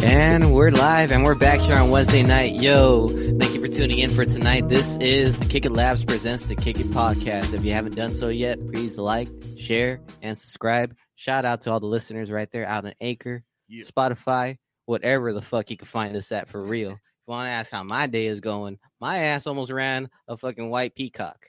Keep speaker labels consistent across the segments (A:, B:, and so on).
A: man. We're live and we're back here on Wednesday night. Yo, thank you for tuning in for tonight. This is the Kick It Labs presents the Kick It Podcast. If you haven't done so yet, please like, share, and subscribe. Shout out to all the listeners right there out on Anchor,
B: Yeah.
A: Spotify, whatever the fuck you can find this at for real. If you want to ask how my day is going, my ass almost ran a fucking white peacock.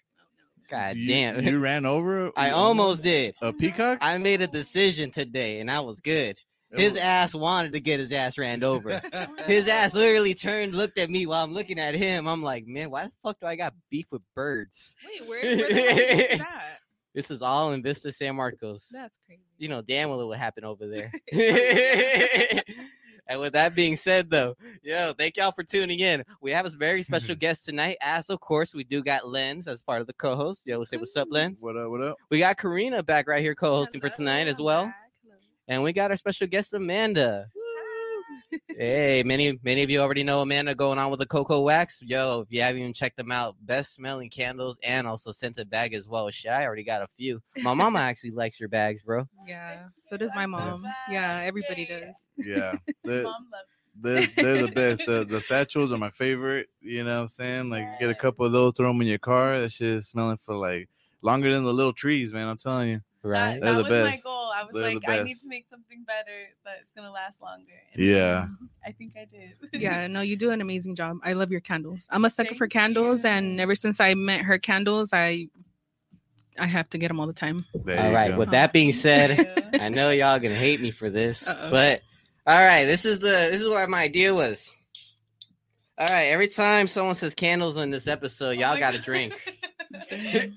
A: God
B: You-
A: damn.
B: You ran over.
A: I almost did.
B: a peacock.
A: I made a decision today and I was good. His ass wanted to get his ass ran
B: Oh,
A: over. His ass literally turned, looked at me while I'm looking at him. I'm like, man, why the fuck do I got beef with birds?
C: Wait, where, where the fuck is that?
A: This is all in Vista San Marcos.
C: That's crazy.
A: You know damn well it would happen over there.
C: Oh,
A: and with that being said, though, yo, thank y'all for tuning in. We have a very special guest tonight. As of course, we do got Lens as part of the co-host. Yo, say what's up,
C: Cool.
A: Lens.
B: What up? What up?
A: We got Karina back right here co-hosting for
C: Hello,
A: tonight as
C: I'm
A: well,
C: back. Hello.
A: and we got our special guest Amanda.
C: Woo.
A: Hey, many many of you already know Amanda going on with the cocoa wax. Yo, if you haven't even checked them out, best smelling candles and also scented bag as well. Shit, I already got a few. My mama actually likes your bags, bro.
C: Yeah. So does my mom. Yeah, everybody does.
B: Yeah, they're, they're, they're the best. The, the satchels are my favorite. You know what I'm saying? Like, get a couple of those, throw them in your car. That shit is smelling for like longer than the little trees, man. I'm telling you.
A: Right.
D: That,
B: They're
D: that
B: the
D: was my
B: best.
D: goal. I was
B: They're the
D: like, I need
B: best.
D: to make something better that's gonna last longer.
B: Yeah.
D: I think I did.
C: Yeah, no, you do an amazing job. I love your candles. I'm a sucker for
D: Thank
C: candles,
D: you.
C: and ever since I met her candles, I I have to get them all the time.
B: There
A: All
B: you
A: right.
B: go.
A: With that being said,
D: Thank you.
A: I know y'all gonna hate me for this,
C: Uh-oh.
A: but all right, this is the this is where my idea was. All right, every time someone says candles in this episode,
D: Oh
A: y'all
D: my
A: got to
D: God.
A: drink.
C: Damn.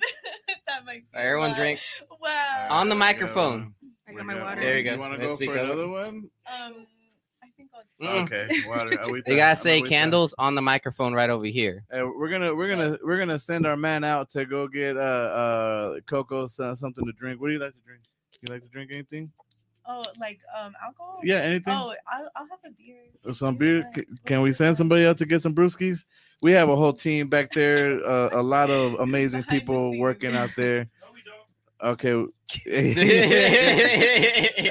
D: that might be
A: All right, everyone
D: a lot.
A: drink.
D: Wow.
A: On the
B: There you go.
A: microphone.
C: I got my
B: We
C: water.
A: There you go.
B: You want to
A: Let's
B: go
A: speak
B: for
A: over.
B: another one?
D: Um, I think I'll
A: Mm.
B: Oh, Okay. Water. Are we
A: They
B: done?
A: gotta
B: Are
A: say
B: we done?
A: candles on the microphone right over here.
B: Hey, we're gonna we're gonna we're gonna send our man out to go get uh uh Coco so- something to drink. What do you like to drink? You like to drink anything?
D: Oh, like um, alcohol.
B: Yeah, anything.
D: Oh, I'll, I'll have a beer.
B: Or some
D: It's
B: beer.
D: fine.
B: C- Can we send somebody out to get some brewskis? We have a whole team back there. Uh, a lot of amazing
D: Behind the
B: people
D: scenes.
B: working out there. Okay. All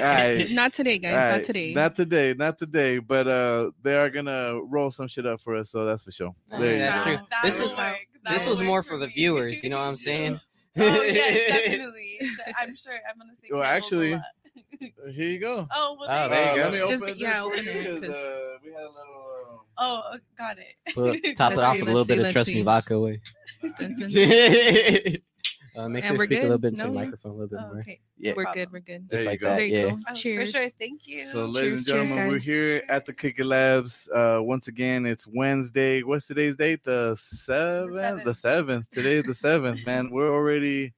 B: right.
C: Not today, guys.
B: All right.
C: Not today.
B: Not today. Not today. But uh, they are gonna roll some shit up for us. So that's for sure.
A: Oh,
B: There you
A: that's
B: go.
A: true.
D: That
A: This
D: will
A: was-
D: work. That
A: this
D: will
A: was
D: work
A: more for the
D: me.
A: viewers. You know what I'm saying?
D: oh yes, definitely. I'm sure I'm gonna say.
B: Well,
D: candles a
B: actually-
D: lot.
B: Here you go.
D: Oh well.
A: Oh,
D: thank
A: there
B: Uh,
A: you go.
B: Let me open
C: Just be-
B: this
C: yeah,
B: for
C: open
B: you
C: it,
B: 'cause,
C: 'cause-
B: uh, we had a little. uh,
D: Oh, uh, got it.
A: Well, top it
C: Let's
A: off
C: see,
A: with a little
C: let's see,
A: bit of
C: let's
A: trust me
C: see.
A: vodka away.
C: Dun, dun, dun.
A: uh, make
C: And
A: sure to
C: we're
A: speak a little
C: good?
A: bit into the
C: No, no.
A: microphone a little bit
D: Oh,
A: more.
D: okay.
A: Yeah.
C: We're good. We're good.
B: There
A: Just
B: you
A: like
B: go.
A: that.
C: There you
A: Yeah.
C: go.
D: Oh,
C: Cheers.
D: For sure.
B: Uh,
D: Thank you.
B: So, ladies
C: Cheers,
B: and
C: cheers,
B: gentlemen, we're
C: guys.
B: here at the Kick It Labs. Uh, once again, it's Wednesday. What's today's date? The seventh. The
D: seventh.
B: seventh. Today is the seventh. Man, we're already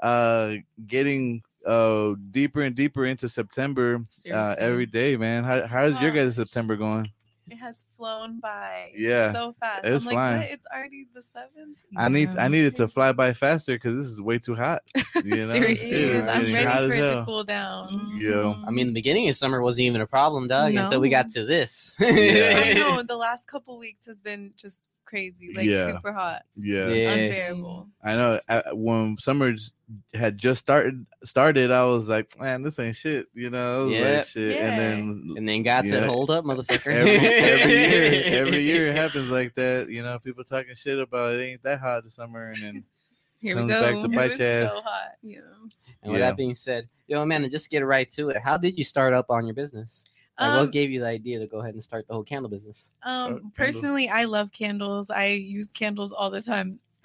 B: uh, getting uh, deeper and deeper into September uh,
C: Seriously.
B: every day, man. How, how's your guys'
D: Gosh.
B: September going?
D: It has flown by.
B: Yeah,
D: So fast.
B: it's
D: I'm like,
B: flying.
D: what? It's already the seventh.
B: I need
C: Yeah.
B: I need it to fly by faster because this is way too hot. You know?
D: It
C: Seriously.
B: Dude,
D: is.
B: it's
D: I'm
B: getting hot as
D: ready for it to
B: hell.
D: cool
C: Mm-hmm.
D: down.
B: Yeah.
A: I mean, the beginning of summer wasn't even a problem, dog, until we got
C: No.
A: to this.
D: I
B: Yeah.
D: know. The last couple weeks has been just crazy, like
B: Yeah.
D: super hot,
B: Yeah.
A: Yeah.
D: unbearable.
B: I know I, when summer j- had just started started, I was like, man, this ain't shit, you know, I was
A: Yeah.
B: like shit.
D: Yeah.
B: And then
A: And then God said,
B: Yeah.
A: "Hold up, motherfucker."
B: every, every year, every year it happens like that, you know, people talking shit about it ain't that hot this summer, and then
C: Here we
B: comes
C: go.
B: back to
D: It
B: bite
D: was
B: your ass.
D: so hot.
C: yeah.
A: And with
B: Yeah.
A: that being said, yo, Amanda, just get right to it. How did you start up on your business? Like,
D: Um,
A: what gave you the idea to go ahead and start the whole candle business?
D: Um,
B: Oh, candles.
D: personally, I love candles. I use candles all the time.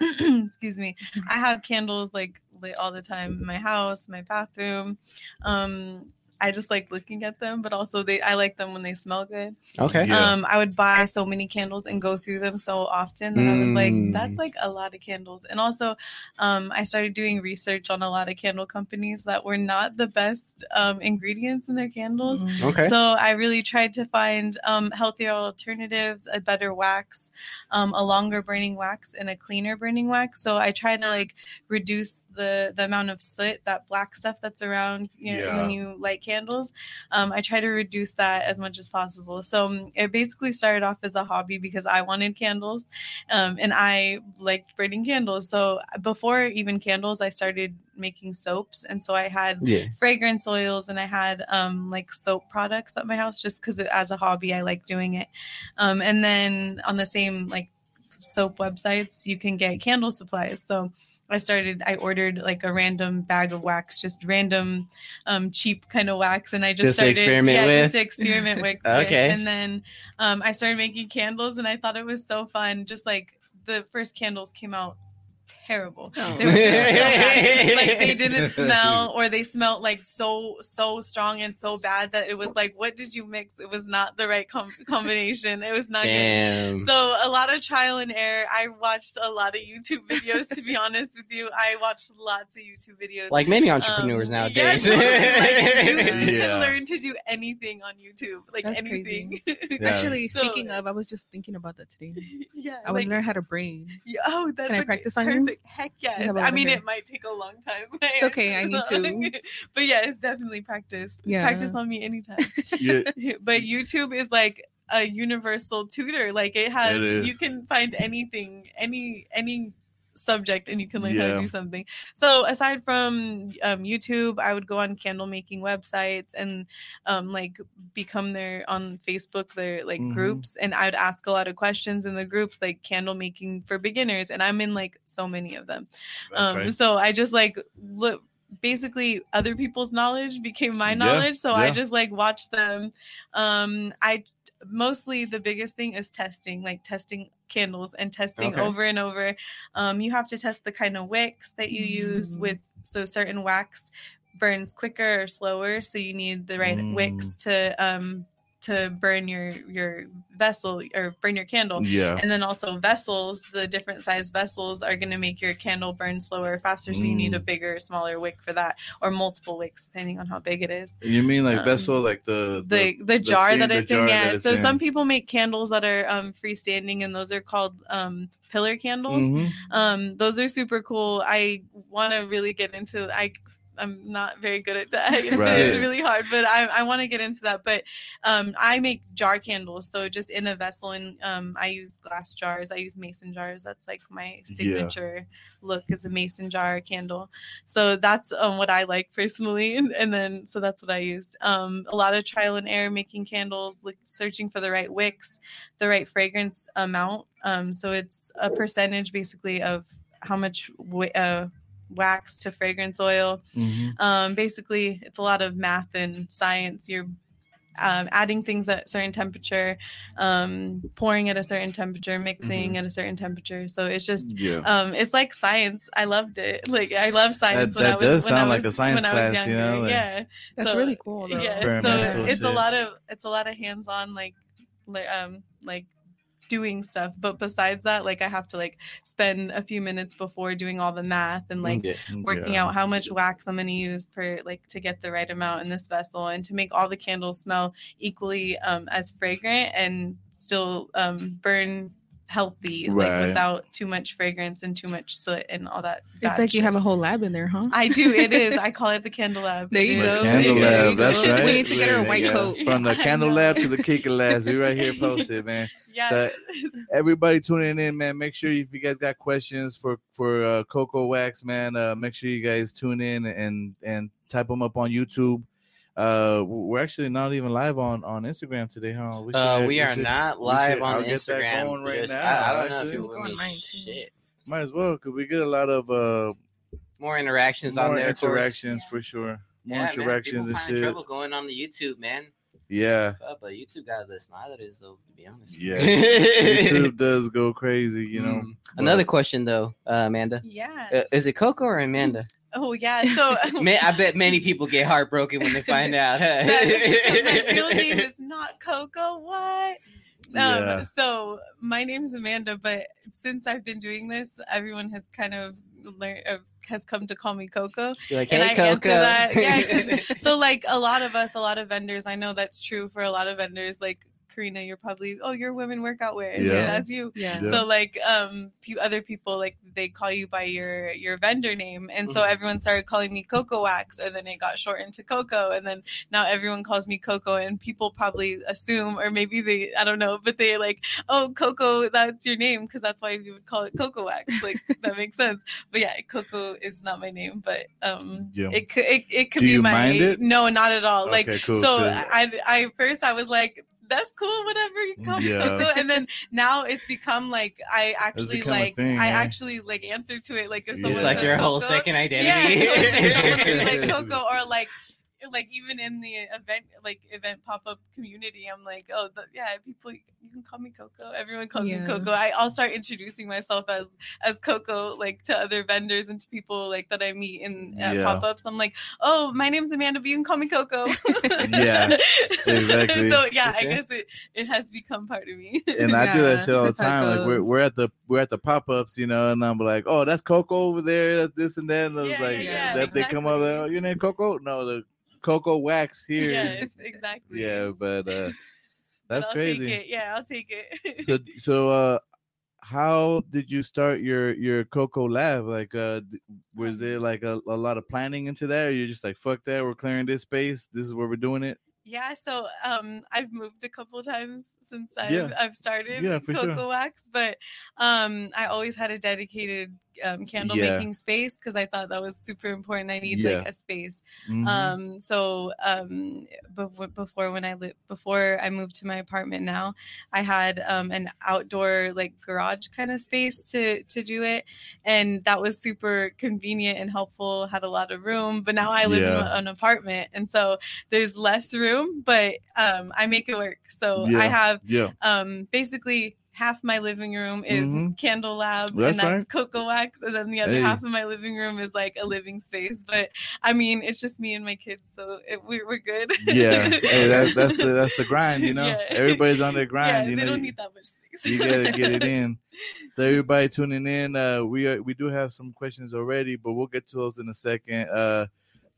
D: Excuse me. I have candles like lit all the time in my house, my bathroom. Um, I just like looking at them, but also they I like them when they smell good.
A: Okay.
B: Yeah.
D: Um, I would buy so many candles and go through them so often that I was
A: Mm.
D: like, that's like a lot of candles. And also, um, I started doing research on a lot of candle companies that were not the best um, ingredients in their candles.
C: Mm.
A: Okay.
D: So I really tried to find um, healthier alternatives, a better wax, um, a longer burning wax, and a cleaner burning wax. So I try to like reduce the the amount of soot, that black stuff that's around you know,
B: Yeah.
D: when you light candles, um, I try to reduce that as much as possible. So um, it basically started off as a hobby because I wanted candles um, and I liked burning candles. So uh, before even candles, I started making soaps. And so I had
A: Yeah.
D: fragrance oils and I had um, like soap products at my house just because as a hobby I like doing it. Um, and then on the same like soap websites, you can get candle supplies. So I started, I ordered like a random bag of wax, just random um, cheap kind of wax. And I just,
A: Just to
D: started
A: experiment
D: yeah,
A: with?
D: just to experiment with. with.
A: Okay.
D: And then um, I started making candles and I thought it was so fun. Just like the first candles came out terrible
C: Oh.
D: they were just so bad. like they didn't smell or they smelled like so so strong and so bad that it was like what did you mix it was not the right com- combination it was not
A: Damn.
D: good so a lot of trial and error i watched a lot of youtube videos to be honest with you i watched lots of youtube videos
A: like many entrepreneurs
D: Um, yeah,
A: nowadays.
D: totally. Like, you, you
B: Yeah.
D: can learn to do anything on youtube like
C: That's
D: anything
B: Yeah.
C: Actually,
D: So-
C: speaking of, I was just thinking about that today.
D: yeah
C: I would
D: like-
C: learn how to braid.
D: Yeah, Oh, that's
C: I
D: a-
C: practice on you?
D: perfect. Heck yes.
C: have a
D: I
C: lot
D: mean,
C: of-
D: it might take a long time.
C: It's okay, I need to.
D: but yeah, it's definitely practice.
C: Yeah.
D: Practice on me anytime.
B: Yeah,
D: Um, but YouTube is like a universal tutor. Like it has,
B: It is.
D: you can find anything, any any subject, and you can learn how
B: Yeah.
D: to do something. So aside from um, YouTube, I would go on candle making websites and um, like become their on Facebook their like
B: Mhm.
D: groups, and I would ask a lot of questions in the groups like candle making for beginners, and I'm in like so many of them.
B: that's
D: Um,
B: right.
D: So I just like look. Basically, other people's knowledge became my
B: Yeah,
D: knowledge. so I
B: yeah.
D: just like watched them. Um, I mostly the biggest thing is testing, like testing candles and testing
A: Okay.
D: over and over. Um, you have to test the kind of wicks that you use
C: Mm.
D: with so certain wax burns quicker or slower. So you need the right
B: Mm.
D: wicks to um to burn your your vessel or burn your candle
B: yeah,
D: and then also vessels the different size vessels are going to make your candle burn slower or faster so you
B: Mm.
D: need a bigger smaller wick for that or multiple wicks depending on how big it is
B: you mean like
D: um,
B: vessel, like the
D: the the jar
B: thing-
D: that
B: the
D: it's
B: jar
D: in
B: that
D: yeah
B: it's
D: so some
B: in.
D: people make candles that are um freestanding and those are called um pillar candles
B: Mhm.
D: um those are super cool i want to really get into i i'm not very good at that it's
B: Right.
D: really hard but i, I want to get into that but um i make jar candles so just in a vessel and um i use glass jars i use mason jars that's like my signature look is a mason jar candle so that's um, what i like personally and, and then so that's what i used um a lot of trial and error making candles like searching for the right wicks the right fragrance amount. Um, so it's a percentage basically of how much w- uh, wax to fragrance oil.
B: Mhm.
D: Um, basically, it's a lot of math and science. You're um, adding things at a certain temperature, um, pouring at a certain temperature, mixing
B: Mm-hmm.
D: at a certain temperature. So it's just.
B: yeah.
D: Um, it's like science. I loved it. Like I love science. when I
B: Mm. that
D: was,
B: does
D: when I
B: sound like
D: was-
B: a science
D: when I was
B: class,
D: younger.
B: you know, like-
D: yeah
C: That's
D: So,
C: really cool. Though.
D: yeah so
B: Experimental
D: it's a
B: shit.
D: lot of it's a lot of hands-on like like um like doing stuff but besides that like i have to like spend a few minutes before doing all the math and like
A: Yeah.
D: working
B: Yeah.
D: out how much wax i'm going to use per like to get the right amount in this vessel and to make all the candles smell equally um as fragrant and still um burn healthy
B: Right.
D: like without too much fragrance and too much soot and all that
C: It's like you have a whole lab in there, huh?
D: i do it is i call it the candle lab
C: There you
D: It
B: The
C: go.
D: is.
B: Candle
C: There you go.
B: lab, that's
C: We
B: right.
C: need to get her a white
B: Yeah.
C: coat.
B: From the
D: I
B: candle
D: know.
B: lab to the kicker labs, we right here posted, man.
D: Yes.
B: Everybody tuning in, man. Make sure if you guys got questions for for uh, Cocoa Wax, man, uh, make sure you guys tune in and and type them up on YouTube. Uh, we're actually not even live on on Instagram today, huh? We
A: Uh,
B: should-
A: we are
B: should-
A: not live
B: should-
A: on
B: I'll get that going
A: Instagram.
B: right
A: just,
B: now,
A: I, I don't know if
B: actually.
A: people will
C: Going
A: be
C: mine, too.
A: shit.
B: Might as well, cause we get a lot of uh
A: More interactions on
B: more
A: there. of course.
B: interactions for sure. More
A: yeah,
B: interactions
A: man, people
B: and
A: finding
B: shit.
A: trouble going on the YouTube, man.
B: Yeah.
A: Uh, but YouTube got this nowadays, though. To be honest.
B: Yeah. YouTube does go crazy, you know.
A: Mm.
B: but-
A: Another question though, uh, Amanda.
D: Yeah.
A: Uh, is it Coco or Amanda?
D: Oh yeah. So
A: Ma- I bet many people get heartbroken when they find out. huh?
D: my real name is not Coco. What? Um,
B: Yeah.
D: So my name's Amanda, but since I've been doing this, everyone has kind of learned uh, has come to call me Coco.
A: You're like,
D: and
A: hey,
D: I
A: Coco.
D: answer that- yeah, 'cause- so like a lot of us a lot of vendors i know that's true for a lot of vendors like Karina, you're probably oh, you're women workout wear. and
B: Yeah.
D: That's you.
C: Yeah.
B: Yeah.
D: So like um pe- other people like they call you by your your vendor name and so
B: Mm-hmm.
A: Mhm.
D: everyone started calling me Coco Wax and then it got shortened to Coco and then now everyone calls me Coco and people probably assume or maybe they I don't know but they like oh Coco that's your name because that's why you would call it Coco Wax like that makes sense but yeah Coco is not my name but um
B: Yeah.
D: it could it, it could
B: Do
D: be
B: you
D: my
B: mind it?
D: no not at all like
B: okay, cool.
D: so
B: 'cause-
D: I, I first I was like, that's cool, whatever you call me,
B: Yeah.
D: Coco. And then now it's become like I actually
B: become a
D: like
B: thing,
D: I
B: yeah.
D: actually like answer to it like if
B: It's
D: someone
A: It's
B: Yeah.
A: like
D: says
A: your whole
D: Coco,
A: second identity.
D: yeah, like Coco or like like even in the event like event pop up community, I'm like, oh the, yeah, people you can call me Coco. Everyone calls me
C: Yeah.
D: Coco. I, I'll start introducing myself as as Coco like to other vendors and to people like that I meet in at
B: Yeah.
D: pop ups. I'm like, oh, my name's Amanda, but you can call me Coco.
B: Yeah, exactly.
D: So yeah, I
A: Okay.
D: guess it it has become part of me.
B: and I do that
C: Yeah,
B: shit all the
C: that's how it
B: time. Like we're,
C: goes.
B: we're at the we're at the pop ups, you know, and I'm like, oh, that's Coco over there, that's this and that. And I was
D: Yeah,
B: like,
C: yeah,
B: that they come up,
D: exactly.
B: like, oh, your name Coco? No, the Coco Wax here.
D: yes, exactly.
B: Yeah, but uh,
D: But
B: that's
D: I'll
B: crazy.
D: Take it. Yeah, I'll take it.
B: So, so uh, how did you start your your Coco Lab? Like, uh, d- was there like a, a lot of planning into that, or you're just like, fuck that, we're clearing this space, this is where we're doing it?
D: Yeah, so um, I've moved a couple times since I've,
B: Yeah.
D: I've started
B: Yeah, for sure.
D: Cocoa Wax, but um, I always had a dedicated um, candle
B: Yeah.
D: making space because I thought that was super important. I need like
B: Yeah.
D: a space.
B: Mhm.
D: Um, so um, before, before when I lived before I moved to my apartment now, I had um, an outdoor like garage kind of space to to do it, and that was super convenient and helpful. Had a lot of room, but now I live in
B: Yeah.
D: an apartment, and so there's less room, but um, I make it work. So
B: Yeah.
D: I have
B: yeah,
D: um, basically. Half my living room is
B: Mhm.
D: Candle Lab,
B: That's
D: and that's
B: right.
D: Cocoa Wax, and then the other
B: Hey.
D: half of my living room is like a living space. But I mean, it's just me and my kids, so it, we're, we're good.
B: yeah. Hey, that's that's the that's the grind, you know.
D: Yeah.
B: Everybody's on their
D: yeah,
B: grind.
D: they
B: you know,
D: don't
B: you-
D: need that much space.
B: you gotta get it in. So everybody tuning in, uh, we are, we do have some questions already, but we'll get to those in a second. Uh,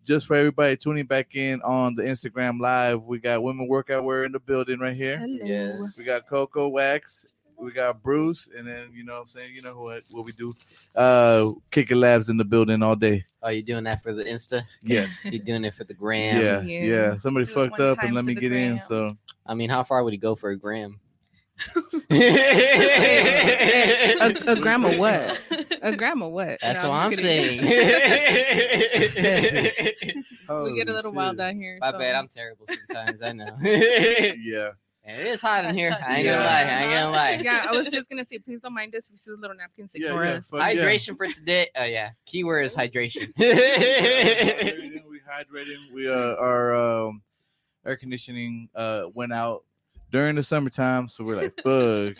B: just for everybody tuning back in on the Instagram live, we got women workout wear in the building right here.
C: Hello.
A: Yes.
B: We got Coco Wax, we got Bruce, and then you know what I'm saying you know what what we do. Uh, Kicking Labs in the building all day.
A: Are Oh, you doing that for the Insta?
B: Yeah,
A: You doing it for the gram?
B: yeah, yeah.
C: Yeah.
B: Somebody
D: Do it
B: fucked
D: one
B: up
D: time
B: and let
D: for
B: me
D: the
B: get in.
D: gram.
B: So
A: I mean, how far would he go for a gram?
C: A, a gram of what?
D: yeah,
C: A gram of what?
A: That's
C: No,
A: what I'm
C: just kidding.
A: saying.
C: we get a little wild
B: Holy
C: out here.
A: My
C: so-
A: bad, I'm terrible sometimes. I know. and
B: shit. Yeah.
A: it is hot in here. I ain't
B: Yeah.
A: gonna lie. I ain't gonna lie.
C: yeah, I was just gonna say, please don't mind us. We see the little napkins,
B: Yeah,
C: ignore
B: yeah,
C: us.
B: fuck yeah.
A: Hydration for today. Oh yeah, keyword is hydration.
B: hydrating, we hydrating. We uh, our um, air conditioning uh went out during the summertime, so we're like, fuck.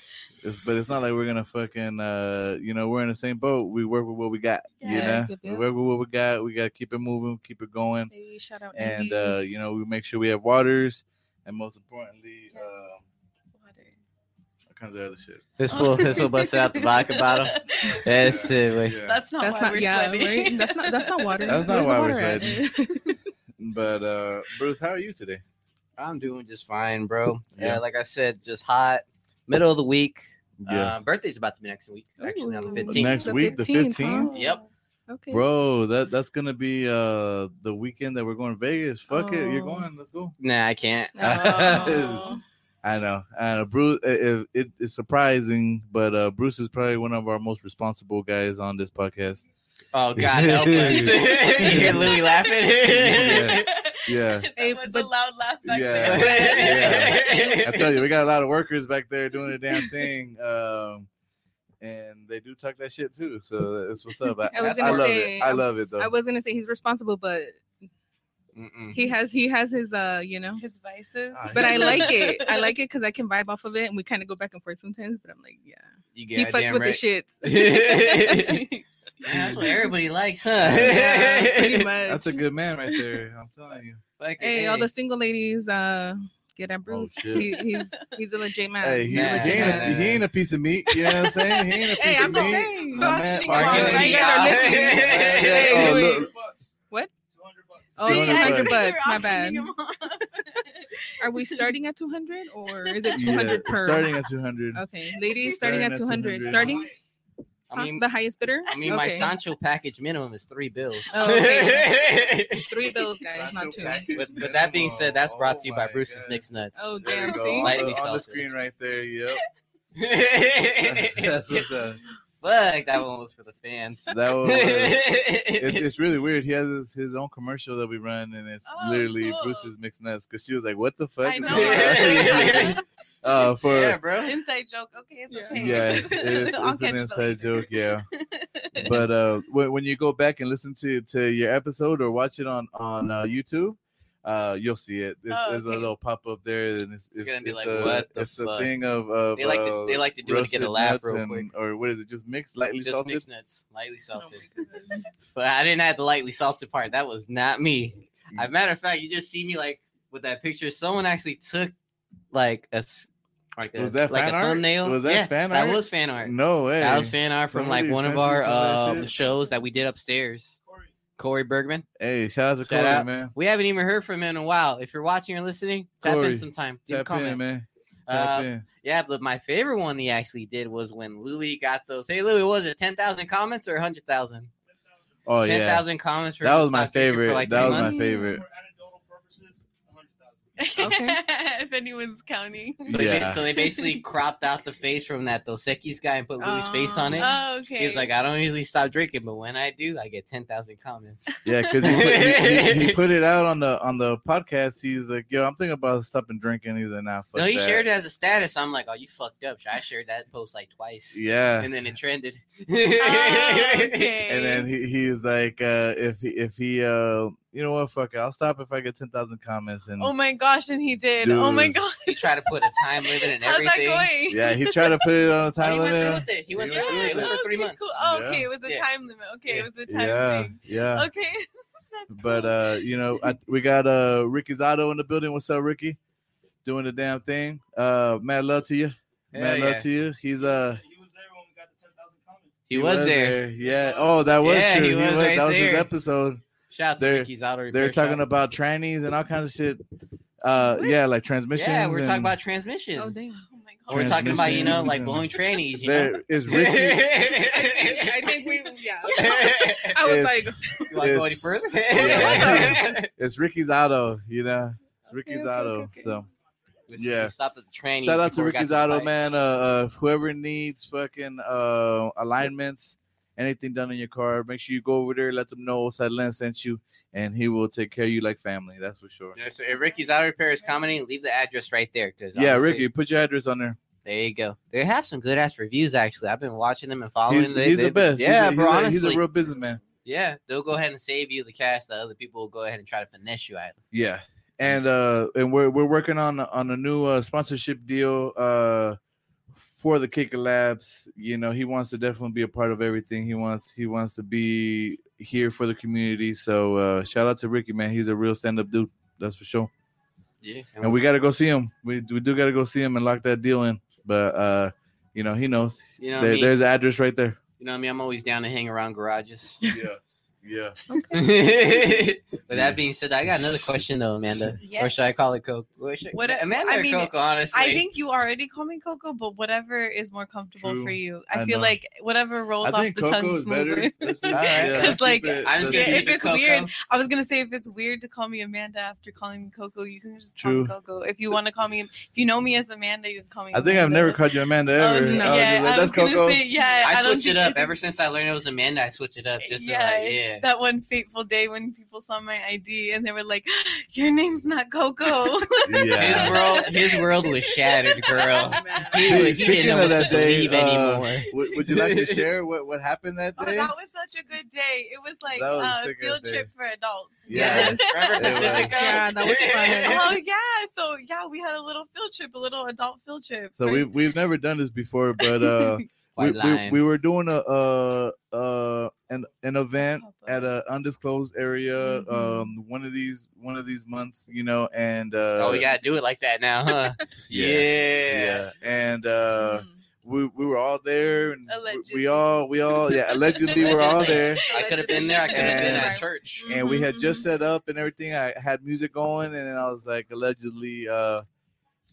B: It's, but it's not like we're gonna fucking uh, you know, we're in the same boat. We work with what we got. You
D: Yeah.
B: know,
C: Yep,
B: we
C: yep.
B: work with what we got. We gotta keep it moving, keep it going,
C: Hey, shout out
B: and
C: Andes.
B: uh, you know, we make sure we have waters, and most importantly, um, what kinds of other shit.
A: this fool, this fool busted out the vodka bottle. That's it. wait.
B: Yeah.
D: That's not
C: that's
D: why
C: not
D: we're
C: yeah,
D: sweating.
C: right? That's not that's not water.
B: That's not
C: Where's the
B: why we're
C: water at?
B: But uh, Bruce, how are you today?
A: I'm doing just fine, bro. Yeah,
B: Yeah.
A: like I said, just hot, middle of the week.
B: Yeah.
A: Uh, birthday's about to be next week. Actually, on the
C: Ooh.
A: 15th.
B: Next
C: The
B: week, the
C: 15th,
B: 15th?
D: Oh.
A: Yep.
C: Okay.
B: Bro, that that's gonna be uh the weekend that we're going to Vegas. Fuck it, you're
C: Oh.
B: going. Let's go.
A: Nah, I can't.
D: Oh.
B: I know, I know. Bruce, it, it, it's surprising, but uh Bruce is probably one of our most responsible guys on this podcast.
A: Oh God, help us! you hear Louie laughing?
B: Yeah. Yeah,
D: That
C: Hey,
D: was
C: but-
D: a loud laugh back
B: Yeah.
D: there.
B: I tell you, we got a lot of workers back there doing their damn thing, um, and they do talk that shit too. So that's what's up. I,
C: I was
B: I
C: gonna
B: love
C: say,
B: it. I
C: I'm-
B: love it though.
C: I was gonna say he's responsible, but
A: Mm-mm.
B: Mm-hmm.
C: he has he has his uh you know.
D: His vices.
B: Ah,
C: But I like it. I like it because I can vibe off of it, and we kind of go back and forth sometimes. But I'm like, yeah,
A: You
C: he fucks
A: goddamn
C: with
A: right.
C: the shits.
A: Yeah, that's what everybody likes, huh?
C: yeah, pretty much.
B: that's a good man right there. I'm telling you.
A: Fucking
C: hey,
A: A.
C: all the single ladies, uh, get at Bruce.
B: Oh, shit.
C: he, he's he's a legit man.
B: Hey, he,
C: He's a
A: Nah,
B: he,
C: legit
B: ain't a,
C: Oh, man.
A: nah, nah.
B: he ain't a piece of meat. You know what I'm saying? He ain't a piece
C: Hey, I'm
B: of
C: just
B: meat.
C: saying.
D: Auctioning
B: Marketing.
D: off.
A: Yeah.
C: You guys are listening.
B: Yeah,
C: Hey,
B: yeah,
C: Louis.
B: oh, look.
C: What? Oh,
B: See,
C: 200
B: I-
C: bucks. My
D: You're
C: bad.
D: auctioning 'em off.
C: Are we starting at 200 or is it
B: Yeah,
C: 200 per?
B: starting at 200.
C: okay, ladies, starting,
B: Starting
C: at
B: at
C: 200.
B: 200.
C: Starting
A: I mean,
C: the highest bidder?
A: I mean, my
C: okay.
A: Sancho package minimum is three bills.
C: Oh, okay. Three bills, guys, not two.
A: With, with that being said, that's brought to you by Bruce's
B: Mix.
A: Mixed Nuts.
C: Oh,
B: Oh There
C: damn.
B: we go.
C: See?
B: On
A: Lightly
B: the, on the
A: salted.
B: screen right there. Yep. That's,
A: Fuck,
B: that's what's up.
A: that one was for the fans.
B: That was, it's,
A: That's
B: it's really weird. He has his, his own commercial that we run, and it's
D: Oh,
B: literally
D: cool.
B: Bruce's mixed nuts. Because she was like, "What the fuck?"
D: I
B: is
D: know.
B: going on?" uh, for
A: yeah,
B: yeah,
A: bro.
D: inside joke. Okay, it's
C: Yeah.
D: okay.
B: it's, it's
D: I'll catch
B: an
D: the
B: inside
D: later.
B: joke. Yeah. but uh when, when you go back and listen to to your episode or watch it on on uh, youtube uh you'll see it there's,
D: Oh,
B: there's a
D: okay.
B: little pop-up there and it's, it's,
A: gonna be
B: it's
A: like,
B: a,
A: "What the
B: it's a
A: fuck?"
B: thing of, of
A: They like
B: uh,
A: to they like to do it to get a
B: roasted
A: laugh
B: nuts
A: real
B: and-
A: quick.
B: or what is it just mixed lightly
A: Just
B: salted
A: mixed nuts, lightly
D: Oh
A: salted.
D: my goodness.
A: But I didn't have the lightly salted part. That was not me. As a matter of fact, you just see me like with that picture. Someone actually took like a s- like a,
B: Was that
A: like
B: fan
A: a
B: art?
A: thumbnail.
B: Was that
A: yeah,
B: fan
A: That
B: art?
A: was fan art.
B: no way
A: That was fan art from like
B: Somebody
A: one of
B: sent you
A: our
B: some of that
A: um,
B: shit?
A: shows that we did upstairs. Corey Bergman.
B: hey shout out to
A: Shout
B: Corey,
A: out.
B: man
A: We haven't even heard from him in a while. If you're watching or listening, tap
B: Corey,
A: in sometime. Leave a
B: tap
A: comment.
B: in man
A: Uh,
B: tap in
A: yeah, but my favorite one he actually did was when Louis got those. Hey, Louis, was it ten thousand comments or hundred thousand?
B: oh
A: Ten
B: yeah
A: thousand comments. For
B: that
A: him to
B: was my
A: stop drinking for,
B: favorite
A: like,
B: that
A: three
B: was my
A: months?
B: favorite
C: Okay.
D: if anyone's counting.
A: So they,
B: yeah
A: so they basically cropped out the face from that Dos Equis guy and put Louis' face on it.
D: Oh, okay.
A: He's like, I don't usually stop drinking, but when I do, I get ten thousand comments.
B: Yeah, because he, put- he, he- he put it out on the on the podcast. He's like, "Yo, I'm thinking about stopping drinking." He's like, "Nah, fuck
A: no, he
B: that."
A: shared it as a status. I'm like, oh, you fucked up. I shared that post like twice,
B: Yeah,
A: and then it trended.
D: Oh, okay.
B: and then he, he's like, uh, "If he, if he, uh, you know what, fuck it, I'll stop if I get ten thousand comments." And
D: oh my gosh, and he did. Oh my
B: Dude.
D: god,
A: he tried to put a time limit and
D: how's that
A: everything.
D: going?
B: yeah, he tried to put it on a
A: But
B: time
A: Oh, he went through
B: limit.
A: with it. He went
B: Yeah.
A: through with it. It was for three
D: Okay,
A: months.
D: cool. Oh, okay,
B: Yeah.
D: it was a
A: Yeah.
D: time limit. Okay,
A: Yeah.
D: it was the time
B: Yeah,
D: thing.
B: yeah.
D: Okay.
A: Oh,
D: That's
B: But
D: cool.
B: uh, you know, I, we got uh Ricky Zotto in the building. What's up, Ricky? Doing the damn thing. Uh, mad love to you.
A: Hell
B: Mad love
A: yeah.
B: to you. He's uh
E: He was there when we got the 10,000 comments.
A: He was there.
B: Yeah. Oh, that was
A: Yeah,
B: true.
A: he
B: He
A: was
B: was-
A: right
B: that was his
A: there.
B: episode.
A: Shout out to
B: They're-
A: Ricky's auto
B: They're
A: repair
B: talking
A: shop.
B: about trannies and all kinds of shit. Uh, yeah, like transmissions.
A: Yeah, we're talking
B: and
A: about transmissions.
C: Oh, dang.
D: oh my god.
A: Or we're talking about you know
B: Transmissions
A: like
B: and-
A: blowing trannies. You know?
B: there is Ricky.
C: I think we, yeah.
A: you
C: I was like,
B: it's,
A: want to go any
B: It's-
A: further?
B: Yeah. it's Ricky's auto, you know. It's Ricky's
C: okay,
B: auto.
C: okay, okay.
B: So
A: We-
B: Yeah.
A: we stopped at the trannies
B: shout out to
A: before we got
B: Ricky's
A: the
B: auto,
A: bikes.
B: man. Uh, uh, whoever needs fucking uh alignments, anything done in your car, make sure you go over there. Let them know Sadlin sent you, and he will take care of you like family. That's for sure.
A: Yeah, so if Ricky's auto repair is commenting, leave the address right there. 'cause
B: Yeah,
A: honestly,
B: Ricky, put your address on there.
A: There you go. They have some good ass reviews actually. I've been watching them and following
B: He's,
A: them.
B: he's the
A: They've been-
B: best. He's
A: Yeah,
B: a- he's
A: bro.
B: a,
A: honestly,
B: he's a real businessman.
A: yeah, they'll go ahead and save you the cash that other people will go ahead and try to finesse you at.
B: Yeah. And uh and we're we're working on on a new uh, sponsorship deal uh for the Kicker Labs. You know, he wants to definitely be a part of everything. He wants he wants to be here for the community. So uh shout out to Ricky, man. He's a real stand-up dude. That's for sure.
A: Yeah,
B: And we gotta go see him. We we do gotta go see him and lock that deal in. But uh you know, he knows.
A: you know, what I
B: there,
A: mean?
B: There's an address right there.
A: you know, what I mean, I'm always down to hang around garages.
B: Yeah. Yeah.
A: With that being said, I got another question though, Amanda. Or should I
D: Yes.
A: call it Coke? What, should,
D: What-
A: Amanda
D: I
A: or
D: mean,
A: Coco, honestly.
D: I think you already call me Coco, but whatever is more comfortable
B: True.
D: for you. I,
B: I
D: feel
B: know.
D: like whatever rolls
B: I
D: off the
B: think Coco
D: tongue
B: is better.
D: smoother.
B: Because
A: Alright.
D: 'Cause, like,
A: I'm just
D: Yeah,
A: gonna keep
D: if
A: it
D: it's
A: Coco.
D: weird- I was gonna say if it's weird to call me Amanda after calling me Coco, you can just call
B: True.
D: me Coco. If you want to call me, if you know me as Amanda, you can call me.
B: I think I've
D: Amanda.
B: never called you Amanda ever.
C: no.
B: I was
D: Oh, yeah,
B: just like,
D: I
B: that's
D: was gonna
B: Coco.
D: say, yeah,
A: I,
D: don't
A: switch it
D: think-
A: up ever since I learned it was Amanda. I switch it up just yeah,
D: Yeah.
A: like yeah.
D: That one fateful day when people saw my ID and they were like, "Your name's not Coco."
A: His world, his world was shattered, girl. He,
B: Dude,
A: was, he
B: speaking
A: didn't know
B: of
A: what
B: that
A: to
B: day,
A: believe
B: uh,
A: anymore.
B: would, would you like to share what, what happened that
D: oh,
B: day?
D: that was such a good day. It was like
B: That was a
D: uh,
B: sick
D: field
B: ass
D: trip for adults.
B: Yeah.
A: Yes. Trevor
B: It was.
A: Pacifico.
C: Yeah, that was fun.
D: oh yeah. So yeah, we had a little field trip, a little adult field trip.
B: so
D: Right?
B: we've we've never done this before, but uh, we,
A: White
B: we,
A: line.
B: we were doing a uh uh an an event
D: Oh,
B: at uh, a undisclosed area
D: Mhm.
B: um one of these one of these months, you know, and uh
A: oh, we gotta do it like that now, huh?
B: yeah, yeah, and uh.
C: Mm.
B: we, we were all there and we- we
D: Mm-hmm. Allegedly.
B: all we all yeah allegedly we're all there
A: I could have been there. I could have been at
D: Allegedly.
A: church.
B: and we had
D: Mhm,
B: just set up and everything i had music going and then i was like allegedly uh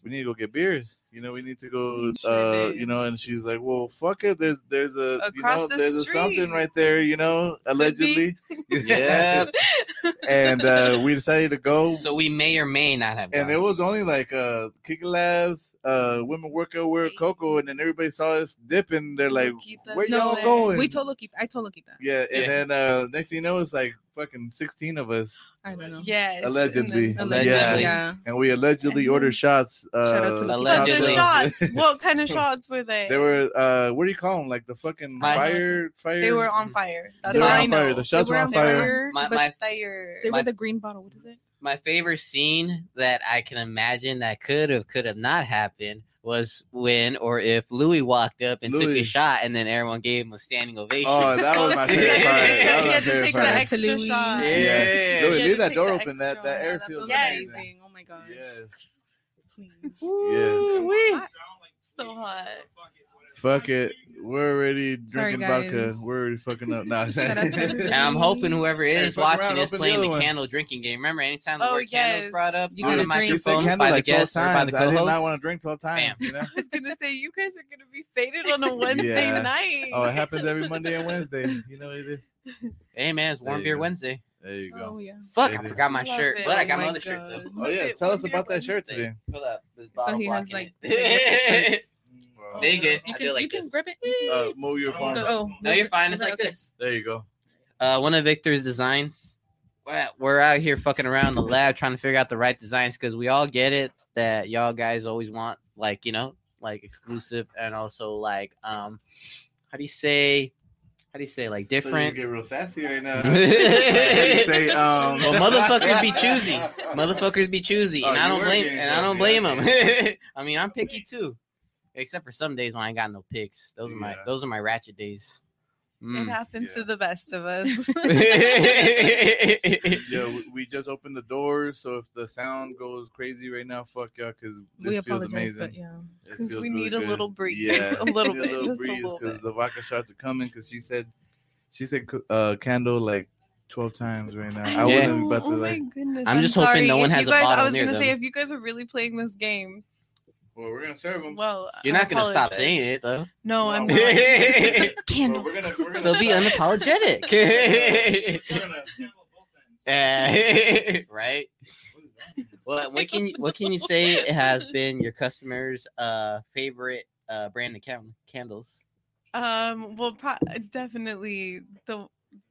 B: we need to go get beers you know we need to go
D: Sure
B: uh
D: do.
B: you know and she's like well fuck it there's there's a you
D: Across
B: know
D: the
B: there's a something
D: street.
B: right there you know allegedly
A: Yep.
B: and uh we decided to go
A: So we may or may not have.
B: and
A: gone.
B: it was only like uh Kick Labs, uh Women Workout Wear Coco, and then everybody saw us dipping. They're like,
D: Loquita's
B: Where
D: still
B: y'all
D: there.
B: going?
C: We told Lokita. I told Lokita.
B: Yeah, and
A: Yeah.
B: then uh next thing you know, it's like fucking 16 of us,
C: I don't know.
D: Yes. and
B: Allegedly.
D: then-
A: Allegedly.
C: Yeah.
A: Yeah.
C: yeah.
B: and we allegedly
D: Mhm.
B: ordered shots. Uh,
C: Shout out
B: shots
C: to
A: Loquita.
D: But the
A: Allegedly.
B: of-
D: shots. What kind of shots were they?
B: They were uh, what do you call them? Like the fucking
A: Fire.
B: fire, fire.
D: They were on fire. That's
B: They were
D: all
B: on
D: I know.
B: fire. The shots
C: They
B: were on
C: on
B: fire.
A: my
C: but
A: my
D: Fire.
C: they
A: my-
C: were the green bottle. What is it?
A: my favorite scene that I can imagine that could have could have not happened was when or if Louis walked up and took
B: Louis.
A: a shot and then everyone gave him a standing ovation.
B: Oh, that was my favorite part. That was
D: You
B: my
D: had to
B: favorite
D: take
B: part.
D: that
C: part.
D: extra
C: Yeah.
D: shot.
B: Yeah,
D: You
B: Louis,
D: had
B: leave
D: to
B: that
D: take
B: door
D: the
B: open. That
D: extra
B: that
D: one.
B: air
D: That
B: feels
D: was
B: amazing.
D: amazing.
C: Oh my god.
B: Yes.
C: Please.
D: Ooh-wee. So
E: So
D: hot.
E: hot.
B: Fuck it. We're already
C: Sorry,
B: drinking vodka.
C: guys.
B: We're already fucking up. Nah.
C: Shout out to everybody.
A: And I'm hoping whoever is
B: fuck
A: watching
B: around,
A: is
B: open the
A: playing
B: other
A: the,
B: one.
A: candle drinking game. Remember, anytime the
D: Oh,
A: word
D: yes.
A: candles brought up
C: You
A: on the
C: gotta drink.
B: She said
A: microphone
B: candle
A: by the
B: like 12
A: guest or by
B: times.
A: the
B: I did
A: co-host.
B: not want to drink 12 times.
A: Bam.
B: You know?
D: I was gonna say you guys are gonna be faded on a Wednesday
B: Yeah.
D: night.
B: Oh, it happens every Monday and Wednesday. You know what it is?
A: Hey man, it's
B: There
A: warm
B: you
A: beer
B: go.
A: Wednesday.
B: There you
C: Oh
B: go.
C: yeah.
A: Fuck,
B: It
A: I
B: is.
A: forgot my
D: Love
A: shirt,
D: it.
A: but I
D: Oh
A: got my
D: my
A: other shirt
D: God.
A: though.
B: Oh, yeah. Tell us about that shirt today.
A: Pull up. This
C: So
A: bottle
C: he has
A: blocking
C: like.
A: it.
B: Wow.
A: Dig it. I
C: You
A: do
C: can,
A: like
C: you can
A: this.
C: grab it.
B: Uh, move your phone.
C: Go- oh,
A: no, you're fine.
C: Is that
A: It's like
C: okay?
A: this.
B: There you go.
A: uh, one of Victor's designs. We're- We're out here fucking around in the lab trying to figure out the right designs because we all get it that y'all guys always want, like you know, like exclusive and also like um, how do you say, how do you say like different?
B: So you get real sassy right now.
A: well,
B: Say, um,
A: motherfuckers be choosy. Motherfuckers be choosy,
B: Oh,
A: and I
B: you
A: don't
B: were
A: blame
B: getting
A: and I
B: something,
A: don't blame them.
B: okay.
A: I mean, I'm picky too, except for some days when I ain't got no picks. Those are my
B: Yeah.
A: those are my ratchet days.
D: It
A: Mm.
D: happens
B: Yeah.
D: to the best of us.
B: Yeah, we, we just opened the doors, so if the sound goes crazy right now, fuck y'all, because this
C: we
B: feels
C: apologize,
B: amazing.
C: but yeah.
B: It
D: Since
B: feels
D: we need a little breeze.
B: Yeah,
D: A little
B: need
D: bit,
B: a little
D: just a
B: breeze
D: little
B: because
D: bit.
B: the vodka shots are coming. Because she said, she said uh, candle like twelve times right now. I
A: Yeah.
B: wasn't about to
D: oh
B: like.
D: my goodness.
A: I'm just hoping
D: sorry.
A: no one
D: If
A: has
D: you
A: a
D: guys, I
A: bottle
D: was
A: near
D: gonna say
A: them.
D: if you guys are really playing this game,
B: Well, we're gonna serve them.
D: well,
A: You're
D: I
A: not gonna stop
D: apologize.
A: saying it though.
D: No, I'm
B: Wow.
D: not.
B: Well,
D: Candle.
B: we're gonna, we're gonna
A: So be unapologetic.
B: We're gonna-
A: Eh, right? Well, what can what can you say it has been your customers' uh favorite uh brand of cam- candles?
D: Um, well, pro- definitely the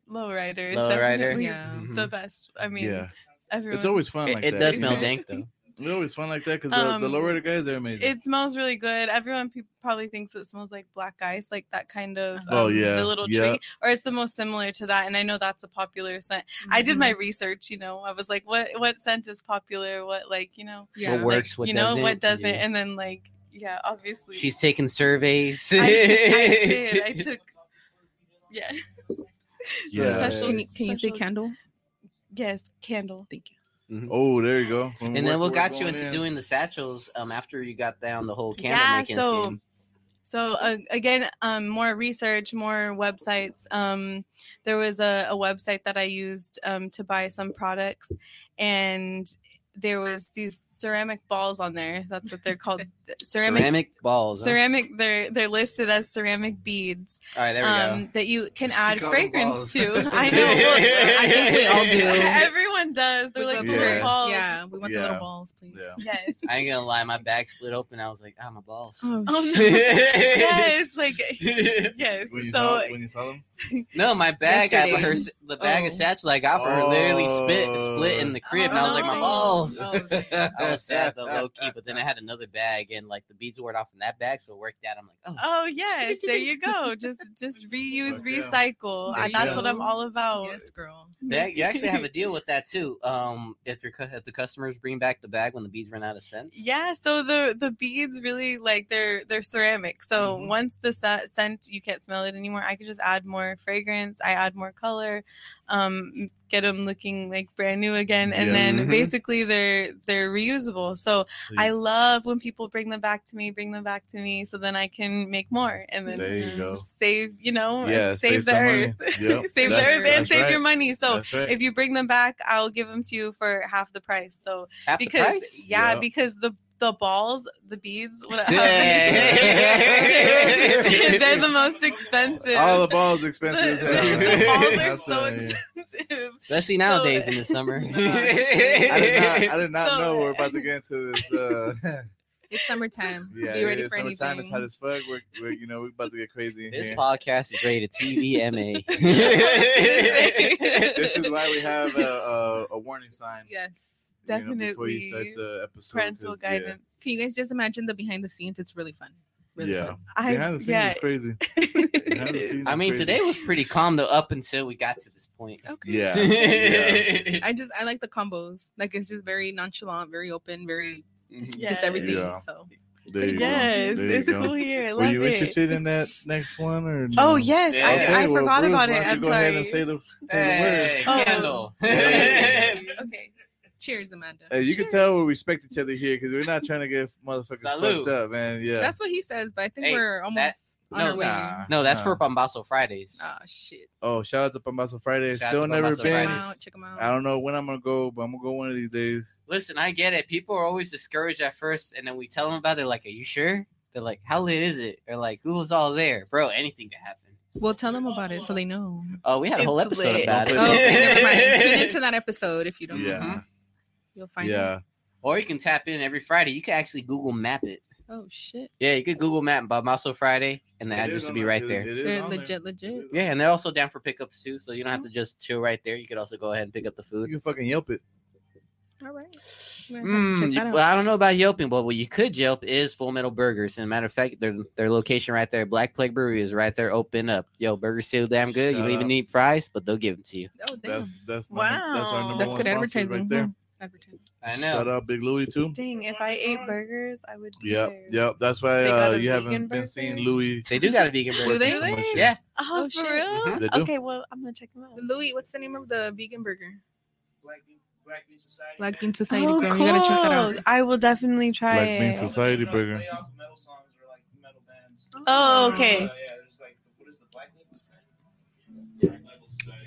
D: lowrider is
A: Lowrider. Hmm.
D: definitely
C: Yeah.
D: the best. I mean,
B: yeah,
D: everyone.
B: it's always fun.
A: It,
B: like
A: Mm-hmm.
B: that.
A: it does
B: you
A: smell
B: know?
A: dank though.
B: It's always fun like that because the,
D: Um,
B: the lower the guys, they're amazing.
D: It smells really good. Everyone pe- probably thinks it smells like black ice, like that kind of
B: Oh,
D: um,
B: yeah,
D: the little
B: yeah.
D: tree, or it's the most similar to that. And I know that's a popular scent. I did
B: Mm-hmm.
D: my research. You know, I was like, what what scent is popular? What like you know,
C: Yeah.
A: What works? What
D: you know,
A: doesn't?
D: what doesn't?
A: Yeah.
D: And then like, yeah, obviously,
A: She's taking surveys.
D: I, I did. I took yeah,
B: yeah.
D: special-
C: Can you, can you say
D: Special-
C: candle?
D: yes, candle.
C: Thank you.
B: Oh, there you go. When
A: and
B: we're-
A: then what
B: we're
A: got you
B: going
A: into
B: in-
A: doing the satchels um after you got down the whole candle
D: Yeah,
A: making
D: so-
A: scheme?
D: So uh, again, um, more research, more websites. Um, there was a, a website that I used um, to buy some products, and there was these ceramic balls on there. That's what they're called. ceramic.
A: ceramic balls. huh?
D: Ceramic, they're they're listed as ceramic beads
A: All right, there we go.
D: um, that you can
B: She
D: add
B: got
D: fragrance
B: balls.
D: to. I know
C: I think we all do.
D: everyone does. They're
C: We
D: like
C: love
B: Yeah.
D: little
C: balls.
D: balls.
C: Yeah, we want the
B: Yeah.
C: little balls, please.
B: Yeah.
D: Yes.
A: I ain't gonna lie, my bag split open. I was like, ah, my balls.
C: Oh,
D: Oh, no. yes. Like yes.
B: When you
D: So
B: saw, when you saw them,
A: No, my bag, I,
C: Yesterday.
A: her, s- the bag
C: Oh.
A: of satchel I got for her literally split
B: Oh.
A: split in the crib, and I was like, my
D: no.
A: balls.
C: Oh.
A: I was sad though, low key. But then I had another bag, and like the beads wore it off in that bag, so it worked out. I'm like, oh,
D: Oh yes, there you go. Just just reuse,
B: Fuck yeah.
D: recycle.
C: There
D: Uh,
C: you
D: That's
C: go.
D: what I'm all about.
C: Yes, girl.
A: bag. You actually have a deal with that too. Um, if your cu- if the customers bring back the bag when the beads run out of scent.
D: Yeah, so the the beads really like they're they're ceramic. So
B: Mhm.
D: once the se- scent you can't smell it anymore. I could just add more fragrance. I add more color. Um, get them looking like brand new again and
B: Yeah. mm-hmm.
D: then
A: Mhm.
D: basically they're they're reusable so
B: So
D: i
B: you-
D: love when people bring them back to me bring them back to me so then i can make more and then
B: There you go.
D: save you know
B: Yeah,
D: save,
B: save
D: the
B: some
D: earth
B: money. Yep.
D: save the
B: That's-
D: earth and
B: that's
D: save
B: right.
D: your money so
B: That's right.
D: if you bring them back i'll give them to you for half the price so
A: Half the
D: because
A: price?
D: yeah
B: Yeah.
D: because the the balls the beads what
A: Yeah.
D: they're the most expensive
B: all the balls expensive. as
D: the,
B: hell.
D: the balls are
B: That's
D: so
B: what I mean.
D: expensive
A: Especially nowadays in the summer.
B: I did not, I did not
D: So-
B: know we're about to get into this. Uh,
C: It's summertime.
B: yeah,
C: Be ready
B: it is
C: for
B: summertime.
C: anything.
B: It's hot as fuck. We're, we're you know we're about to get crazy in
A: This
B: here.
A: podcast is rated TVMA.
B: this is why we have a, a, a warning sign.
C: yes.
B: you know, before you start
D: Definitely.
B: the episode.
D: parental
B: 'cause, yeah.
D: guidance
C: Can you guys just imagine the behind the scenes? It's really fun. Really
B: Yeah,
C: fun.
D: I,
B: behind the scenes
D: yeah
B: is crazy. Behind the scenes
A: I
B: is
A: mean,
B: crazy.
A: today was pretty calm though, up until we got to this point.
C: Okay.
B: Yeah. Yeah.
C: I just I like the combos. Like it's just very nonchalant, very open, very
A: Mhm.
D: Yes.
C: just everything.
B: Yeah.
C: So
B: There you go.
D: yes
B: There you
D: it's
B: go.
D: cool here I
B: Were
D: love
B: you
D: it.
B: interested in that next one or? No?
D: oh yes I,
A: Yeah.
D: I
B: well,
D: forgot
B: Ruth,
D: about
B: why
D: it
B: don't you
D: i'm
B: go
D: sorry
B: ahead and say the, say the word.
A: Hey,
D: Oh.
A: candle.
B: Hey.
D: okay
C: cheers, Amanda.
B: Hey, you can tell we respect each other here because we're not trying to get motherfuckers
A: Salud.
B: fucked up, man. Yeah.
C: That's what he says, but I think
A: Hey,
C: we're almost
A: that-
C: on
A: no,
C: our way.
B: nah.
A: no, that's
B: Nah.
A: for Bombasso Fridays.
C: Oh shit.
B: Oh, shout out to Pambazo Friday.
A: Shout out
B: Still
A: to
B: never
A: Pambazo
C: Check 'em
B: been.
A: Fridays.
C: out. Check 'em out.
B: I don't know when I'm gonna go, but I'm gonna go one of these days.
A: Listen, I get it. People are always discouraged at first, and then we tell them about. it, They're like, "Are you sure?" They're like, "How lit is it?" Or like, "Who was all there, bro?" Anything could happen.
C: We'll tell them about it so they know.
A: Oh, we had a whole
D: It's
A: episode
D: lit.
A: about it.
B: Oh,
C: Okay, never mind. Tune into that episode if you don't.
B: Yeah,
A: Mhm.
C: You'll find
B: yeah.
C: out.
A: Or you can tap in every Friday. You can actually Google Map it.
C: Oh shit.
A: Yeah, you could Google Map Bombasso Friday, and the
B: It
A: address
B: is
A: would
B: on
A: be
B: the-
A: right
B: it-
A: there.
B: it is
C: They're
B: on there.
C: legit,
B: It
C: legit.
B: is on
A: Yeah, and they're also down for pickups too, so you don't have to just chill right there. You could also go ahead and pick up the
B: there. You
A: food.
B: can fucking Yelp it.
C: All right. We're gonna Mm-hmm. have to
A: Mm,
C: check
A: you-
C: that out.
A: well, I don't know about yelping, but what you could yelp is Full Metal Burgers. And matter of fact, their their location right there, Black Plague Brewery is right there. Open up, yo, burgers so damn good. you
B: Shout
A: don't even
B: out.
A: need fries, but they'll give them to you.
C: Oh, damn.
B: That's that's my,
D: Wow.
B: That's our number
C: That's
B: one
C: good
B: sponsor
C: advertising.
B: right there.
C: huh? Advertising.
A: I
B: Shout
A: know.
B: out Big Louie too.
D: dang if i ate burgers i would be
B: Yep,
D: there.
B: yep. That's why
D: They got
B: uh,
D: a
B: you
D: vegan
B: haven't been
D: burger?
B: seeing Louis.
A: They do got a vegan burger.
C: Do they?
B: so much shit.
A: Yeah.
D: oh,
C: Oh,
D: for
C: shit.
D: real
A: Mhm.
B: Mm-hmm. They do.
D: okay well i'm gonna check them out
C: Louis, what's the name of the vegan burger?
E: Black Bean- Black Bean Society.
C: Black
E: man.
C: Bean Society Girl. You gotta check that out.
D: Oh, cool. I will definitely try
B: Black
D: it.
B: bean sauce. Society
E: They
B: burger.
E: play off metal songs or, like, metal bands.
D: Oh, okay.
E: Uh, yeah, there's, like, what is the Black Label Society?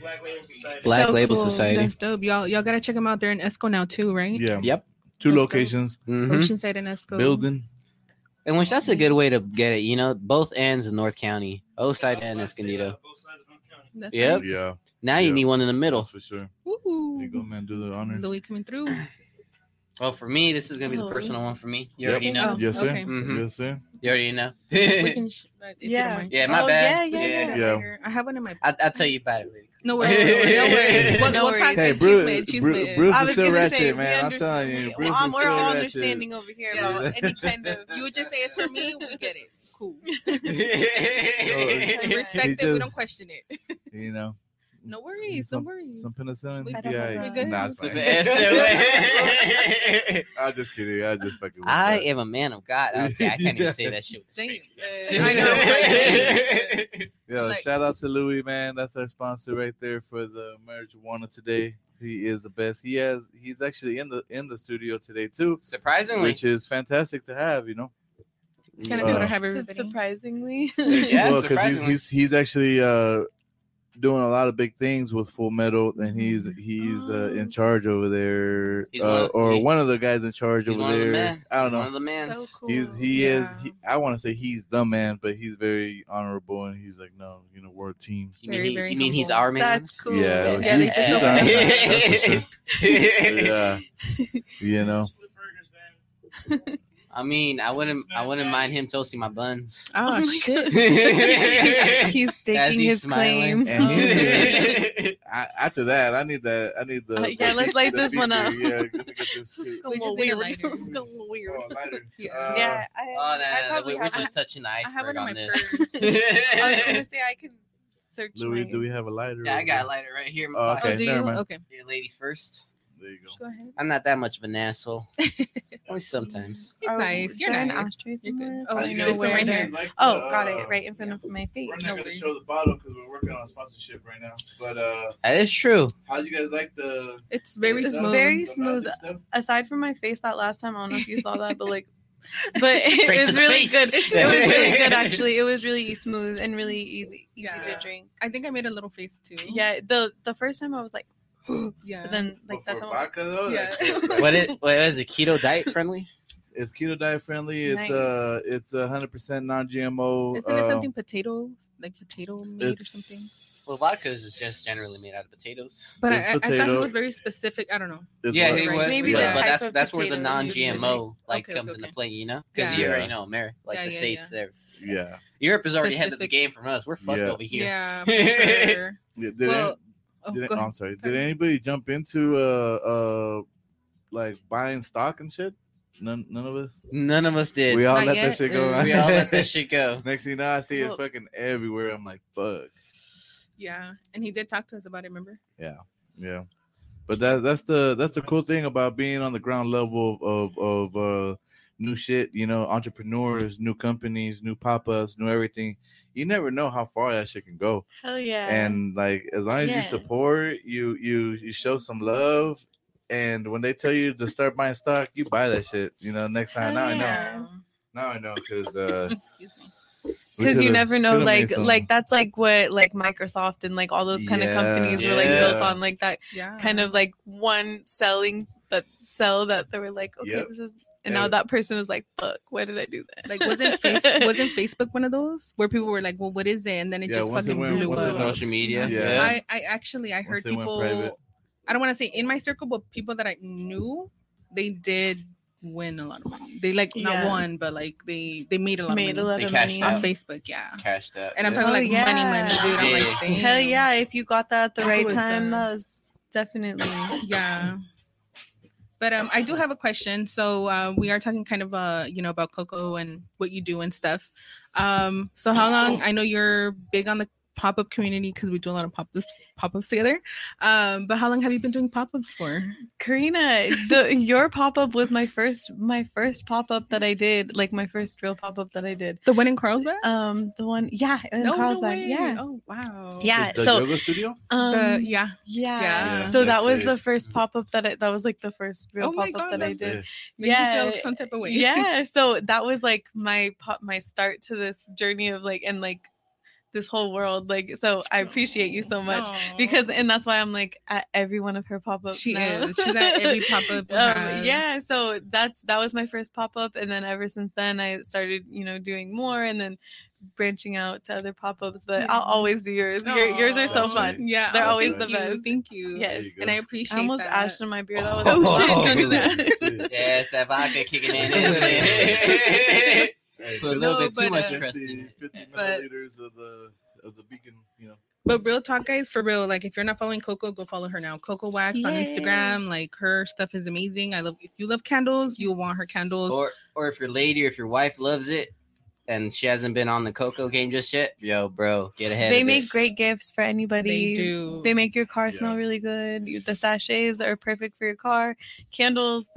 E: Black Label Society.
A: Black
D: So
A: Label
D: cool.
A: Society.
C: That's dope. Y'all, y'all gotta check them out. They're in Esco now too, right?
B: Yeah.
A: Yep.
B: Two
C: That's dope.
B: locations.
A: Mhm.
C: Oceanside and Esco.
B: Building.
A: And which that's a good way to get it. You know, both ends of North County, Oside and Escondido.
E: Both sides of Orange County.
C: That's
A: Yep.
B: Yeah.
A: Now you
B: Yeah.
A: need one in the
B: That's
A: middle.
B: for sure.
C: Right.
B: There you go,
C: Woo.
B: man. Do the honors.
C: Louis coming through.
A: Oh, for me, this is gonna be the
D: Oh.
A: personal one for me. You
B: Yep.
A: already know.
C: Oh.
B: Yes, sir.
C: okay.
A: Mhm.
B: Yes, sir.
A: You already know.
C: We can sh- uh, if you don't
D: Yeah.
C: mind.
A: Yeah, my
D: Oh,
A: bad.
D: yeah,
C: We
D: yeah,
C: can
A: yeah.
C: check that
B: Yeah.
C: burger. I have one in my.
A: I, I'll tell you about it. Later.
C: No worries. no worries, no worries. We'll,
D: No
C: we'll talk
D: worries.
B: Hey,
C: to Cheese
B: Bruce,
C: Lid. Cheese
B: Bru-
C: Lid.
B: Bruce
D: I
B: is
D: was
B: still
D: gonna
B: ratchet,
D: say, we
B: man. I'm
D: understand-
B: telling you, Bruce is
D: Well, um,
B: still
D: we're all
B: ratchet.
D: understanding over here
B: Yeah.
D: about any kind of.
C: You would just say it's for me. We get it. Cool.
B: He
C: We respect it. We
B: just-
C: don't question it.
B: You know,
C: No worries. No
B: Some-
C: worries.
B: some penicillin.
C: We-
D: I don't know.
B: Yeah,
D: We good?
B: nah, it's
A: So
B: fine.
A: the SOA.
B: I'm just kidding. I just fucking. with
A: I
B: that.
A: am a man of God. Okay, I can't even say that shit. with a
C: Damn.
A: straight
C: Uh, I know, right?
B: Yo,
C: like-
B: shout out to Louis, man. That's our sponsor right there for the marijuana today. He is the best. He has. He's actually in the in the studio today too,
A: Surprisingly,
B: which is fantastic to have. You know.
C: It's kind of
B: Uh,
C: cool to have everybody.
D: Surprisingly.
A: Yeah,
B: well, because he's,
A: surprisingly.
B: he's he's actually uh, doing a lot of big things with Full Metal, and he's he's uh, in charge over there,
A: Oh. He's
B: uh,
A: one of-
B: or
A: he-
B: one of the guys in charge
A: he's
B: over
A: one of the
B: there.
A: men.
B: I don't
A: one
B: know.
A: of the mans.
D: So cool.
B: He's he is.
D: Yeah.
B: He, I want to say he's the man, but he's very honorable, and he's like, no, you know, we're a team.
A: You mean,
C: Very,
A: he-
C: very
A: you mean he's
C: humble.
A: our man?
D: That's cool.
B: Yeah,
A: Yeah, they
B: he's-
A: just
B: he's
A: opened
B: on
A: up.
B: that, that's for sure. yeah, you
F: Oh.
B: know.
E: Split burgers, man.
A: I mean, I wouldn't. I wouldn't mind him toasting my buns.
C: Oh,
D: Oh my
C: shit.
D: he's
A: As
D: staking
A: he's
D: his
A: smiling.
D: claim.
B: And I, after that, I need that. I need the.
D: Uh, yeah, let's
B: the
D: light this one
B: beaker.
D: up.
B: Yeah, let me get this shit.
D: Go
C: We just need a
D: more weird.
C: lighter.
D: Let's go more weird.
B: Oh, lighter.
C: Yeah.
B: Uh,
D: yeah, I,
A: Oh
D: I
A: no, no, no.
D: probably
A: we- We're
D: have.
A: just touching the
C: I have
A: iceberg
C: one in
A: on
C: my
A: this.
C: purse.
D: I was gonna say I can search.
B: Louis,
D: my-
B: do we have a lighter?
A: yeah, I
B: over
A: got
B: there?
A: a lighter right here. in my
B: Oh,
A: pocket.
C: oh,
B: Okay,
C: do
B: never
C: you?
B: mind.
C: Okay.
A: Yeah, ladies first.
B: There you go.
D: Just Go ahead.
A: I'm not that much of an asshole. Only sometimes.
C: He's
D: Are we-
C: nice.
D: is
C: You're
D: there an
C: nice.
D: ashtray
C: You're good.
D: somewhere?
C: Oh,
D: Oh,
C: you
D: no,
C: got it.
D: this one right
C: This one
D: here. Oh, got it. Right in front of my
B: uh, We're
D: face.
C: No
B: not gonna
C: worries.
B: show the bottle because we're working on sponsorship right now. But uh,
A: That is true.
B: how do you guys like the?
C: It's very
D: It's
C: smooth.
D: very
B: the magic
D: smooth.
B: stuff?
D: Aside from my face that last time, I don't know if you saw that, but like, but it,
A: Straight to
D: was
A: the
D: really
A: face.
D: good. It was really good, actually. It was really smooth and really easy, easy
C: Yeah.
D: to drink.
C: I think I made a little face too.
D: Yeah, the the first time I was like,
C: Yeah.
D: but then
B: But
D: like that
B: for
D: time, I was like,
B: vodka though, that's
C: Yeah.
B: good, right?
A: What it what is it? Keto diet friendly?
B: It's keto diet friendly. It's
D: Nice.
B: uh, it's hundred percent non-GMO.
C: Isn't it
B: uh,
C: something potato, like potato made or
B: it's-
C: something?
A: Well, vodka is just generally made out of potatoes.
C: But I,
B: it's
C: I- I thought
B: potato.
C: he was very specific. I don't know.
B: it's
A: yeah,
B: what-
A: he
C: right?
A: was.
D: Maybe
A: but,
D: the
A: but
D: type
A: that's
D: of
A: that's where the
D: potatoes you would
A: non-GMO like
C: Okay,
A: comes
C: okay.
A: into play, you know? Because
C: Yeah.
A: you already
B: Yeah.
A: know America, like
C: Yeah,
A: the
C: yeah,
A: states there.
B: yeah.
A: Europe is already ahead of the
C: Specific-
A: game from us. We're fucked
B: Yeah.
A: over here.
C: Yeah. for sure.
B: Yeah, Did,
C: well,
B: any-
C: oh,
B: did any-
C: go
B: oh,
C: ahead.
B: I'm sorry. Did
C: Sorry.
B: anybody jump into uh uh like buying stock and shit? None, none of us.
A: None of us did.
B: we all
C: Not
B: let
C: yet.
B: that shit go.
C: Mm.
B: right?
A: We all let this shit go.
B: Next thing you know, I see it
C: Well-
B: fucking everywhere. I'm like, fuck.
C: Yeah, and he did talk to us about it. Remember?
B: Yeah. But that that's the that's the cool thing about being on the ground level of of, of uh new shit, you know, entrepreneurs, new companies, new pop-ups, new everything. You never know how far that shit can go.
D: hell yeah.
B: And like as long as
D: Yeah.
B: you support, you you you show some love and when they tell you to start buying stock, you buy that shit, you know, next time. Now I know.
D: Oh, Yeah.
B: Now I know cuz uh
C: Excuse me.
B: we
D: because you
B: could've-
D: never know
B: could've made
D: like
B: some-
D: like that's like what like microsoft and like all those kind
B: Yeah.
D: of companies were like
A: Yeah.
D: built on like that
C: Yeah.
D: kind of like one selling that sell that they were like okay
B: Yep.
D: this is and
B: Yeah.
D: now that person is like fuck why did i do that
C: like wasn't face, wasn't Facebook one of those where people were like, "Well, what is it?" And then it
B: Yeah,
C: just
B: once it
C: fucking
B: went-
C: blew
B: once it
C: up.
B: went-
A: Social media.
B: Yeah.
C: I, I actually I heard
B: Once it went
C: people.
B: private.
C: I don't want to say in my circle, but people that I knew, they did win a lot of money. They like not
D: Yeah.
C: won, but like they they made a lot
D: made a
C: of money
D: lot
A: They
D: of
A: cashed
D: money
A: out.
C: on Facebook. Yeah,
A: Cashed up.
C: and I'm
A: yeah.
C: talking
D: Oh,
C: like money, money,
D: yeah.
C: dude. I'm like,
A: Yeah.
C: damn.
D: hell yeah if you got that at the
C: That
D: right
C: was,
D: time
C: uh,
D: that was definitely
C: yeah but um i do have a question so uh, we are talking kind of uh you know about coco and what you do and stuff um so how long i know you're big on the pop-up community because we do a lot of pop-ups pop-ups together um but how long have you been doing pop-ups for
D: karina the your pop-up was my first my first pop-up that i did like my first real pop-up that i did
C: the one in carlsbad
D: um the one yeah in
C: No, no
D: carlsbad
C: way.
D: yeah
C: oh wow
D: yeah
B: the
D: so
B: yoga studio?
D: um
C: the, yeah
D: Yeah.
C: Yeah.
D: So
B: That's
D: that was
B: it. Mm-hmm.
D: the first pop up that I, that was like the first real
C: Oh my
D: pop up
C: God,
D: that I
C: that's
D: did.
B: it.
C: Made you
D: Yeah.
C: feel some type of way
D: Yeah. So that was like my pop my start to this journey of like and like this whole world. Like so I appreciate you so much.
C: Aw.
D: Because and that's why I'm like at every one of her pop ups.
C: she is she's at every pop-up we
D: um,
C: have.
D: yeah so that's that was my first pop-up and then ever since then i started you know doing more and then branching out to other pop-ups but i'll
C: Yeah.
D: always do yours Your, yours are so
B: That's right.
D: fun
C: yeah
D: They're
C: oh,
D: always
C: thank
D: the
C: you,
D: best.
C: thank you
D: Yes.
B: There you go.
C: and i appreciate
D: I almost
C: that.
D: ashed in my beer. That was
A: Oh,
D: oh, shit.
A: oh,
D: don't do
A: relax.
D: that.
B: Shit.
A: Yes, that vodka kicking in, isn't it?
B: Hey,
A: Put a
C: No,
A: little bit
C: but,
A: too much
C: uh,
A: trust in
B: 50,
A: it.
B: 50
C: But-
B: milliliters of the of the beacon, you know.
C: But real talk, guys, for real. Like, if you're not following Coco, go follow her now. Coco Wax on
D: Yay.
C: Instagram. Like, her stuff is amazing. I love. If you love candles, you'll want her candles.
A: Or, or if your lady or if your wife loves it, and she hasn't been on the cocoa game just yet, yo, bro, get ahead.
D: They
A: of
D: make
A: it.
D: great gifts for anybody.
C: they do.
D: They make your car
B: Yeah.
D: smell really good. You- The sachets are perfect for your car. Candles,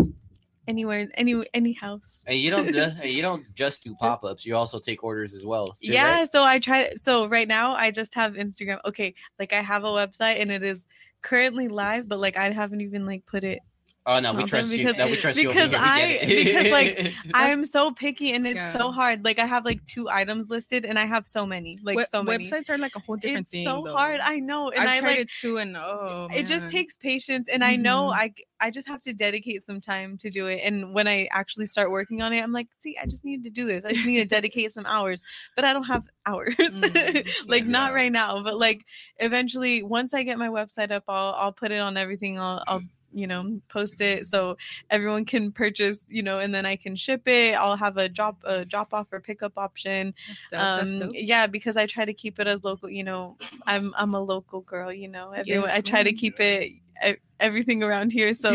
D: anywhere, any any house.
A: And you don't, ju- and you don't just do pop ups. You also take orders as well. too,
D: yeah.
A: right?
D: So I try. So right now I just have Instagram. Okay, like I have a website and it is currently live, but like I haven't even like put it.
A: Oh no, we
D: No,
A: trust
D: because-
A: you. No, we trust you. over
D: because
A: here. We get
D: I-
A: it.
D: because, like, I'm so picky and it's
C: Yeah.
D: so hard. Like I have like two items listed and I have so many, like
C: We-
D: so many.
C: websites are like a whole different
D: it's
C: thing.
D: so
C: though.
D: hard. I know, and
C: I've
D: i
C: tried
D: like
C: it too, and oh,
D: it just
C: man.
D: takes patience and i know i i just have to dedicate some time to do it and when i actually start working on it i'm like see i just need to do this i just need to dedicate some hours but i don't have hours
C: Mm,
D: like
B: yeah.
D: not right now but like eventually once i get my website up i'll i'll put it on everything i'll i'll you know post it so everyone can purchase you know and then i can ship it i'll have a drop a drop off or pickup option
C: That's dope, that's
D: um,
C: dope.
D: yeah, because I try to keep it as local. You know, I'm I'm a local girl. You know, everyone.
C: Yes, mm-hmm.
D: I try to
C: ma'am.
D: keep it e- everything around here. So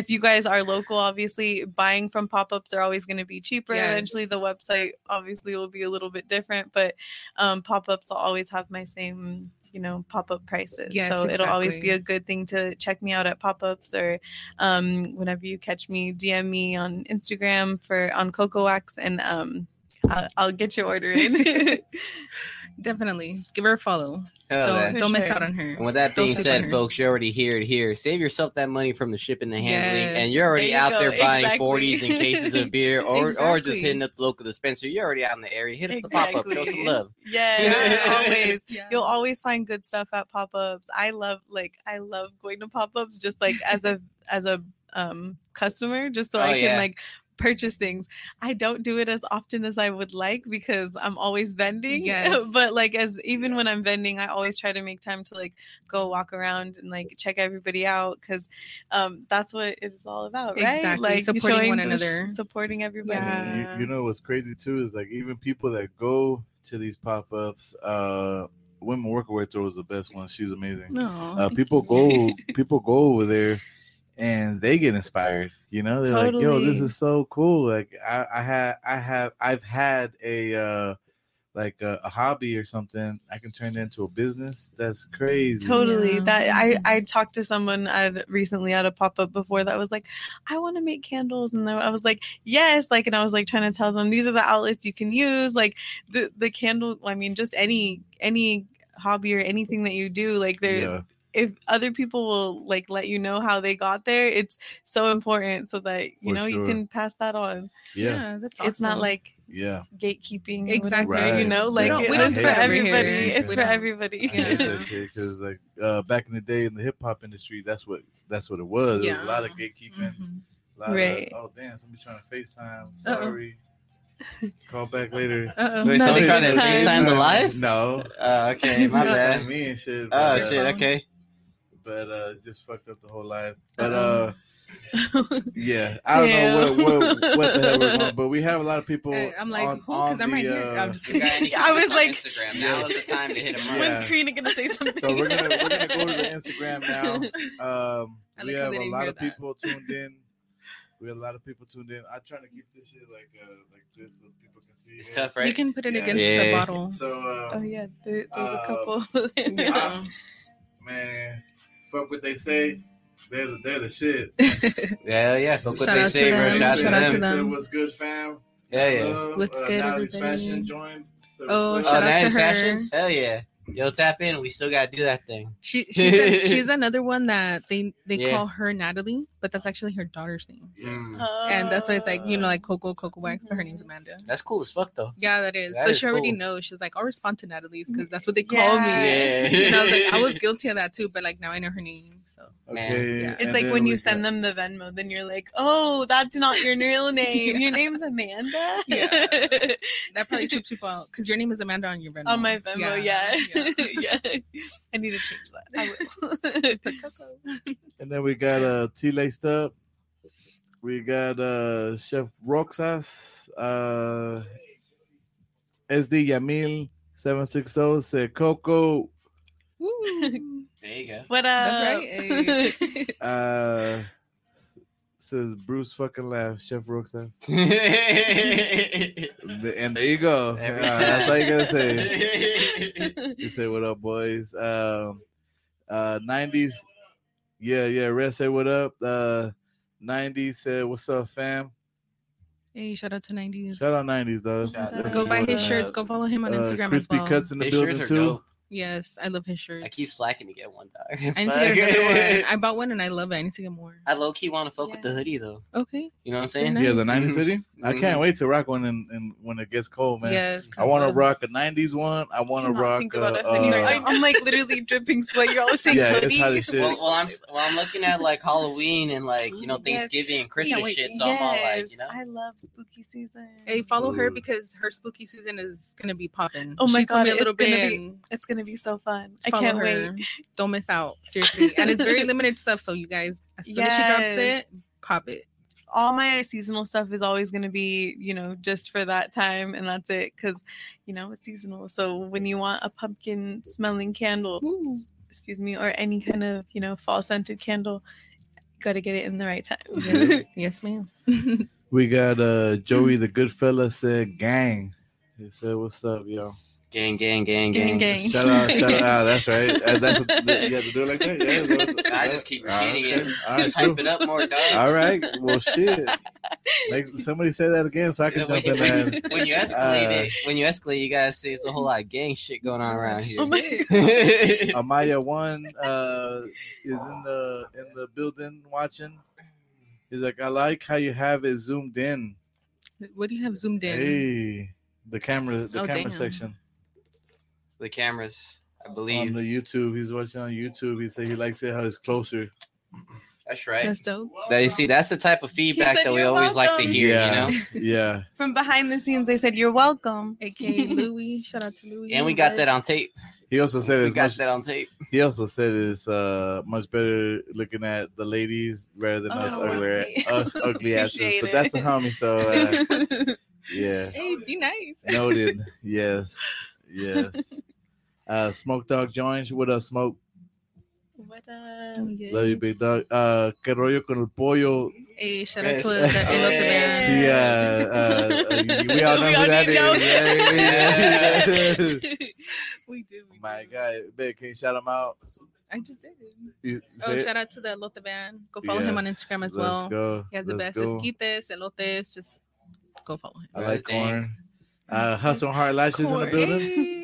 D: if you guys are local, obviously buying from pop ups are always going to be cheaper. Eventually, the website obviously will be a little bit different, but um, pop ups will always have my same. You know, pop up prices.
C: Yes,
D: so it'll always
C: exactly.
D: be a good thing to check me out at pop ups or um, whenever you catch me, DM me on Instagram for on Cocoa Wax and um, I'll, I'll get your order in.
C: Definitely give her a follow.
A: Hell
C: don't
A: yeah.
C: don't miss
D: Sure.
C: out on her.
A: And with that
C: Don't
A: being
C: sleep on
A: said,
C: her.
A: folks, you already hear it here. Save yourself that money from the shipping and handling,
C: Yes.
A: and you're already
D: There you
A: out
D: go.
A: there buying
D: Exactly.
A: 40s and cases of beer, or or just
C: Exactly.
A: hitting up the local dispenser. You're already out in the area. Hit up the pop up, show some
D: Exactly.
A: love.
D: yeah, always.
C: Yeah.
D: You'll always find good stuff at pop ups. I love like I love going to pop ups just like as a as a um customer, just so
A: Oh,
D: I can
A: yeah.
D: like purchase things. I don't do it as often as I would like because I'm always vending.
C: Yes.
D: but like as even when I'm vending, I always try to make time to like go walk around and like check everybody out because um that's what it's all about, right?
C: Exactly.
D: Like
C: Supporting
D: showing
C: one
D: the sh-
C: another.
D: supporting everybody.
C: Yeah.
B: And You, you know what's crazy too is like even people that go to these pop ups, uh, women workaway throw is the best one. She's amazing.
C: No.
B: Uh, people go, people go over there, and they get inspired. You know, they're like, "Yo, this
D: Totally.
B: is so cool!" Like I, I had, I have, I've had a uh, like a, a hobby or something. I can turn it into a business. That's crazy.
D: Totally.
C: Yeah.
D: That I I talked to someone at recently at a pop up before that was like, I want to make candles, and I was like, yes, like, and I was like trying to tell them these are the outlets you can use, like the the candle. I mean, just any any hobby or anything that you do, like there.
B: Yeah.
D: If other people will like let you know how they got there, it's so important so that you
B: For
D: know you
B: sure.
D: can pass that on.
B: yeah,
C: that's
D: It's not
C: awesome.
D: like
B: yeah.
D: gatekeeping,
C: Exactly.
D: exactly. You
B: Right.
D: know,
B: We
D: like
B: don't-
D: it-
B: we don't
D: it's
B: do
D: for
B: that over
D: everybody.
B: here.
D: It's
B: We
D: for
C: don't.
D: everybody.
B: I hate
C: Yeah.
B: that shit because like uh, back in the day in the hip hop industry, that's what that's what it was. There was a lot of gatekeeping.
C: Mhm.
B: lot of,
D: Mm-hmm. Right.
B: oh damn, somebody trying to FaceTime. Sorry. Call back later.
C: Uh-oh.
A: Wait,
D: Not
A: somebody
D: a
A: trying
D: good
A: to
D: time.
A: FaceTime the live?
B: No.
A: Uh, okay, my
B: It's
A: bad.
B: on Me and shit.
A: Oh
B: But, uh,
A: shit, okay.
B: But uh, just fucked up the whole life. But uh,
A: Uh-huh.
B: yeah, I
D: Damn.
B: don't know what, what, what the hell we're going. But we have a lot of people.
C: Hey, I'm like,
B: on,
C: who?
B: on
C: 'Cause I'm
B: the,
C: right here.
B: uh,
C: I'm just kidding.
D: I was like-
A: Instagram.
B: Yeah.
A: Now is the time to hit him up.
B: Yeah.
D: When's Karina gonna say something?
B: So we're gonna we're gonna go to the Instagram now. Um,
C: I
B: we
C: like how
B: have
C: they
B: a
C: didn't
B: lot
C: hear
B: of
C: that.
B: people tuned in. We have a lot of people tuned in. I'm trying to keep this shit like uh, like this so people can see.
A: It's
B: it.
A: tough, right?
C: You can put it
B: Yeah.
C: against
A: Yeah.
C: the bottle.
B: So uh,
D: oh yeah, there, there's
B: Uh,
D: a couple.
B: Yeah. man, fuck what they say. They're the, they're the shit.
A: Yeah, yeah. Fuck what
C: Shout
A: they
C: out
A: say,
C: to
A: bro.
C: them.
A: Shout out to
C: Shout out to them.
A: them.
B: They said, what's good, fam?
A: Yeah, yeah.
B: Love,
C: What's good,
B: Natalie's
C: everybody?
B: uh, fashion joined. Said,
C: Oh,
B: what's
A: Oh,
B: up?
C: shout out
A: that
C: to
A: is
C: her.
A: fashion? Hell yeah. Yo, tap in. We still gotta do that thing.
C: she she's, a- she's another one that they they
A: Yeah.
C: call her Natalie, but that's actually her daughter's name,
B: Yeah.
A: Mm.
C: and that's why it's like
A: Ah.
C: you know like Coco Coco Wax, but her
D: Mhm.
C: name's Amanda.
A: That's cool as fuck though.
C: Yeah, that is.
A: Mm-hmm. That
C: so
A: is
C: she already
A: cool.
C: knows. She's like, I'll respond to Natalie's because that's what they call me.
D: Yeah.
A: Yeah.
C: You know, like, I was guilty of that too, but like now I know her name. So
B: Okay.
C: Yeah.
D: It's like when you send them the Venmo, then you're like, "Oh, that's not your real name. Your name's Amanda."
C: Yeah. that probably trips people out because your name is Amanda on your Venmo.
D: On my Venmo, yeah,
C: yeah.
D: yeah. I need to change that.
C: Just put Coco.
B: And then we got uh T laced up. We got uh Chef Roxas. Uh SD Yamil seven six zero said Coco.
C: Woo.
A: There you go.
D: what
C: That's
D: up?
C: right. Hey.
B: Uh says Bruce fucking laugh. Chef Roxas. The- And there you go.
A: Every
B: Uh, that's all you gotta say.
A: say.
B: You say what up, boys. Um, uh, nineties. Yeah, yeah. Red say what up. Uh, nineties said what's up, fam.
C: Hey, shout out to 90s.
B: Shout out nineties though.
A: Shout out.
C: Go buy his
B: Uh,
C: shirts. Go follow him on
B: uh,
C: Instagram as
B: Crispy
C: well.
B: cuts in the
A: His
B: building
A: shirts are
B: too.
A: dope.
C: Yes, I love his shirt.
A: I keep slacking to get one dog.
C: I need to get another one. I bought one and I love it. I need to get more.
A: I low key want to fuck with the hoodie though.
C: Okay.
A: You know what I'm saying?
B: Yeah, the nineties hoodie. I
A: Mhm.
B: can't wait to rock one and in, when it gets cold, man.
C: Yes. um,
B: I want to rock a nineties one. I want to
D: Cannot
B: rock.
D: Think
B: uh,
D: about it.
B: uh,
D: You're like, I'm like literally dripping sweat. You're always saying
B: Yeah, it's
D: hoodie.
B: hot as shit.
A: Well, well, I'm well, I'm looking at like Halloween and like you know
D: Ooh, yes.
A: Thanksgiving and Christmas
C: wait.
A: shit. So I'm all like, you know,
D: I love spooky season.
C: Hey, follow her
B: Ooh.
C: because her spooky season is gonna be popping.
D: Oh my
C: she told
D: God,
C: me a
D: it's
C: little
D: gonna
C: bit.
D: be-
C: and
D: It's gonna be so fun. I
C: follow
D: can't
C: her.
D: wait.
C: Don't miss out, seriously. And it's very limited stuff, so you guys, as soon as she
D: Yes.
C: drops it, cop it.
D: All my seasonal stuff is always gonna be, you know, just for that time, and that's it. Because, you know, it's seasonal. So when you want a pumpkin smelling candle, excuse me, or any kind of you know fall scented candle. Got to get it in the right time.
C: Yes, yes ma'am.
B: We got uh Joey the good fella said gang. He said, "What's up, yo?"
A: Gang, gang, gang,
D: Gang,
A: gang.
D: gang.
B: Shout out, shout out. That's right. Uh, That's you got to do it like that. Yeah. that's-
A: I just keep repeating
B: okay.
A: it.
B: All right,
A: Just hype
B: cool.
A: it up more, dog.
B: All right. Well, shit. Like somebody say that again, so I can
A: When,
B: jump
A: you-
B: in. and
A: when you escalate
B: Uh,
A: it, when you escalate, you gotta see it's a whole lot of gang shit going on around here.
D: Oh my
A: Um,
B: Amaya one uh, is in the in the building watching. He's like, I like how you have it zoomed in.
C: What do you have zoomed in?
B: Hey, the camera, the
C: Oh,
B: camera
C: damn.
B: section
A: the cameras, I
B: on
A: believe.
B: the YouTube. He's watching on YouTube. He said he likes it how it's closer.
A: That's right.
C: That's dope.
A: That you see, that's the type of feedback
D: said,
A: that we
D: "You're
A: always like to
D: welcome."
A: hear,
B: Yeah.
A: you know.
B: Yeah,
D: From behind the scenes, they said, "You're welcome."
C: AKA Louie. Shout out to Louie.
A: And we got that on tape.
B: he also said
A: We
B: it's
A: got
B: much.
A: that on tape.
B: He also said it's uh much better looking at the ladies rather than us
D: Oh,
B: ugly
D: okay.
B: us ugly asses.
D: Appreciate
B: But
D: it.
B: that's a homie, so uh, yeah.
D: hey, be nice.
B: Noted. Yes. Yes. Uh Smoke Dog joins. What up, Smoke?
D: What
C: Oh,
D: up?
C: yes.
B: Love you, big dog. Uh que rollo con el pollo.
C: Hey, shout out
A: Yes.
C: to
B: Yeah.
C: us. that they love the band.
B: He, uh, uh, uh, we all know
D: We
B: who
D: all
B: that
D: need
B: is.
D: those.
B: Yeah, yeah, yeah.
D: we do. We
B: My
D: do.
B: guy, babe, can you shout him out?
C: I just did.
B: You-
C: Oh,
B: say it?
C: shout out to the Elote band. Go follow him on
B: Yes.
C: Instagram as
B: Let's
C: well.
B: Go.
C: He has the
B: Let's
C: best
B: go.
C: esquites, elotes. Just go follow him.
B: I like
A: Let's dang.
B: corn.
C: Mm-hmm.
B: Uh hustle hard lashes in the
D: Corn.
B: building.
C: Hey,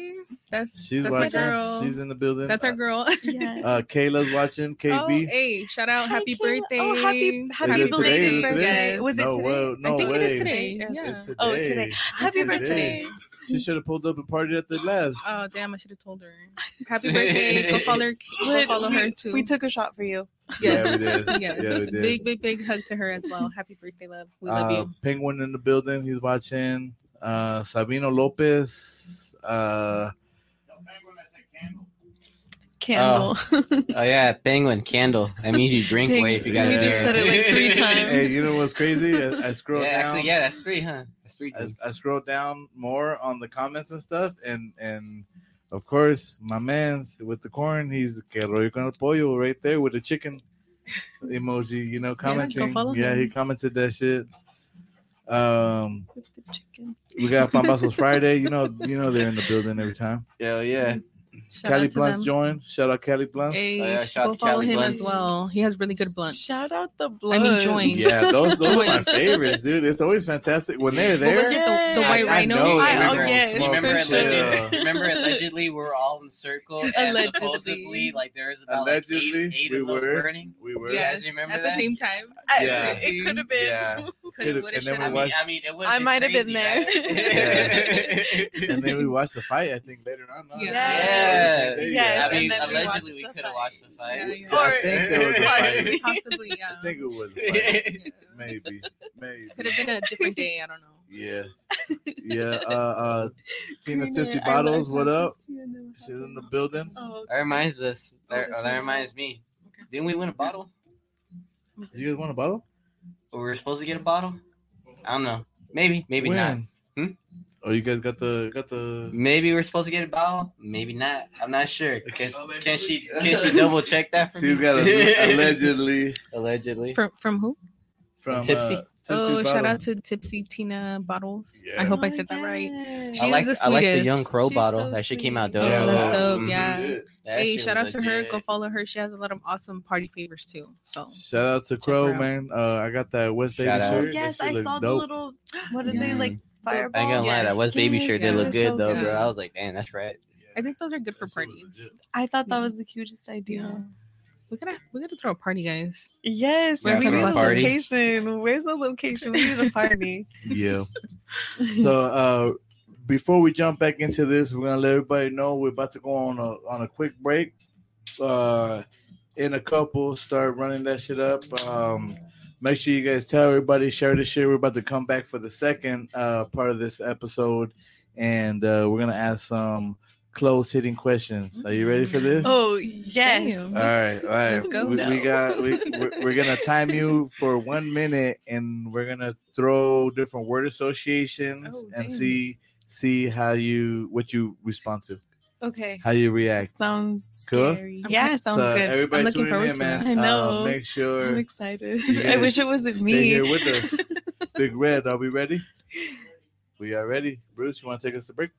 C: that's
B: She's
C: that's
B: watching.
C: my girl.
B: She's in the building.
C: that's our girl.
D: Yeah.
B: Uh, Kayla's watching.
C: Oh,
B: KB.
C: hey, shout out!
D: Hi,
C: happy
D: Kayla.
C: birthday!
D: Oh, happy, happy
B: Is it today?
D: belated
B: Is it
D: birthday.
B: today?
D: Was it
B: No,
D: today?
B: well, no
C: I think it
B: way.
C: is today.
D: Yes.
C: Yeah.
B: It's today.
D: Oh, today. Happy
B: today.
D: birthday.
B: She should have pulled up and partied at the labs.
C: Oh damn! I should have told her. Happy birthday! Go follow her. Go
D: Lit-
C: follow
D: we,
C: her too.
D: We took a shot for you.
B: Yeah, we did.
C: Yes.
B: Yeah, we did.
C: Big, big, big hug to her as well. Happy birthday, love. We love
B: Uh, Penguin in the building. He's watching. Uh, Sabino Lopez. Uh,
D: Candle.
A: Oh yeah, penguin candle. That means you drink
D: Dang,
A: way if you
B: we
A: got
B: just said it,
D: like, three times.
B: hey, you know what's crazy? I, I
A: yeah,
B: scrolled down.
A: actually, yeah, that's three, huh? That's three.
B: I,
A: drinks.
B: I scrolled down more on the comments and stuff, and and of course, my man's with the corn. He's que rollo con el pollo right there with the chicken emoji. You know, commenting.
C: follow
B: Yeah, he
C: him.
B: commented that shit. Um,
D: With the chicken.
B: we got Pambazos Friday. You know, you know they're in the building every time.
A: Hell yeah.
C: you. Shout
B: Cali
C: out to
B: Blunts
C: them.
B: joined. Shout out Cali Blunts.
C: Hey,
A: Oh, yeah, shout
C: go
A: out to
C: follow
A: Cali
C: him
A: Blunts.
C: as well. He has really good blunts.
D: Shout out the blood.
C: I mean, joints.
B: Yeah, those, those are my
C: Joints.
B: favorites, dude. It's always fantastic when they're
C: what was
B: there.
C: it? The, the
D: I-
C: white
D: I
C: rhino.
B: know
A: I-
B: everyone
A: oh,
B: was
A: yes,
B: smoking
A: remember
D: for sure.
A: allegedly, remember allegedly we were all in the circle and
D: Allegedly.
A: supposedly like there was about
B: Allegedly,
A: like eight, eight
B: we
A: of those
B: were.
A: burning.
B: We were.
A: Yeah. guys remember
C: at
A: that?
C: the same time.
D: I-
B: Yeah.
D: It could have been.
B: Yeah.
C: Could've,
B: And
C: would've,
B: then we
A: I
B: watched-
C: should've.
A: mean, I mean, it would've
D: I
A: been
D: might have been
A: crazy,
D: there.
A: right?
B: and then we watched the fight. I think later on. no?
C: Yeah.
A: Yeah.
D: Yes,
A: I mean,
D: and then we
A: allegedly
D: watched
A: we
D: the
A: could have
D: fight.
A: watched the fight.
C: Yeah, yeah.
B: I
D: Or-
B: think there was a
D: Pardon
B: fight.
D: me.
C: Possibly, yeah.
B: I think it was a fight. maybe,
C: Could
B: maybe.
C: have been a different day. I don't know.
B: Yeah, yeah. Uh, uh Tina
D: Trina,
B: Tipsy
D: I
B: Bottles,
D: love
B: what
D: that
B: up?
D: Tina, what
B: She's in the
D: happened?
B: building.
D: Oh,
A: That reminds us.
D: Oh,
A: That,
D: that's
A: or that
D: my
A: reminds me.
D: Okay.
A: Didn't we win a bottle?
B: Did you guys want a bottle?
A: Or we were supposed to get a bottle? I don't know. Maybe, maybe not.
B: When?
A: Hmm?
B: Oh, you guys got the got the.
A: Maybe we are supposed to get a bottle. Maybe not. I'm not sure. Can, can she can she double check that for me?
B: He's got a, allegedly
A: allegedly.
C: From from who?
B: from
A: Tipsy.
B: Uh, Tipsy
C: oh, shout
B: Bottle.
C: out to Tipsy Tina Bottles.
B: Yeah.
C: I hope I
D: Oh my
C: said that right.
D: gosh.
C: She
A: I
C: is
A: like
C: the
A: I like the
C: sweetest.
A: young crow
D: She's
A: bottle.
D: so
A: that shit
D: sweet.
A: came out
D: Yeah,
A: dope.
C: that's dope,
A: Mhm.
C: yeah.
B: Legit.
A: That
C: hey,
A: shit
C: shout
A: was
C: out to her.
A: legit.
C: Go follow her. She has a lot of awesome party favors too. So
B: Shout out to
C: her
B: Crow,
C: out.
B: man. Uh, I got that West Baby
A: Shout out.
B: shirt. That
D: Yes,
B: shit
D: I
B: look
D: saw the
B: dope.
D: little. What are they like?
A: Mm.
D: Fireball.
A: I ain't gonna lie, that
D: Yes,
A: West Baby
D: yes,
A: shirt did
D: they
A: look
D: were
A: good
D: so
A: though,
D: good.
A: bro. I was like, damn, that's right.
C: I think those are good for
B: That shit was
C: parties.
B: legit.
D: I thought that was the cutest
C: Yeah.
D: idea.
C: We gotta we gotta throw a party, guys.
D: Yes,
A: Yeah,
D: we
A: from
D: need
A: a
D: a
A: party.
D: location. Where's the location? We need a party.
B: Yeah. so uh before we jump back into this, we're gonna let everybody know we're about to go on a on a quick break. Uh in a couple, start running that shit up. Um make sure you guys tell everybody, share this shit. We're about to come back for the second uh part of this episode and uh we're gonna ask some close hitting questions. Are you ready for this?
D: oh yes.
C: Damn.
B: All right, all right.
C: Let's go.
B: We, we
D: No.
B: got. We, we're, we're gonna time you for one minute, and we're gonna throw different word associations
C: Oh,
B: and
C: dang.
B: see see how you what you respond to.
D: Okay.
B: how you react.
D: Sounds
B: Cool?
D: scary. Yeah, sounds
B: so
D: good.
B: Everybody
C: I'm looking
B: tuning
C: forward
B: in,
C: to
B: man.
D: it. I
B: Uh,
D: know.
B: make
D: I'm
B: sure
D: excited.
B: You
D: I
B: guys
D: wish it wasn't
B: stay
D: me.
B: here with us. Big Red, are we ready? We are ready. Bruce, you want to take us to break?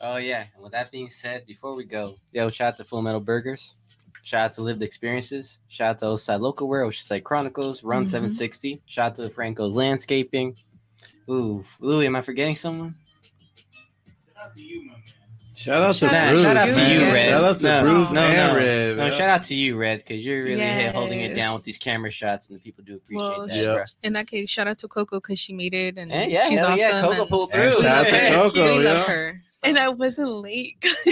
A: Oh yeah. And with that being said, before we go, yo, shout out to Full Metal Burgers. Shout out to Lived Experiences. Shout out to Oside Local Wear, Oside Chronicles, Run
C: Mm-hmm.
D: Mhm.
A: 760. Shout out to Franco's Landscaping. Ooh, Louie, am I forgetting someone?
B: Shout out
D: to Bruce,
A: shout out to
D: man.
A: you, Red.
B: Shout out to
A: No,
B: Bruce
A: no,
B: and
A: no.
B: Red.
A: No,
B: yeah.
A: shout out to you, Red, because you're really here holding it down
D: Yes.
A: with these camera shots, and the people do appreciate
C: Well,
A: that.
B: Yeah.
A: bro.
C: In that case, shout out to Coco because she made it and
A: And yeah,
C: she's
A: hell
C: awesome.
A: yeah, Coco
C: and
A: pulled
B: And
A: through.
B: shout out to
A: Yeah.
B: Coco,
C: we
B: yeah.
C: love her. so-
D: And I wasn't late.
B: You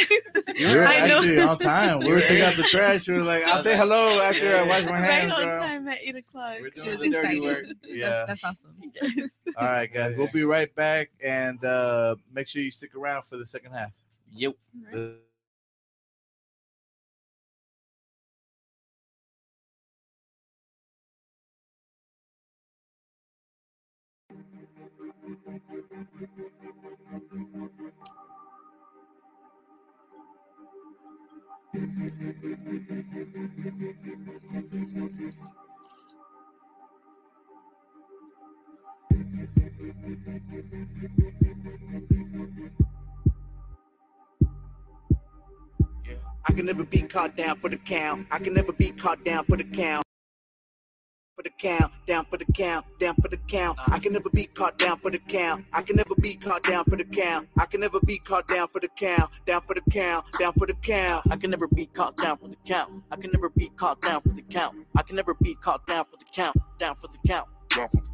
B: were
D: I know.
B: actually on time. We were taking out the trash. You were like, I'll say hello after I wash my
D: right
B: hands.
D: on
B: girl.
D: time at eight o'clock.
B: We're
C: she
B: doing
C: was
B: the dirty
C: excited.
B: work. Yeah.
C: That's, that's awesome.
D: Yes.
B: All right, guys. We'll be right back and uh, make sure you stick around for the second half.
A: Yep.
B: The-
G: I can never be caught down for the count. I can never be caught down for the count. For the count, down for the count, down for the count. I can never be caught down for the count. I can never be caught down for the count. I can never be caught down for the count, down for the count, down for the count. I can never be caught down for the count. I can never be caught down for the count. I can never be caught down for the count, down for the count.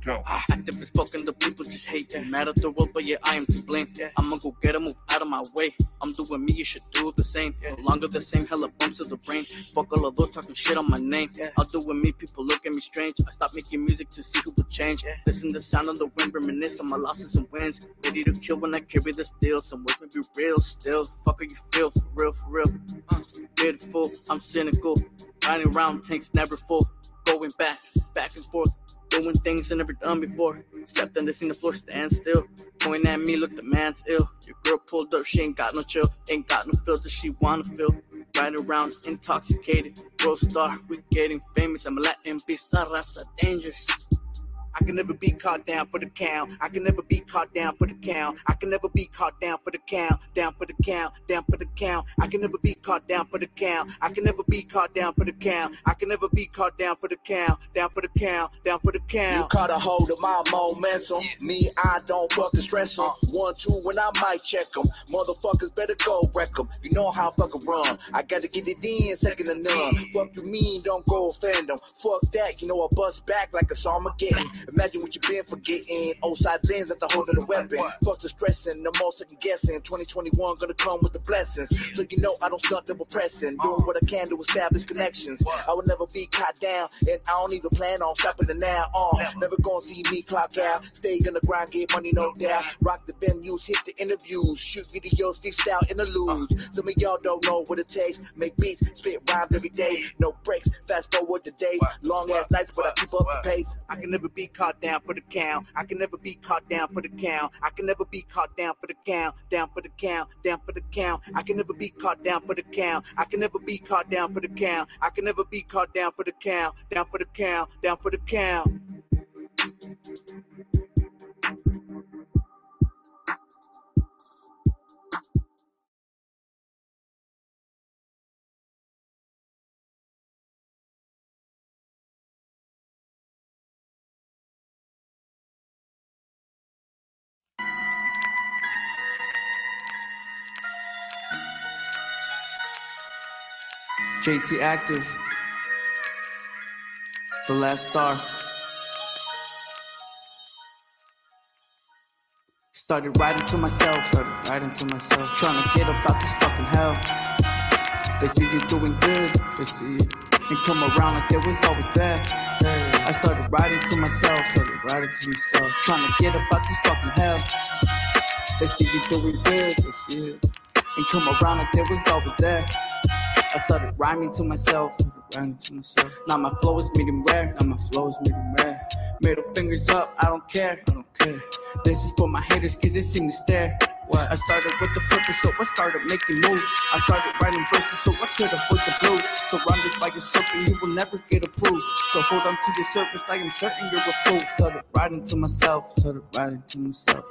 G: Ah, Active as fuck and the people just hate. Mad at the world, but yeah, I am to blame. I'ma go get 'em, move out of my way. I'm doing me, you should do the same. No longer the same, hella bumps to the brain. Fuck all of those talking shit on my name. I'll do with me, people look at me strange. I stop making music to see who will change. Listen to sound on the wind, reminisce on my losses and wins. Ready to kill when I carry the steel. Some work may be real still. Fuck how you feel, for real, for real. Uh, Pitiful, I'm cynical. Riding around, tanks never full. Going back, back and forth. Doing things I never done before. Stepped on this in the floor, stand still. Pointing at me, look, the man's ill. Your girl pulled up, she ain't got no chill. Ain't got no filter, she wanna feel. Riding around, intoxicated. World star, we getting famous. I'm a Latin beast, not Rasta, dangerous. I can never be caught down for the count. I can never be caught down for the count. I can never be caught down for the count. Down for the count. Down for the count. I can never be caught down for the count. I can never be caught down for the count. I can never be caught down for the count. Down for the count. Down for the
H: You
G: count.
H: caught a hold of my momentum. Me, I don't fucking stress 'em. One, two, when I might check 'em. Motherfuckers better go wreck 'em. You know how I fucking run. I gotta get it in, second to none. Fuck you mean, don't go offend 'em. Fuck that, you know I bust back like it's Armageddon. Imagine what you been forgetting. Old side lens at the hold of the weapon. Fuck the stressing, the most second guessing. 2021 gonna come with the blessings. So you know I don't stunt double pressing. Doing what I can to establish connections. I will never be caught down, and I don't even plan on stopping it now. Uh, never gonna see me clock out. Stay gonna grind, get money, no doubt. Rock the venues, hit the interviews, shoot videos, freestyle interludes. Some of y'all don't know what it takes. Make beats, spit rhymes every day. No breaks, fast forward the days. Long ass nights, but I keep up the pace.
G: I can never be caught down for the count. I can never be caught down for the count. I can never be caught down for the count. Down for the count. Down for the count. I can never be caught down for the count. I can never be caught down for the count. I can never be caught down for the count. Down for the count. Down for the count.
I: JT Active. The Last Star. Started writing to myself, started writing to myself. Trying to get up out this fucking hell. They see you doing good, they see you. And come around like they was always there. I started writing to myself, started writing to myself. Trying to get up out this fucking hell. They see you doing good, they see you. And come around like they was always there. I started rhyming to myself, rhyming to myself. Now my flow is medium rare, now my flow is medium rare. Middle fingers up, I don't care, I don't care. This is for my haters, cause they seem to stare.
J: What? I started with the purpose, so I started making moves. I started writing verses, so I could avoid the blues. Surrounded by yourself, and you will never get approved. So hold on to your surface, I am certain you're a fool. Started writing to myself, started writing to myself.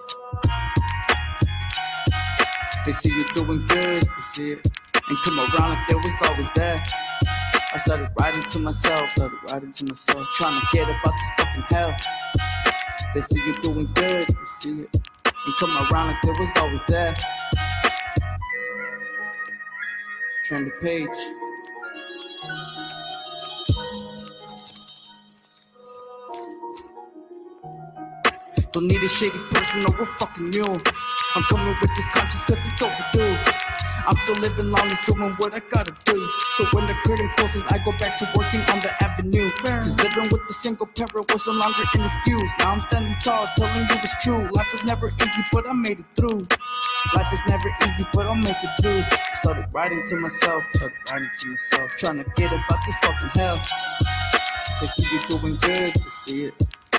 J: They see you doing good, they see it, and come around like they was always there. I started writing to myself, started writing to myself, trying to get about this fucking hell. They see you doing good, they see it, and come around like they was always there. Turn the page. Don't need a shady person or a fucking mule. I'm coming with this conscience cause it's overdue. I'm still living long, it's doing what I gotta do. So when the curtain closes, I go back to working on the avenue. Cause living with a single parent was no longer an excuse. Now I'm standing tall, telling you it's true. Life is never easy, but I made it through. Life is never easy, but I'll make it through. Started writing to myself, started writing to myself, trying to get about this fucking hell. They see you doing good, they see it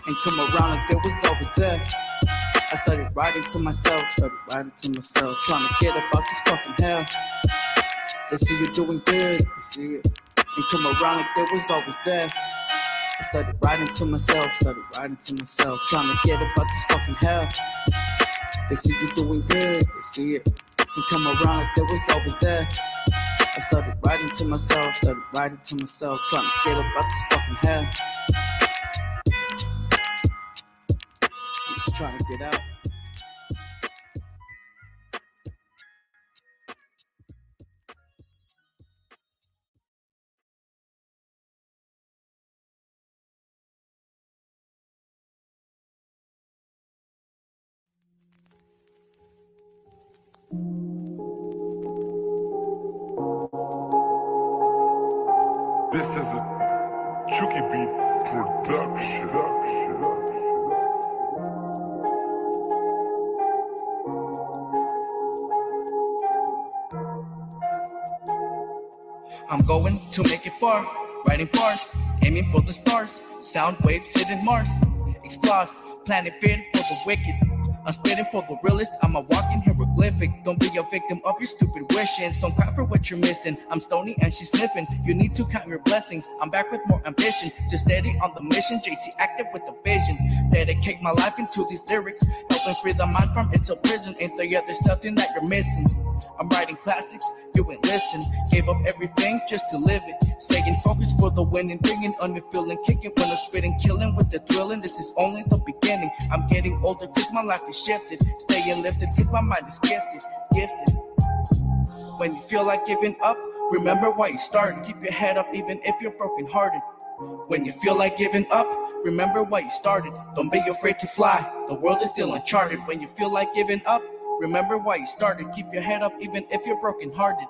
J: and come around like they was always there. I started writing to myself, started writing to myself, trying to get about this fucking hell. They see you doing good, they see it, and come around like they was always there. I started writing to myself, started writing to myself, trying to get about this fucking hell. They see you doing good, they see it, and come around like they was always there. I started writing to myself, started writing to myself, trying to get about this fucking hell. I'm just trying to get out.
K: This is a Chucky Beat production.
J: I'm going to make it far, writing bars, aiming for the stars, sound waves hitting Mars, explode, planet fit for the wicked. I'm spitting for the realist, I'm a walking hieroglyphic. Don't be a victim of your stupid wishes. Don't cry for what you're missing. I'm stony and she's sniffing. You need to count your blessings. I'm back with more ambition. Just steady on the mission. JT active with the vision. Dedicate my life into these lyrics. Helping free the mind from it's a prison. Ain't there yet? There's nothing that you're missing. I'm writing classics, you ain't listen. Gave up everything just to live it. Staying focused for the winning, bringing unfulfilling, kicking when I'm spitting, killing with the drilling. This is only the beginning. I'm getting older cause my life is shifted. Staying lifted cause my mind is gifted, gifted. When you feel like giving up, remember why you started. Keep your head up even if you're brokenhearted. When you feel like giving up, remember why you started. Don't be afraid to fly. The world is still uncharted. When you feel like giving up, remember why you started. Keep your head up even if you're brokenhearted.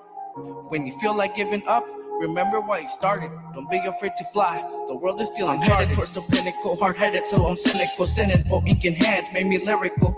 J: When you feel like giving up, remember why you started. Don't be afraid to fly. The world is still uncharted. Headed towards the pinnacle, hard headed, so I'm cynical. Cynical, ink in hand, made me lyrical.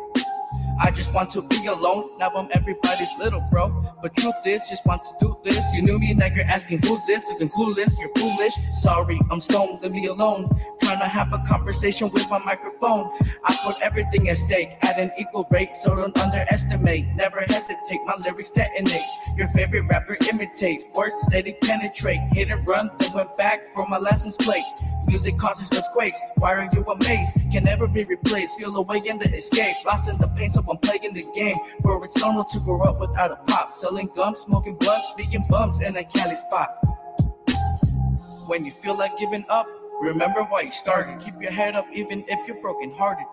J: I just want to be alone. Now I'm everybody's little bro. But truth is, just want to do this. You knew me, now you're asking who's this? You can clueless, you're foolish. Sorry, I'm stoned, leave me alone. Trying to have a conversation with my microphone. I put everything at stake at an equal rate, so don't underestimate. Never hesitate, my lyrics detonate. Your favorite rapper imitates, words steady penetrate. Hit and run, then went back for my lessons played. Music causes earthquakes, why are you amazed? Can never be replaced, feel away in the escape. Lost in the pain, so I'm playing the game. Where it's normal to grow up without a pop. Selling gum, smoking blunts, speaking bums in a Cali spot. When you feel like giving up, remember why you started. Keep your head up even if you're brokenhearted.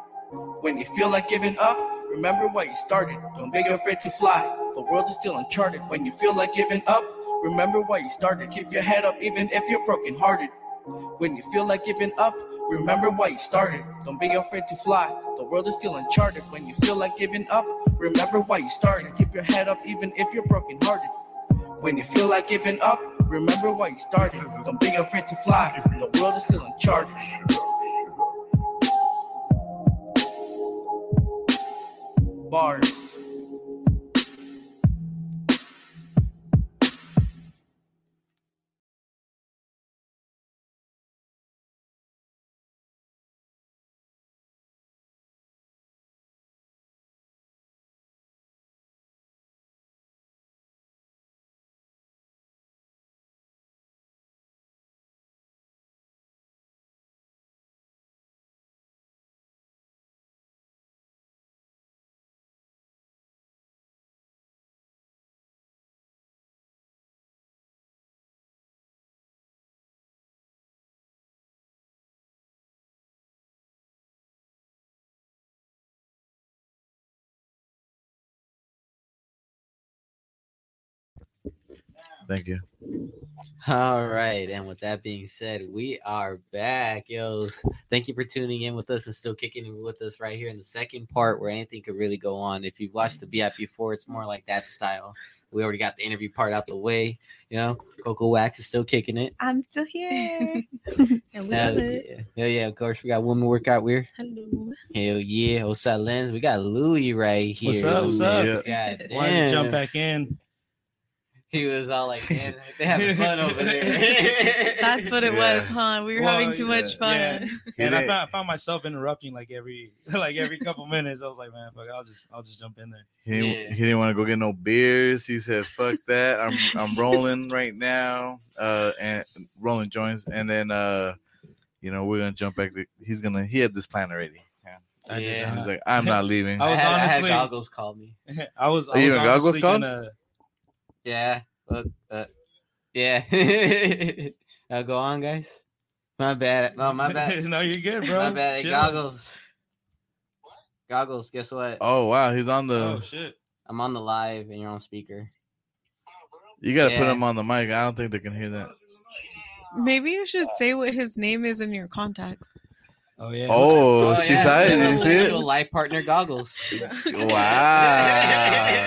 J: When you feel like giving up, remember why you started. Don't be afraid to fly. The world is still uncharted. When you feel like giving up, remember why you started. Keep your head up even if you're brokenhearted. When you feel like giving up, remember why you started. Don't be afraid to fly. The world is still uncharted. When you feel like giving up, remember why you started. Keep your head up even if you're brokenhearted. When you feel like giving up, remember why you started. Don't be afraid to fly. The world is still uncharted. Bars.
B: Thank you.
A: All right, and with that being said, we are back, yo. Thank you for tuning in with us and still kicking with us right here in the second part where anything could really go on. If you've watched the BIP before, it's more like that style. We already got the interview part out the way, you know. Coco Wax is still kicking it.
D: I'm still here.
C: And we
A: Hell
C: love it.
A: yeah. Hell yeah, of course. We got woman workout weird.
C: Hello.
A: Hell yeah, Osai Lens. We got Louie right here.
F: What's up? What's up?
B: Yeah.
A: God
F: Wanted to
A: damn.
F: jump back in.
A: He was all like, man, they having fun over there.
D: That's what it
B: Yeah.
D: was, huh? We were
F: Well,
D: having too much
B: yeah,
D: fun.
F: yeah. And
B: Yeah.
F: I found, I found myself interrupting like every like every couple minutes. I was like, man, fuck, I'll just I'll just jump in there.
B: He didn't,
A: Yeah.
B: he didn't want to go get no beers. He said, "Fuck that! I'm I'm rolling right now, uh, and rolling joints." And then, uh, you know, we're gonna jump back. To, he's gonna. He had this plan already. Yeah.
F: I did
A: Yeah. Oh.
F: not.
B: He's like, "I'm not leaving."
F: I
A: I,
F: was
A: had,
F: honestly-
A: I had goggles call me.
F: I was
B: Are
F: I
B: you
F: was
B: in goggles,
F: honestly
B: Colin?
F: gonna
A: Yeah. But, uh, yeah. now go on, guys. My bad. No, my bad.
F: no, you're good, bro.
A: my bad. Hey,
F: Chill.
A: Goggles. Goggles. Guess what?
B: oh wow, he's on the.
F: Oh shit.
A: I'm on the live and you're on speaker.
B: you gotta put
A: Yeah.
B: him on the mic. I don't think they can hear that.
D: Maybe you should say what his name is in your contacts.
F: Oh yeah.
B: Oh, she's
A: yeah,
B: high. Did you see
A: little
B: it?
A: Life partner goggles.
B: Wow.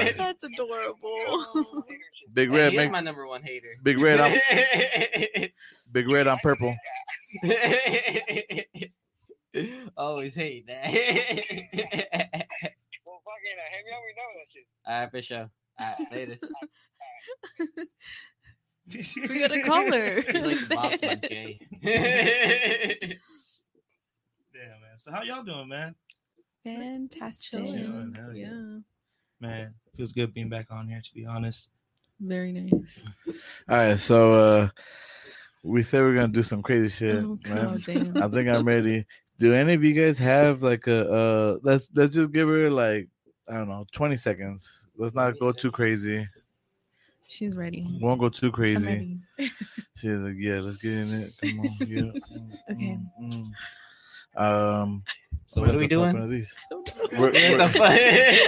D: That's adorable.
B: Big
A: Hey,
B: red,
A: he is
B: make,
A: my number one hater.
B: big red. I'm big red. I'm purple.
A: Always hate that.
E: Well, fucking uh, hang out. We know that shit.
A: All right, for sure. All right, later.
D: we got a caller.
A: He's like boxed by Jay.
F: Yeah, man. So how y'all doing, man?
D: Fantastic.
F: Chilling.
C: Chilling.
F: hell yeah.
C: Yeah.
F: Man, feels good being back on here. To be honest.
C: Very nice.
B: All right, so uh, we said we're gonna do some crazy shit.
C: Oh,
B: man.
C: God, damn.
B: I think I'm ready. Do any of you guys have like a uh let's let's just give her like I don't know, 20 seconds. Let's not
A: 20
B: go too
A: seconds.
B: crazy.
C: She's ready.
B: Won't go too
C: I'm
B: crazy.
C: ready.
B: She's like, yeah, let's get in it. Come on. Yeah. Mm,
D: Okay.
B: mm, mm. Um
A: so
B: we
A: what
B: have
A: are we
B: to pump
A: doing?
B: one of these.
A: What the fuck?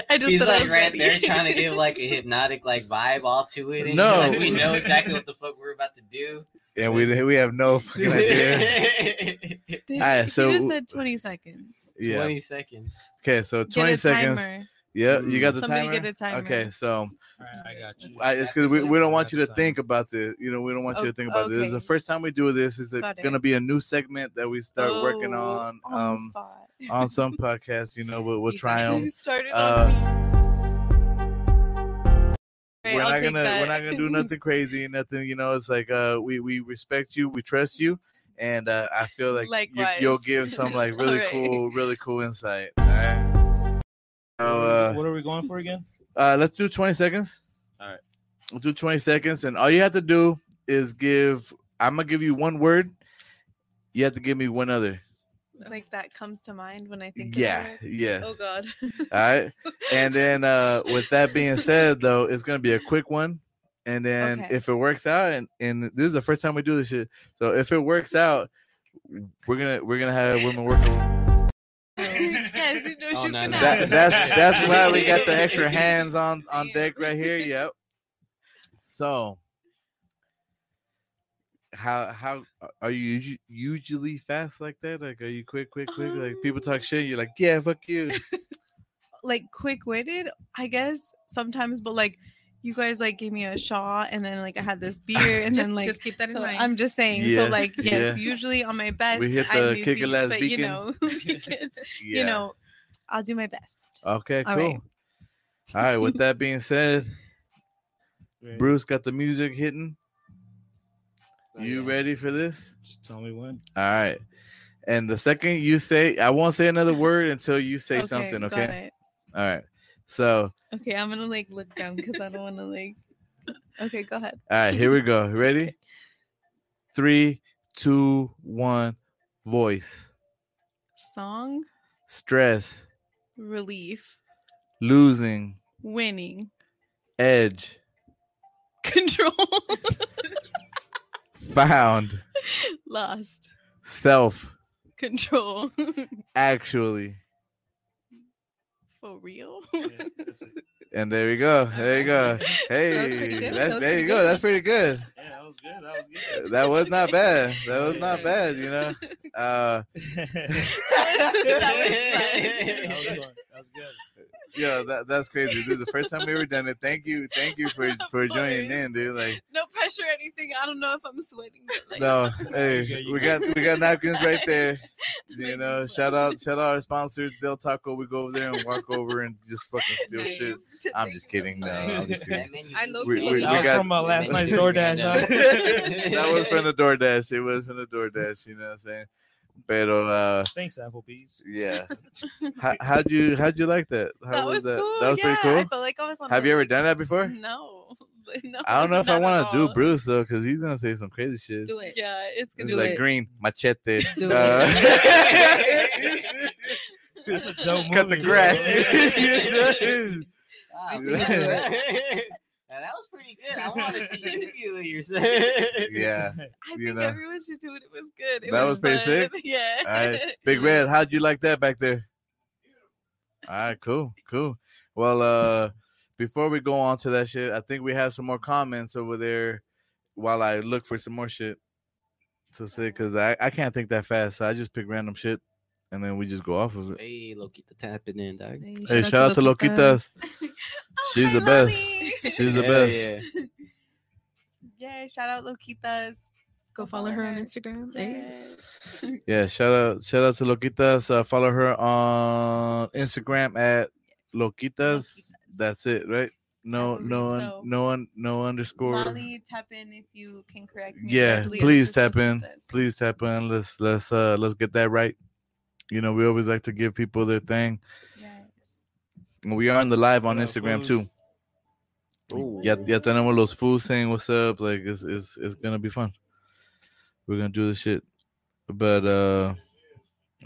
D: I just
A: He's
D: said I
A: like
D: was
A: right
D: ready.
A: there trying to give like a hypnotic like vibe all to it. And
B: No.
A: no, like, we know exactly what the fuck we're about to do.
B: And we we have no fucking idea.
D: Dude,
B: Alright, so-
D: you just said 20 seconds.
B: Yeah.
A: Twenty seconds.
B: Okay, so 20
D: get a
B: seconds.
D: Timer.
B: Yeah, you got the
D: Somebody
B: timer.
D: get a timer.
B: Okay, so
F: All right, I got you.
B: I, it's because we, we don't want you to
F: That's fine.
B: think about this. You know, we don't want you to
D: Oh,
B: think about this. This is the
D: okay.
B: first time we do this. It's
D: Got it.
B: going to be a new segment that we start working
D: Oh,
B: on
D: on the
B: um,
D: spot.
B: on some podcasts. You know, we'll, we'll
C: You
B: try
D: You
B: them.
D: started on me.
B: Uh,
D: Right,
B: we're
D: I'll
B: not
D: take
B: gonna
D: that.
B: we're not gonna do nothing crazy, nothing. You know, it's like uh, we we respect you, we trust you, and uh, I feel like you,
D: Likewise.
B: you'll give some like really
D: Alright.
B: cool, really cool insight. All right. So uh,
F: what are we going for again?
B: Uh, let's do 20 seconds.
F: All right.
B: We'll do 20 seconds. And all you have to do is give, I'm going to give you one word. You have to give me one other.
D: like that comes to mind when I think. of
B: Yeah.
D: it.
B: Yeah.
D: Oh God.
B: All right. And then uh, with that being said, though, it's going to be a quick one. And then
D: Okay.
B: if it works out, and, and this is the first time we do this shit. So if it works out, we're gonna we're gonna have women work.
D: yes, you know
A: Oh,
D: she's
A: no,
D: gonna.
A: no.
B: That,
D: have-
B: that's that's why we got the extra hands on on deck right here. Yep. So, how how are you usu- usually fast like that? Like, are you quick, quick, quick? Like people talk shit, you're like, yeah, fuck you.
D: like quick witted, I guess sometimes, but like you guys like gave me a shot, and then like I had this beer, and
C: Just,
D: then like.
C: just keep that in
D: so
C: mind.
D: I'm just saying.
B: Yeah,
D: So, like, yes,
B: yeah.
D: usually on my best,
B: hit
D: I
B: the
D: may
B: kick it
D: be,
B: last
D: but
B: beacon.
D: you know, because,
B: Yeah.
D: you know, I'll do my best.
B: Okay. Cool.
D: All right.
B: All right. With that being said, Bruce got the music hitting.
D: Oh,
B: You ready for this?
F: Just tell me when.
B: All right. And the second you say, I won't say another word until you say
D: Okay,
B: something.
D: got
B: Okay.
D: it.
B: All right. So,
D: Okay, I'm gonna like look down because I don't want to like. Okay, go ahead.
B: all right, here we go. Ready? Three, two, one. Voice,
D: Song
B: stress,
D: relief,
B: losing,
D: winning,
B: edge,
D: control,
B: found,
D: lost,
B: self,
D: control,
B: actually,
D: for real?
B: And there you go. There you go.
D: pretty
B: Hey,
D: good.
B: that's
D: That
B: there
D: was pretty
B: you go.
D: good.
B: That's pretty good.
F: Yeah, that was good. That was good.
B: That was not bad. That was not bad. You know. Uh,
F: That was
D: That
F: fun. That was good.
B: yo, that, that's crazy, dude. The first time we ever done it. Thank you, thank you for for joining in, dude. Like,
D: no pressure or anything. I don't know if I'm sweating. but, like,
B: no, hey, we got we got napkins right there. You know, shout out shout out our sponsors, Del Taco. We go over there and walk over and just fucking steal
D: Thank
B: shit.
D: you to-
B: I'm
D: thank
B: just
D: you.
B: kidding. No, I'm just kidding.
C: I low
B: We- we- we
F: That was
B: got-
F: from uh, last night's DoorDash. huh?
B: that was from the DoorDash. It was from the DoorDash. You know what I'm saying? But uh,
F: Thanks, Applebee's.
B: yeah. How, how'd you how'd you like that? How
D: That was cool.
B: That was
D: yeah, I
B: pretty cool.
D: felt like I was on
B: Have
D: a,
B: you ever
D: like,
B: done that before?
D: No. no.
B: I don't know if I want
D: want
B: to do Bruce though, because he's gonna say some crazy shit.
C: Do it.
D: Yeah, it's
B: It's
D: gonna be
C: do
B: like
C: it.
B: green machete.
C: Do
B: Uh,
F: That's a dope movie.
B: Cut the
F: bro.
B: grass.
A: Wow, see you do it. Now, that was pretty good. I want to see you do it yourself.
B: yeah.
D: I
B: you
D: think
B: know.
D: everyone should do it. It was good. It
B: That was pretty
D: fun. Yeah.
B: All right. Big Red, how'd you like that back there? All right, cool, cool. Well, uh before we go on to that shit, I think we have some more comments over there while I look for some more shit to say because I, I can't think that fast. So I just pick random shit and then we just go off of it.
A: Hey, Loquita tapping in, dog.
B: Hey, shout out to Loquitas.
D: Oh,
B: She's
D: hi,
B: the best.
D: Lonnie.
B: She's the
A: Hell
B: best.
A: yeah.
D: Yay, shout out Loquitas.
C: Go follow her on Instagram. Hey.
D: Yes.
B: Yeah, shout out shout out to Loquitas. Uh, follow her on Instagram at Loquitas.
D: Loquitas.
B: That's it, right? No,
D: believe
B: no, un-
D: so.
B: no, un- no underscore.
D: Molly, tap in if you can correct me.
B: yeah,
D: correctly. It's
B: please
D: just
B: tap in.
D: Loquitas.
B: Please tap in. Let's let's uh let's get that right. You know, we always like to give people their thing.
D: Yes.
B: And We are on the live on
F: Uh,
B: Instagram
F: fools.
B: too.
A: Ooh.
B: Yeah, yeah, tenemos los fools saying what's up. Like it's it's it's gonna be fun. We're gonna do this shit. But uh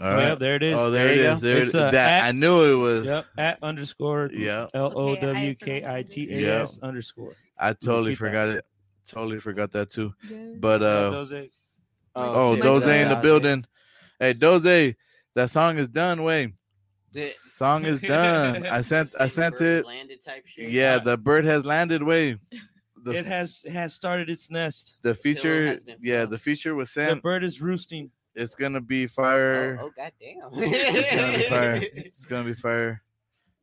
B: all
F: Oh,
B: right.
F: Yep, there it is.
B: Oh, there,
A: There
B: it
A: you
B: is.
A: go.
B: There it
F: It's,
B: is.
F: uh,
B: that
F: at-
B: I knew it was.
F: Yep. At underscore.
B: Yep.
F: L O W K I T A S underscore.
B: I totally
F: Repeat that.
B: forgot it. Totally forgot that too.
C: Yes.
B: But uh
F: Those eight.
B: oh,
A: shit.
B: Doze in the
A: Yeah.
B: building. Hey, Doze, that song is done. Way
A: The-
B: song is done. I sent I
A: Same
B: sent
A: bird
B: it.
A: Landed type shit.
B: Yeah, the bird has landed. Way
F: Uh, It
B: the
F: has it has started its nest.
B: the feature.
A: has been
B: Yeah,
A: found.
B: the feature was
F: The
B: sent.
F: bird is roosting.
B: It's gonna be
A: Oh,
B: fire.
A: oh goddamn.
B: It's gonna be fire. It's gonna be fire.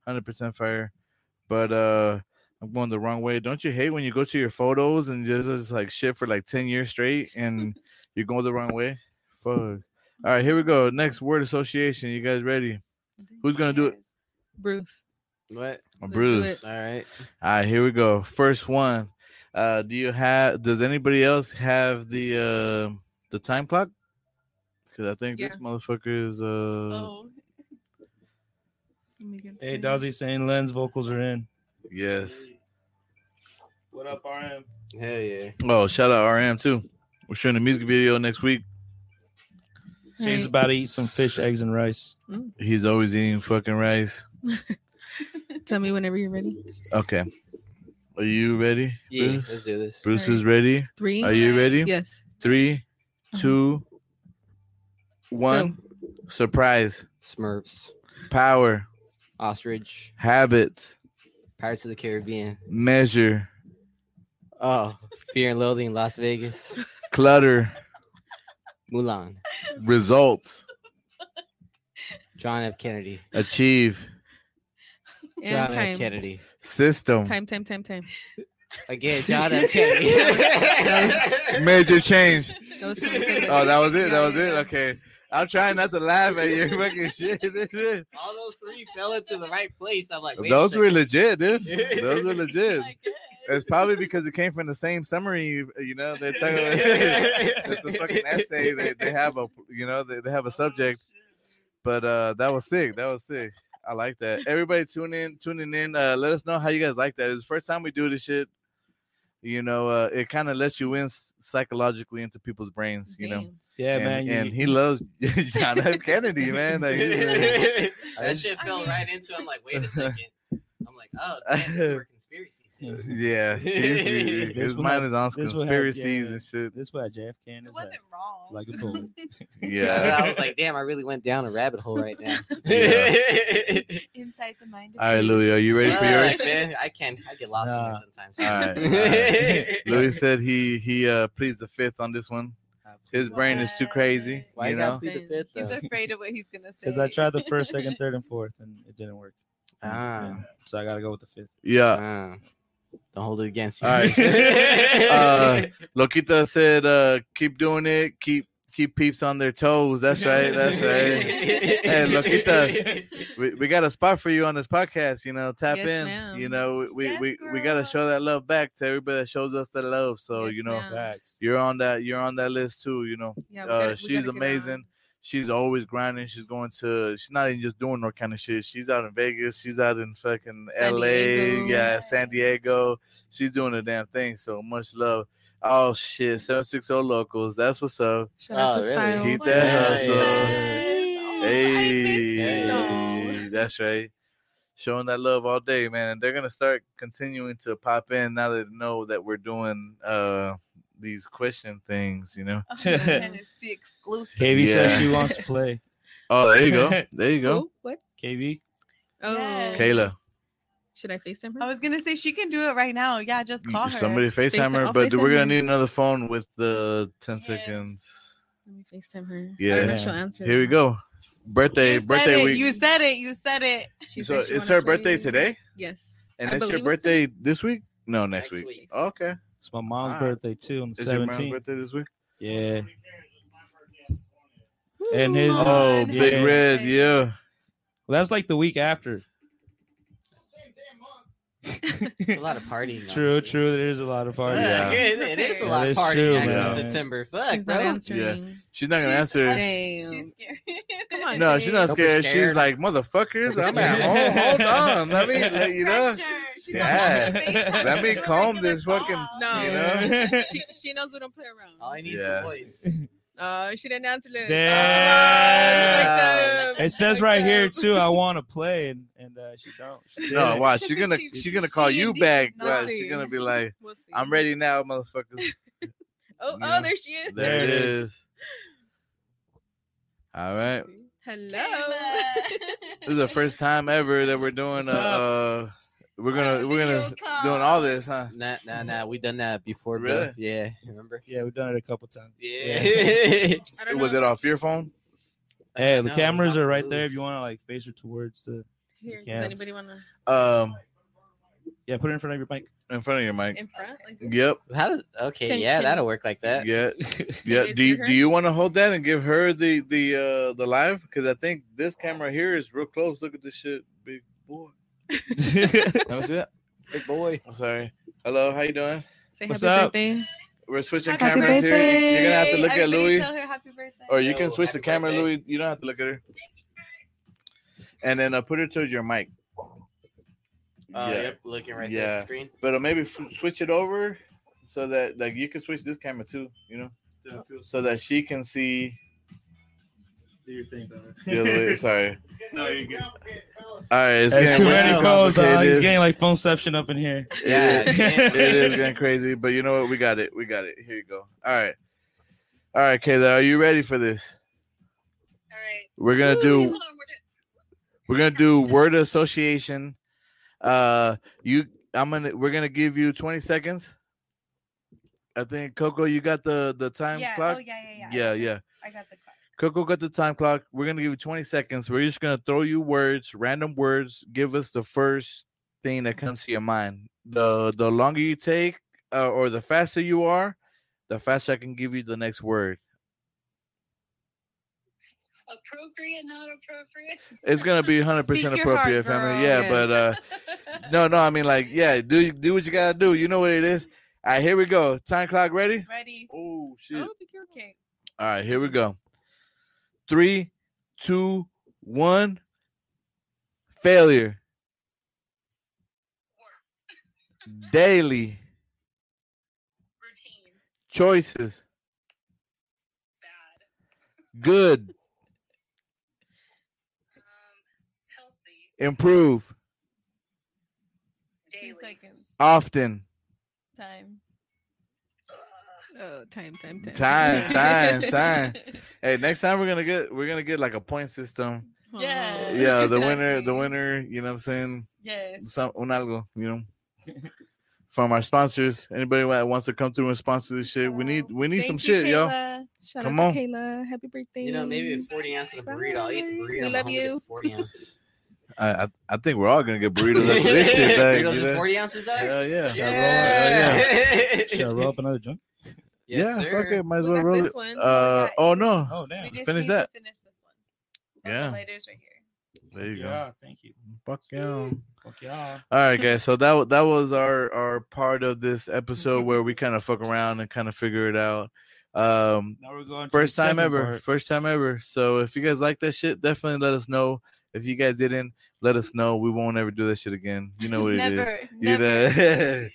B: Hundred percent fire. But uh I'm going the wrong way. Don't you hate when you go to your photos and just, it's like shit for like 10 years straight and you're going the wrong way? Fuck. All right, here we go. Next word association. You guys ready? Who's gonna do it?
D: Yes.
C: Bruce.
A: What?
C: Let's do
B: Bruce.
C: it.
A: All right.
B: All right, here we go. First one. Uh do you have does anybody else have the uh the time clock? Cause I think
C: Yeah.
B: this motherfucker is uh
D: Oh,
C: Let me get
F: Hey,
C: to-
F: Dazzy saying Len's vocals are in.
B: yes.
F: What up, RM?
A: Hell yeah.
B: Oh, shout out RM too. We're shooting a music video next week.
F: So he's
C: Right.
F: about to eat some fish, eggs, and rice.
B: He's always eating fucking rice.
C: Tell me whenever you're ready.
B: Okay. Are you ready?
A: Yeah, let's
B: Bruce,
A: do this.
B: Bruce is ready.
C: Three.
B: Are you ready?
C: Yes.
B: Three, two, one. Surprise,
A: Smurfs,
B: power,
A: ostrich,
B: habit,
A: Pirates of the Caribbean.
B: measure,
A: Oh, Fear and Loathing, in Las Vegas,
B: clutter,
A: Mulan,
B: result,
A: John F. Kennedy,
B: achieve,
C: And
A: John F.
C: time.
A: Kennedy.
B: system,
C: Time, time, time, time.
A: Again, John F. Kennedy.
B: major change.
C: Those two seconds.
B: Oh, that was it. That was
C: Yeah,
B: it.
C: yeah.
B: Okay. I'm trying not to laugh at your fucking shit.
A: All those three fell into the right place. I'm like, wait a
B: Those were
A: second.
B: legit, dude. Those were legit.
D: I guess.
B: It's probably because it came from the same summary, you know. They're talking about it's a fucking essay. They, they have a you know they, they have a subject. But uh that was sick. That was sick. I like that. Everybody tune in, tuning in. Uh let us know how you guys like that. It's the first time we do this shit. You know, uh it kind of lets you in s- psychologically into people's brains, you know.
C: Damn.
F: Yeah,
B: and,
F: man. you-
B: and he loves John F. Kennedy, man. Like, he's a-
A: that shit fell right into. it. I'm like, wait a second. I'm like, oh, damn, these were conspiracies.
B: yeah, he's- he-
A: This
B: his
F: will
B: mind
F: have-
B: is on
F: this will have-
B: conspiracies
F: yeah.
B: and shit.
F: this way, JFK
D: It
F: is
D: wasn't
F: like,
D: wrong.
F: like a bullet.
A: Yeah, I
B: Yeah,
A: was like, damn, I really went down a rabbit hole right now.
B: Yeah.
D: Inside right, the mind. of
B: All right,
D: thieves.
B: Louis, are you ready for yours?
A: Alright, man. I can. I get lost in
F: Nah.
A: here sometimes.
B: All right. all right. Louis said he he uh pleads the fifth on this one. His brain is too crazy.
A: Why
B: you
A: you gotta
B: know.
A: plead the fifth?
D: He's
A: though?
D: afraid of what he's gonna say.
F: Because I tried the first, second, third, and fourth, and it didn't work.
A: Ah.
F: So I gotta go with the fifth.
B: Yeah.
A: Ah. Don't hold it against you.
B: All right. Uh, Loquita said, uh, keep doing it. Keep keep peeps on their toes. That's right. That's right. Hey, Loquita. We, we got a spot for you on this podcast. You know, tap
C: Yes,
B: in.
C: ma'am.
B: You know, we
D: Yes,
B: we, we got to
D: girl.
B: show that love back to everybody that shows us that love. So
C: Yes,
B: you know,
D: Ah.
C: ma'am.
F: Facts.
B: you're on that you're on that list too. You know,
C: Yeah,
B: uh,
C: gotta-
B: she's
C: gotta get
B: amazing. she's always grinding. She's going to. She's not even just doing no kind of shit. She's out in Vegas. She's out in fucking
C: San
B: L.A.
C: Diego.
B: Yeah, San Diego. She's doing a damn thing. So much love. Oh shit, seven six zero locals. That's what's up.
C: Shout out to
A: Oh, really?
C: Styles.
B: Keep
D: Yes.
B: that hustle.
D: Oh, I
B: Hey,
D: miss you.
B: that's right. Showing that love all day, man. And they're gonna start continuing to pop in now that they know that we're doing uh these question things. You know.
D: Oh, man, it's the exclusive.
F: KB says
B: Yeah.
F: she wants to play.
B: Oh, there you go. There you go.
C: Oh, what?
F: KB,
C: Oh,
D: Yes.
B: Kayla.
C: should I FaceTime her?
D: I was gonna say she can do it right now. Yeah, just
B: You-
D: call her.
B: Somebody FaceTime
C: FaceTime-
B: her,
C: I'll
B: but we're
C: FaceTime
B: gonna
C: her.
B: need another phone with the 10
D: Yeah.
B: seconds.
C: Let me FaceTime her. I
B: Yeah.
C: don't know if she'll answer.
B: Here we go. Birthday,
D: You said
B: birthday
D: it,
B: week.
D: You said it. You said it.
C: She
B: so
C: said she
B: it's
C: wanna
B: her birthday
C: play.
B: today,
C: Yes.
B: and
C: I
B: it's your
C: believe
B: birthday Oh. this week. No, next,
A: Next
B: week.
A: week.
B: Okay.
F: it's my mom's
B: Ah.
F: birthday too on the
B: Is your mom's
F: seventeenth.
B: birthday this week?
F: Yeah. And his
D: Come
B: Oh,
D: on.
B: Big
F: Yeah.
B: Red, yeah.
F: Well, that's like the week after.
A: It's a lot of partying.
F: True,
A: honestly.
F: true. There's a lot of party.
B: Oh, Yeah.
A: Fuck, it- it is a
F: That
A: lot of
F: is
A: partying
F: true,
A: actually
B: man.
A: in September.
C: She's
A: Fuck,
C: not
A: bro.
C: answering.
B: She's not gonna
D: She's-
B: answer.
C: Damn.
D: She's scared.
C: Come on,
B: No, she's not
A: Don't be
B: scared. She's
A: scared.
B: like, motherfuckers, I'm at home. Hold on. Let me, let- you know,
D: Pressure. She's
B: Yeah.
D: Like, "Oh, FaceTime
B: Let me
D: is really
B: calm
D: gonna
B: this fucking-
D: fall."
C: No.
B: You know?
C: she, she knows we don't play around.
A: All I need is
B: Yeah.
A: the voice.
C: Oh, she didn't answer it.
F: Damn.
C: Oh,
F: It says right here too. I want to play, and and uh, she don't. She
B: No,
F: didn't.
B: why?
D: She
B: She's
D: said
B: gonna,
D: she-
B: she's gonna call
D: she
B: you
D: indeed
B: back.
D: not
B: bruh. She's
D: seen.
B: gonna be like,
C: We'll see.
B: I'm ready now, motherfuckers.
C: Oh,
B: Yeah.
C: oh, there she is.
B: There it is. All right.
C: Hello.
B: This
D: Hello.
B: is the first time ever that we're doing
F: What's
B: uh,
F: up?
B: uh we're gonna we're gonna doing all this, huh?
A: Nah, nah, nah. We done that before,
B: Really?
A: bro. Yeah, remember?
F: Yeah, we've done it a couple times.
A: Yeah.
C: I don't
B: Was
C: know.
B: it off your phone?
F: Hey, the
A: No,
F: cameras
A: not
F: are right
A: loose.
F: there if you want to like face her towards the.
C: Here, does
F: Yes.
C: anybody want to
B: Um
F: Yeah, put it in front of your mic.
B: in front of your mic.
C: in front? Like this?
B: Yep.
A: How does? Okay,
C: Can-
A: yeah,
C: can-
A: that'll work like that.
B: Yeah.
C: Can
B: Yeah.
C: you
B: Do
C: see
B: you,
C: her?
B: do you want to hold that and give her the the uh the live? Because I think this camera here is real close. Look at this shit, big boy. Let me see that.
A: Good boy.
B: I'm sorry. Hello, how you doing?
C: Say
F: What's
C: happy
F: up?
C: birthday.
B: We're switching
D: Happy
B: cameras here. You're gonna have to
D: birthday.
B: look at
D: Everybody
B: Louis.
D: Tell her happy birthday.
B: Or you can
A: Yo,
B: switch the
A: happy
B: camera,
A: birthday.
B: Louis. You don't have to look at her. And then uh, put her towards your mic.
A: Uh,
B: Yeah.
A: Yep, looking right there
B: Yeah.
A: at the screen.
B: But uh, maybe f- switch it over so that like you can switch this camera too, you know, so that she can see
F: Do your thing,
B: the other way. Sorry.
F: No, you're good.
B: All right, it's
F: There's too
B: getting way
F: many
B: too
F: calls. Uh, he's
B: complicated.
F: getting like phoneception up in here.
A: Yeah,
B: It is-
A: yeah.
B: it is getting crazy, but you know what? We got it. We got it. Here you go. All right. All right, Kayla, are you ready for this?
D: All right.
B: We're gonna do
D: on, we're
B: We're gonna do word association. Uh, you, I'm gonna. We're gonna give you 20 seconds. I think Coco, you got the the time
D: yeah.
B: clock.
D: Oh, yeah, yeah,
B: yeah,
D: yeah.
B: yeah.
D: I got the clock.
B: Coco got the time clock. We're gonna give you 20 seconds. We're just gonna throw you words, random words. Give us the first thing that comes to your mind. The the longer you take, uh, or the faster you are, the faster I can give you the next word.
D: Appropriate, not appropriate.
B: It's gonna be 100 percent appropriate, family. Yeah, but uh, no, no. I mean, like, yeah, do do what you gotta do. You know what it is. All right, here we go. Time clock ready?
D: Ready?
B: Oh shit!
C: Oh, be careful.
D: Okay.
B: All right, here we go. Three, two, one. Failure. Daily
D: Routine.
B: choices.
D: Bad.
B: Good.
D: Um, healthy.
B: Improve.
D: Two seconds.
B: Often.
D: Time.
C: Oh, time, time, time.
B: Time, time, time. Hey, next time we're gonna get we're gonna get like a point system.
D: Yeah.
B: yeah, the winner, the winner, you know what I'm saying?
D: Yes.
B: Some un algo, you know. From our sponsors, anybody that wants to come through and sponsor this shit, we need we need some
C: Thank you,
B: shit, yo.
C: Kayla. Shout
B: Come
C: out
B: on.
C: to Kayla. Happy birthday.
A: You know, maybe a 40 ounce of a burrito. I'll eat the
C: Bye.
A: burrito.
C: We
A: I'm
C: love
A: hungry for
C: you.
A: 40 ounce.
B: I, I I think we're all gonna get burritos after this shit. Like,
A: Burritos
B: you
A: and
B: know?
A: 40 ounces, though?
B: Hell yeah.
F: Should I roll up another joint?
A: Yes,
B: yeah,
A: sir.
B: fuck it. Might as
D: We
B: well
D: got
B: roll
D: this
B: it.
D: one.
B: Uh,
D: We got-
B: oh no.
F: Oh damn.
D: We just
B: finish
D: need
B: that.
D: to finish this one.
B: Yeah.
D: The lighters right here.
B: There you go.
F: Yeah, thank you.
B: Fuck yeah.
F: Fuck y'all.
B: All right, guys. So that wa- that was our our part of this episode where we kind of fuck around and kind of figure it out. Um,
F: Now we're going to
B: first
F: the
B: time
F: second
B: ever.
F: part.
B: First time ever. So if you guys like that shit, definitely let us know. If you guys didn't, let us know. We won't ever do that shit again. You know what it is.
D: never,
B: You
D: never.
B: know?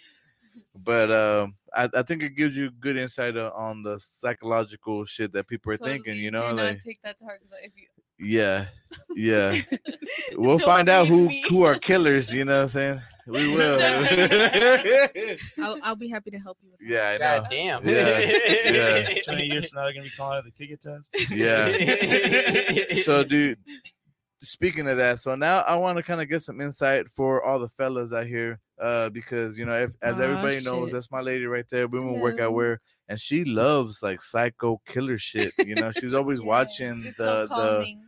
B: but um, I, I think it gives you good insight o- on the psychological shit that people are thinking.
D: Totally
B: You
D: do
B: know,
D: not
B: like
D: take that to heart 'cause if you
B: yeah, yeah. We'll
D: Don't
B: find out
D: leave
B: who
D: me.
B: who are killers. You know what I'm saying? We will.
D: Definitely.
C: I'll, I'll be happy to help you. With that.
B: yeah, I know.
A: God damn.
B: Yeah, yeah.
F: 20 years from now, they're gonna be calling it the kick it test.
B: Yeah. So, dude, speaking of that, so now I want to kind of get some insight for all the fellas out here, uh, because you know, if as
C: Aw,
B: everybody knows,
C: shit.
B: that's my lady right there. Women work
C: Hello.
B: out wear, and she loves like psycho killer shit. You know, she's always
D: Yes,
B: watching
D: it's so
B: the the.
D: calming.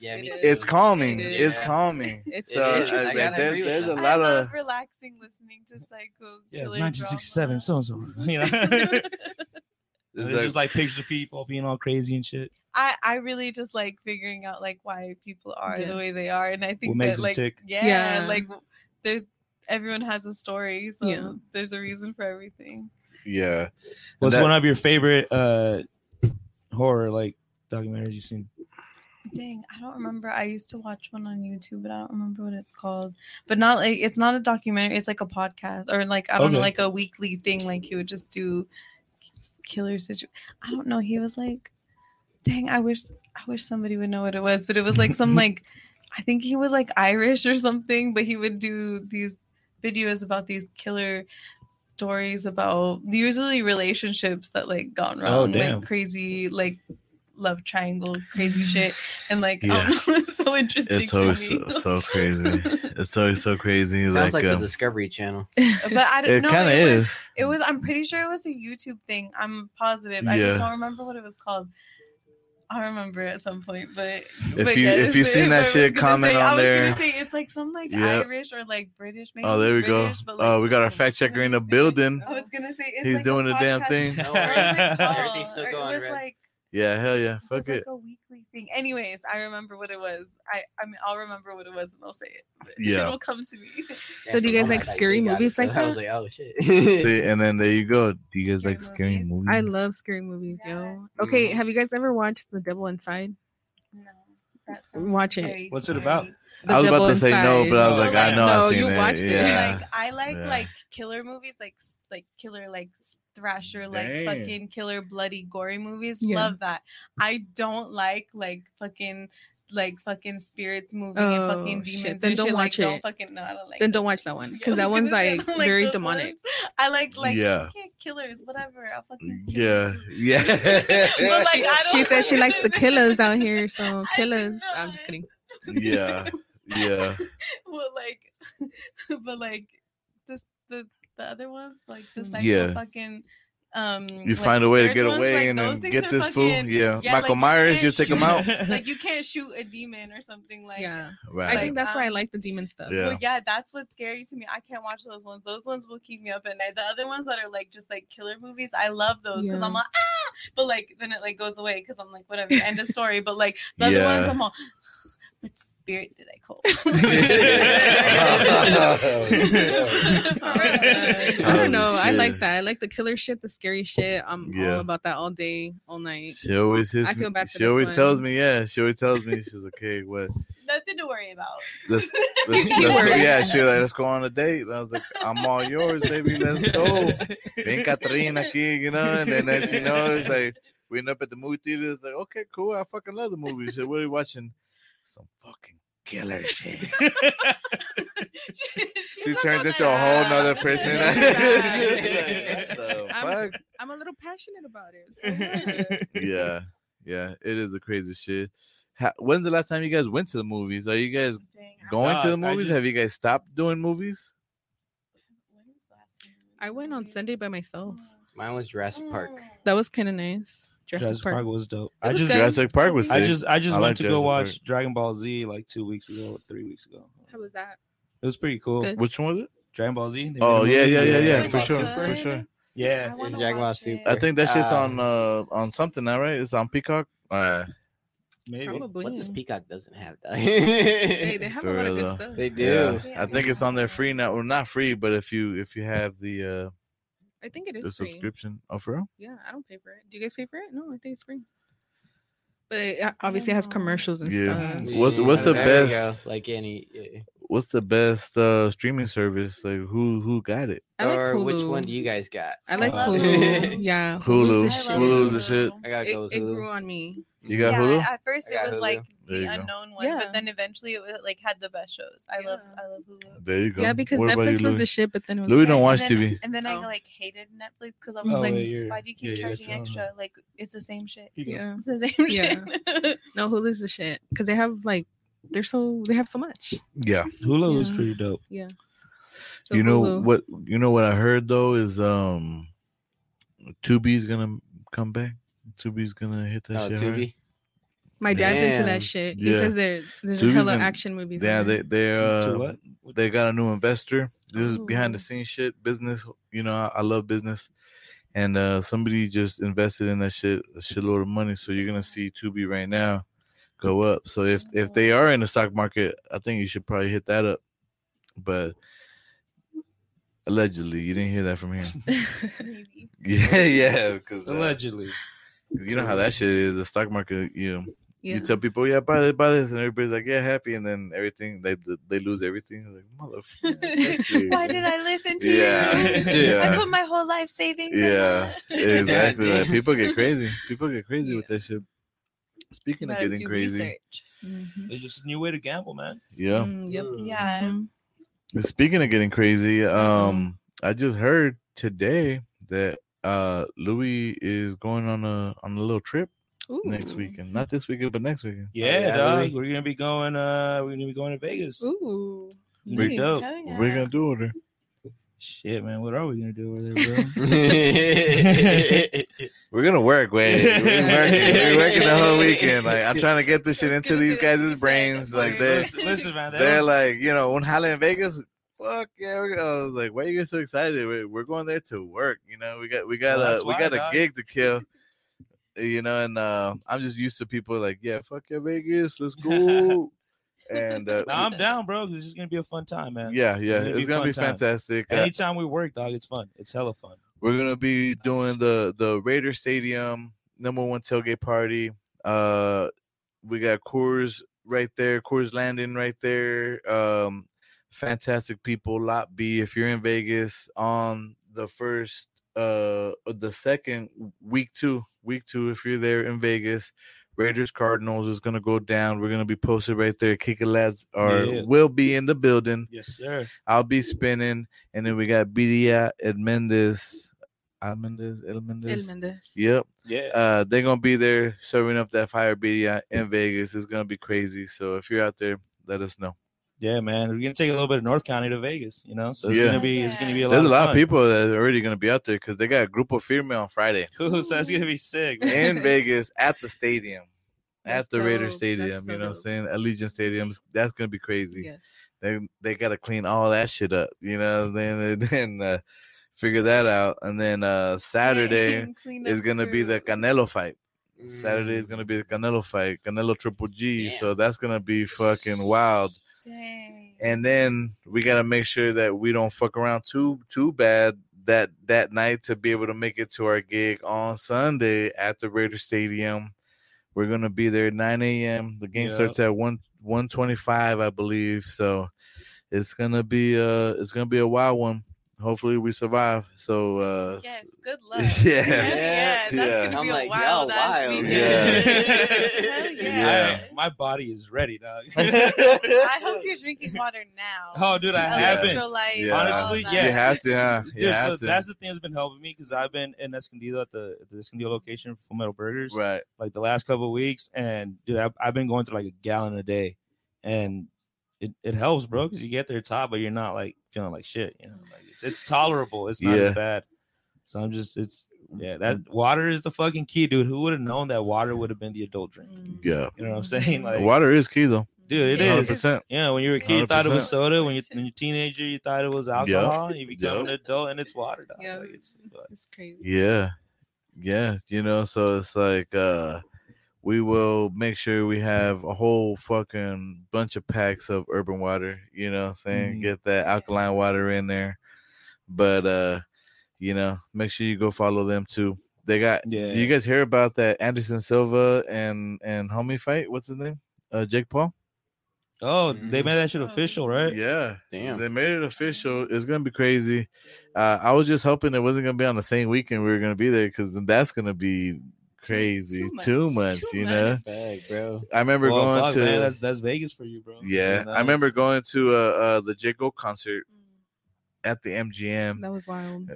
A: yeah, me
D: It
A: too.
D: is.
B: It's calming.
C: It
B: It's
A: is.
B: calming.
C: It's
B: So,
A: It
B: I was
A: is. I
B: like,
A: gotta
B: there's,
A: agree with
B: there's a
A: that.
B: lot
D: I
B: of
D: love relaxing listening to psycho
F: Yeah,
D: killer
F: 1967, so
D: drama.
F: and so. You know, it's
B: it's
F: just like pictures of people being all crazy and shit.
D: I I really just like figuring out like why people are
C: Yes.
D: the way they are, and I think
F: makes
D: that
F: them
D: like
F: tick.
D: yeah,
C: Yeah.
D: like there's everyone has a story, so
C: Yeah.
D: there's a reason for everything.
B: yeah.
F: What's
B: that-
F: one of your favorite uh horror like documentaries you've seen?
D: Dang, I don't remember. I used to watch one on YouTube, but I don't remember what it's called. But not like it's not a documentary. It's like a podcast or like I don't know,
F: Okay.
D: like a weekly thing. Like he would just do killer situ. I don't know. He was like, dang, I wish I wish somebody would know what it was. But it was like some like I think he was like Irish or something. But he would do these videos about these killer stories about usually relationships that like gone
F: Oh,
D: wrong,
F: damn.
D: like crazy like love triangle crazy shit and like
B: Yeah.
D: um, it's so interesting
B: It's
D: to
B: always
D: me.
B: so, so crazy. It's always so crazy.
A: Sounds like,
B: uh,
A: the Discovery Channel.
D: but I don't
B: it
D: know.
B: kind of
D: it
B: is.
D: Was, it was. I'm pretty sure it was a YouTube thing. I'm positive. I just
B: Yeah.
D: don't remember what it was called. I'll remember at some point. But
B: If
D: but
B: you-
D: yeah,
B: if
D: it's-
B: you've seen
D: if
B: that
D: I was
B: shit,
D: gonna
B: comment
D: say,
B: on
D: I was
B: there.
D: Gonna say, it's like some like
B: Yep.
D: Irish or like British. Maybe
B: Oh,
D: it's
B: there we go.
D: British, but,
B: Oh,
D: like,
B: we got
D: I
B: our
D: don't
B: fact checker in the
D: know what it's
B: building.
D: like. I was gonna say it's
B: He's
D: like
B: doing
D: a
B: the damn
D: podcast.
B: thing.
A: No
D: What was it
A: worries.
D: called?
A: Everything's still
D: Or
A: going,
D: It was
A: Red.
D: like
B: Yeah, hell yeah.
D: It was
B: Fuck it.
D: like a weekly thing. Anyways, I remember what it was. I I mean, I'll remember what it was and I'll say it. But
B: Yeah.
D: it'll come to me.
A: Yeah,
C: So do you
A: for
C: guys like
A: a moment, I
C: scary
A: think I got
C: movies
A: it,
C: like
A: I was
C: that?
A: like, oh shit.
B: See, and then there you go. Do you guys like
D: Scary
B: scary movies?
C: I love scary movies, yo. Okay,
B: Mm.
A: Mhm.
C: have you guys ever watched The Devil Inside?
D: No, that
C: sounds Watch it. very
F: What's it about?
C: The
B: I was about
C: Devil
B: to say no,
C: Inside.
B: but I was
F: So,
B: like, I
F: like,
B: know
C: no,
B: I've seen
C: you
B: it.
C: watched it,
B: yeah.
D: Like I like
B: Yeah.
D: like killer movies, like s- like killer like s- thrasher, like
B: Dang.
D: fucking killer bloody gory movies.
C: Yeah.
D: Love that. I don't like like fucking like fucking spirits moving and
C: Oh,
D: fucking
C: shit.
D: demons.
C: Then
D: and
C: don't
D: shit.
C: watch
D: like,
C: it.
D: Don't fucking no, I don't like.
C: Then
D: those
C: don't watch that one
D: movies.
C: because
D: I
C: that
D: was
C: one's
D: gonna say, I
C: like
D: don't
C: very
D: those uh,
C: demonic.
D: ones. I like like
B: Yeah.
D: yeah, killers, whatever. I fucking kill you
B: yeah.
D: too.
B: Yeah.
D: But, like, I
C: She
D: don't-
C: said she likes the killers out here, so
D: I did
C: killers. I'm just
D: not.
C: kidding.
B: yeah. Yeah.
D: well, like, but like this the the other ones like the
C: Hmm.
D: psycho
B: Yeah.
D: fucking. Um,
B: You
D: like,
B: find a way to
D: spirit
B: get
D: ones,
B: away
D: like,
B: and
D: those
B: then
D: things
B: get
D: are
B: this fool.
D: fucking-
B: Yeah.
D: yeah,
B: Michael
D: like, you
B: Myers,
D: can't
B: you take him
D: shoot-
B: out.
D: Like you can't shoot a demon or something like.
C: yeah, I
B: Right.
C: think that's why I
D: um,
C: like the demon stuff.
B: Yeah.
D: Well, yeah, that's what's scary to me. I can't watch those ones. Those ones will keep me up at night. The other ones that are like just like killer movies, I love those because
C: Yeah.
D: I'm like ah, but like then it like goes away because I'm like whatever, end of story. But like the other
B: Yeah.
D: ones, I'm all, what spirit did I call?
C: I
B: Holy
C: don't know. I
B: Oh, shit.
C: like that. I like the killer shit, the scary shit. I'm
B: Yeah.
C: all about that all day, all night.
B: She always hits
C: I feel
B: me.
C: bad for
B: She
C: this
B: always
C: one.
B: tells me, yeah. She always tells me she's like, okay, what?
D: Nothing to worry about.
B: Let's, let's,
C: You
B: let's-
C: were-
B: yeah, she was like, let's go on a date. And I was like, I'm all yours, baby. Let's go. Ven Katrina aquí, you know, and then as you know, it's like we end up at the movie theater. It's like, okay, cool. I fucking love the movie. So what are you watching? Some fucking killer shit. She turns into a whole nother person.
C: Yeah.
B: The
C: I'm-
B: fuck?
C: I'm a little passionate about it. so yeah.
B: Yeah, yeah, it is a crazy shit. ha- when's the last time you guys went to the movies? Are you guys going to
F: Nah, I
B: the movies?
F: just-
B: Have you guys stopped doing movies?
C: I went on Sunday by myself.
A: Mine was Jurassic Park.
C: That was kind of nice. Jurassic,
F: Jurassic
C: Park.
F: Park was dope.
C: It
F: I
C: was
F: just
C: good.
B: Jurassic Park was
F: I
B: sick.
F: just I just
B: I
F: went
B: like
F: to
B: Jurassic
F: go watch
B: Park.
F: Dragon Ball Z like two weeks ago, three weeks ago.
C: How was that?
F: It was pretty cool.
C: Good.
B: Which one was it?
F: Dragon Ball Z. they made
B: Oh
F: a
B: yeah,
F: movie.
B: yeah, yeah, yeah,
D: Was
B: for
D: it
B: sure, for
D: good?
B: sure.
F: Yeah.
D: wanna
A: Dragon Ball
D: watch
A: Super.
D: it.
B: I think that shit's
A: Uh,
C: Ah.
B: on uh on something now, right? It's on Peacock. Uh,
F: Maybe.
C: Probably.
A: What this Peacock doesn't have, though.
C: Hey,
A: they
C: they have
B: For
C: a lot of
B: real,
C: good
B: though.
C: stuff.
A: do.
B: I think it's on there free now, or not free, but if you if you have the uh
C: I think it is
B: the
C: free.
B: subscription, oh for real?
C: Yeah, I don't pay for it. Do you guys pay for it? No, I think it's free. But it uh, obviously has commercials and
B: Yeah.
C: stuff.
B: What's- what's the
A: there we
B: best-
A: go, Like any, yeah.
B: What's the best uh streaming service? Like who who got it?
C: I like
A: or
C: Hulu.
A: which one do you guys got?
C: I like
F: Uh,
C: Hulu. yeah.
B: Hulu,
C: Hulu's the shit.
B: Hulu's the shit.
A: I gotta
C: It,
A: go with
C: it
A: Hulu.
C: grew on me.
B: You got
D: yeah,
B: Hulu?
D: At first
A: I got
D: it was
A: Hulu.
D: like
B: There you
D: the
B: go.
D: unknown one,
C: Yeah.
D: but then eventually it was, like had the best shows. I love
C: Yeah.
D: I love Hulu.
B: There you go.
C: Yeah, because
B: What about
C: Netflix
B: you,
C: was
B: Louis?
C: the shit, but then it was
B: Louis
C: like,
B: don't watch
D: and then,
B: TV.
D: And then
C: Oh.
D: I like hated Netflix because I was
F: Oh,
D: like,
F: yeah, you're-
D: why do you keep
F: yeah, you're
D: charging
F: trying to-
D: extra? Like it's the same shit.
C: yeah.
D: It's the same
C: Yeah.
D: shit.
C: No, Hulu's the shit because they have like they're so they have so much.
B: Yeah.
F: Hulu was
C: Yeah.
F: pretty dope.
C: So
B: you know
C: Hulu-
B: what? You know what I heard though is um, Tubi's gonna come back. Tubi's gonna hit that
A: Oh,
B: shit. hard.
A: Tubi.
C: My dad's into
A: Damn.
C: that shit. He
B: Yeah.
C: says there, there's
B: Tubi's
C: a hella
B: gonna-
C: action movies.
B: Yeah,
C: on
B: they
C: there.
B: they
F: to
B: uh
F: what?
B: they got a new investor. This is behind the
C: Ooh.
D: Mm-hmm.
B: scenes shit, business. You know, I, I love business, and uh somebody just invested in that shit a shitload of money. So you're gonna see Tubi right now go up. So if if they are in the stock market, I think you should probably hit that up. But allegedly, you didn't hear that from him.
D: Maybe.
B: yeah, yeah, because
F: Allegedly.
B: you know how that shit is. The stock market, you know,
C: yeah.
B: you tell people, yeah, buy this, buy this, and everybody's like, yeah, happy, and then everything they they lose everything. Like, motherfucker.
D: Why did I listen to you?
B: Yeah,
D: I
B: yeah,
D: put my whole life savings. in
B: yeah.
D: that.
B: Exactly. Like,
A: Goddamn.
B: people get crazy. People get crazy with that shit. Speaking of
D: Gotta
B: getting
D: do
B: crazy,
D: research.
C: Mhm.
F: It's just a new way to gamble, man.
B: yeah.
C: Mm, yep.
D: Yeah.
C: Mhm.
D: Mm-hmm.
B: Speaking of getting crazy, um, I just heard today that uh Louis is going on a on a little trip
C: Ooh.
B: next weekend. Not this weekend, but next weekend.
F: Yeah,
A: yeah,
F: dog.
A: really.
F: We're gonna be going. Uh, we're gonna be going to Vegas.
C: Ooh.
F: Big
C: nice.
F: dog.
D: Hell yeah.
B: Oh, We're gonna do it. there.
F: Shit, man. What are we gonna do over there, bro?
B: We're gonna work, way. We're working. We're working the whole weekend. Like I'm trying to get this shit
D: It's
B: into
D: gonna be
B: these
D: the
B: guys'
D: easiest
B: brains.
D: day.
B: Like they,
F: listen, listen, man.
B: they're
F: That was,
B: like, you know, when Holly in Vegas, fuck yeah. We're gonna, I was like, why are you guys so excited? We're, we're going there to work. You know, we got we got
F: Well,
B: a
F: that's
B: we
F: why,
B: got a
F: dog.
B: gig to kill. You know, and uh, I'm just used to people like, yeah, fuck yeah, Vegas, let's go. and uh,
F: nah, I'm down, bro. 'cause it's just gonna be a fun time, man.
B: yeah, yeah,
F: It's gonna
B: it's
F: be
B: gonna
F: fun
B: be
F: time.
B: fantastic. Uh,
F: Anytime we work, dog, it's fun. It's hella fun.
B: We're gonna be doing the the Raider Stadium number one tailgate party. Uh, we got Coors right there, Coors Landing right there. Um, fantastic people. Lot B, if you're in Vegas on the first, uh, the second week two, week two, if you're there in Vegas. Raiders Cardinals is gonna go down. We're gonna be posted right there. Kicker Labs are
F: Yeah.
B: will be in the building.
F: Yes, sir.
B: I'll be spinning, and then we got BDI at Mendes. Al Mendes, El Mendes.
C: El Mendez.
B: Yep.
F: Yeah.
B: Uh, they're gonna be there serving up that fire BDI in Vegas. It's gonna be crazy. So if you're out there, let us know.
F: Yeah, man. We're gonna take a little bit of North County to Vegas, you know. So it's
B: Yeah.
F: gonna be it's gonna be a
B: There's a lot of
F: fun.
B: people that are already gonna be out there because they got a group of female on Friday
F: Cool, so that's gonna be sick. man.
B: in Vegas at the stadium.
C: That's
B: at the Raider
C: dope.
B: Stadium,
C: That's so
B: you know what I'm
C: dope.
B: saying? Allegiant Stadium, that's gonna be crazy.
C: Yes.
B: they they gotta clean all that shit up, you know. Then then uh, figure that out, and then uh, Saturday
D: Same cleanup
B: is gonna be the
D: crew.
B: Canelo fight. Saturday
A: Mm,
B: is gonna be the Canelo fight, Canelo Triple G. So that's gonna be fucking wild.
D: Dang.
B: And then we gotta make sure that we don't fuck around too too bad that that night to be able to make it to our gig on Sunday at the Raider Stadium. We're gonna be there at 9 a.m. The game
F: Yeah.
B: starts at one 125, I believe. So it's gonna be uh it's gonna be a wild one. hopefully we survive. So uh
D: Yes, good luck.
B: Yeah.
D: Hell yeah, that's
B: Yeah.
D: gonna
A: I'm
D: be a
A: like,
D: wild
A: y'all
D: ass
A: wild.
D: weekend.
B: Yeah.
D: Hell
B: Yeah.
D: yeah.
F: I- my body is ready, dog.
D: I hope you're drinking water now.
F: oh, dude, I haven't.
D: Electrolytes,
B: Yeah.
F: Honestly,
D: all
F: yeah.
B: you
D: that.
B: have to, huh? You
F: Dude,
B: have
F: so
B: to.
F: that's the thing that's been helping me because I've been in Escondido at the, at the Escondido location for Metal Burgers
B: right.
F: like the last couple of weeks, and dude, I've, I've been going through like a gallon a day, and it, it helps, bro, because you get there top, but you're not like feeling like shit. You know, like it's, it's tolerable. It's not as
B: Yeah. Mm.
F: bad. So I'm just, it's yeah, that water is the fucking key, dude. Who would have known that water would have been the adult drink?
C: Mm.
B: Yeah.
F: You know what I'm
B: Mm.
F: saying? Like,
B: Water is key though.
F: dude, it is.
B: 100%.
F: Yeah, when you were a kid, you thought it was
B: 100%.
F: soda. When you- when you're a teenager, you thought it was alcohol. You become
B: Yup.
F: an adult, and it's water. dog.
C: Yup.
F: Like, it's, but-
C: It's crazy.
B: Yeah. Yeah. You know, so it's like uh we will make sure we have a whole fucking bunch of packs of urban water, you know what I'm saying?
F: Mhm.
B: Get that alkaline water in there. But uh, you know, make sure you go follow them too. They got
F: yeah,
B: Do you guys hear about that Anderson Silva and and homie fight? What's his name? Uh, Jake Paul.
F: oh,
B: Mm-hmm.
F: they
A: Mhm.
F: made that shit official, right?
B: Yeah,
A: Damn.
B: they made it official. It's gonna be crazy. Uh, I was just hoping it wasn't gonna be on the same weekend we were gonna be there because then that's gonna be crazy.
D: much.
B: Too much,
D: Too
B: you
D: much.
B: know.
A: Bag, bro. Oh,
B: I remember
F: Well,
B: going
F: fuck,
B: to
F: man, that's that's Vegas for you, bro.
B: yeah.
F: Man,
B: I remember
F: that's-
B: going to uh, uh the Jake O concert
D: Mm.
B: at the MGM.
C: That was wild.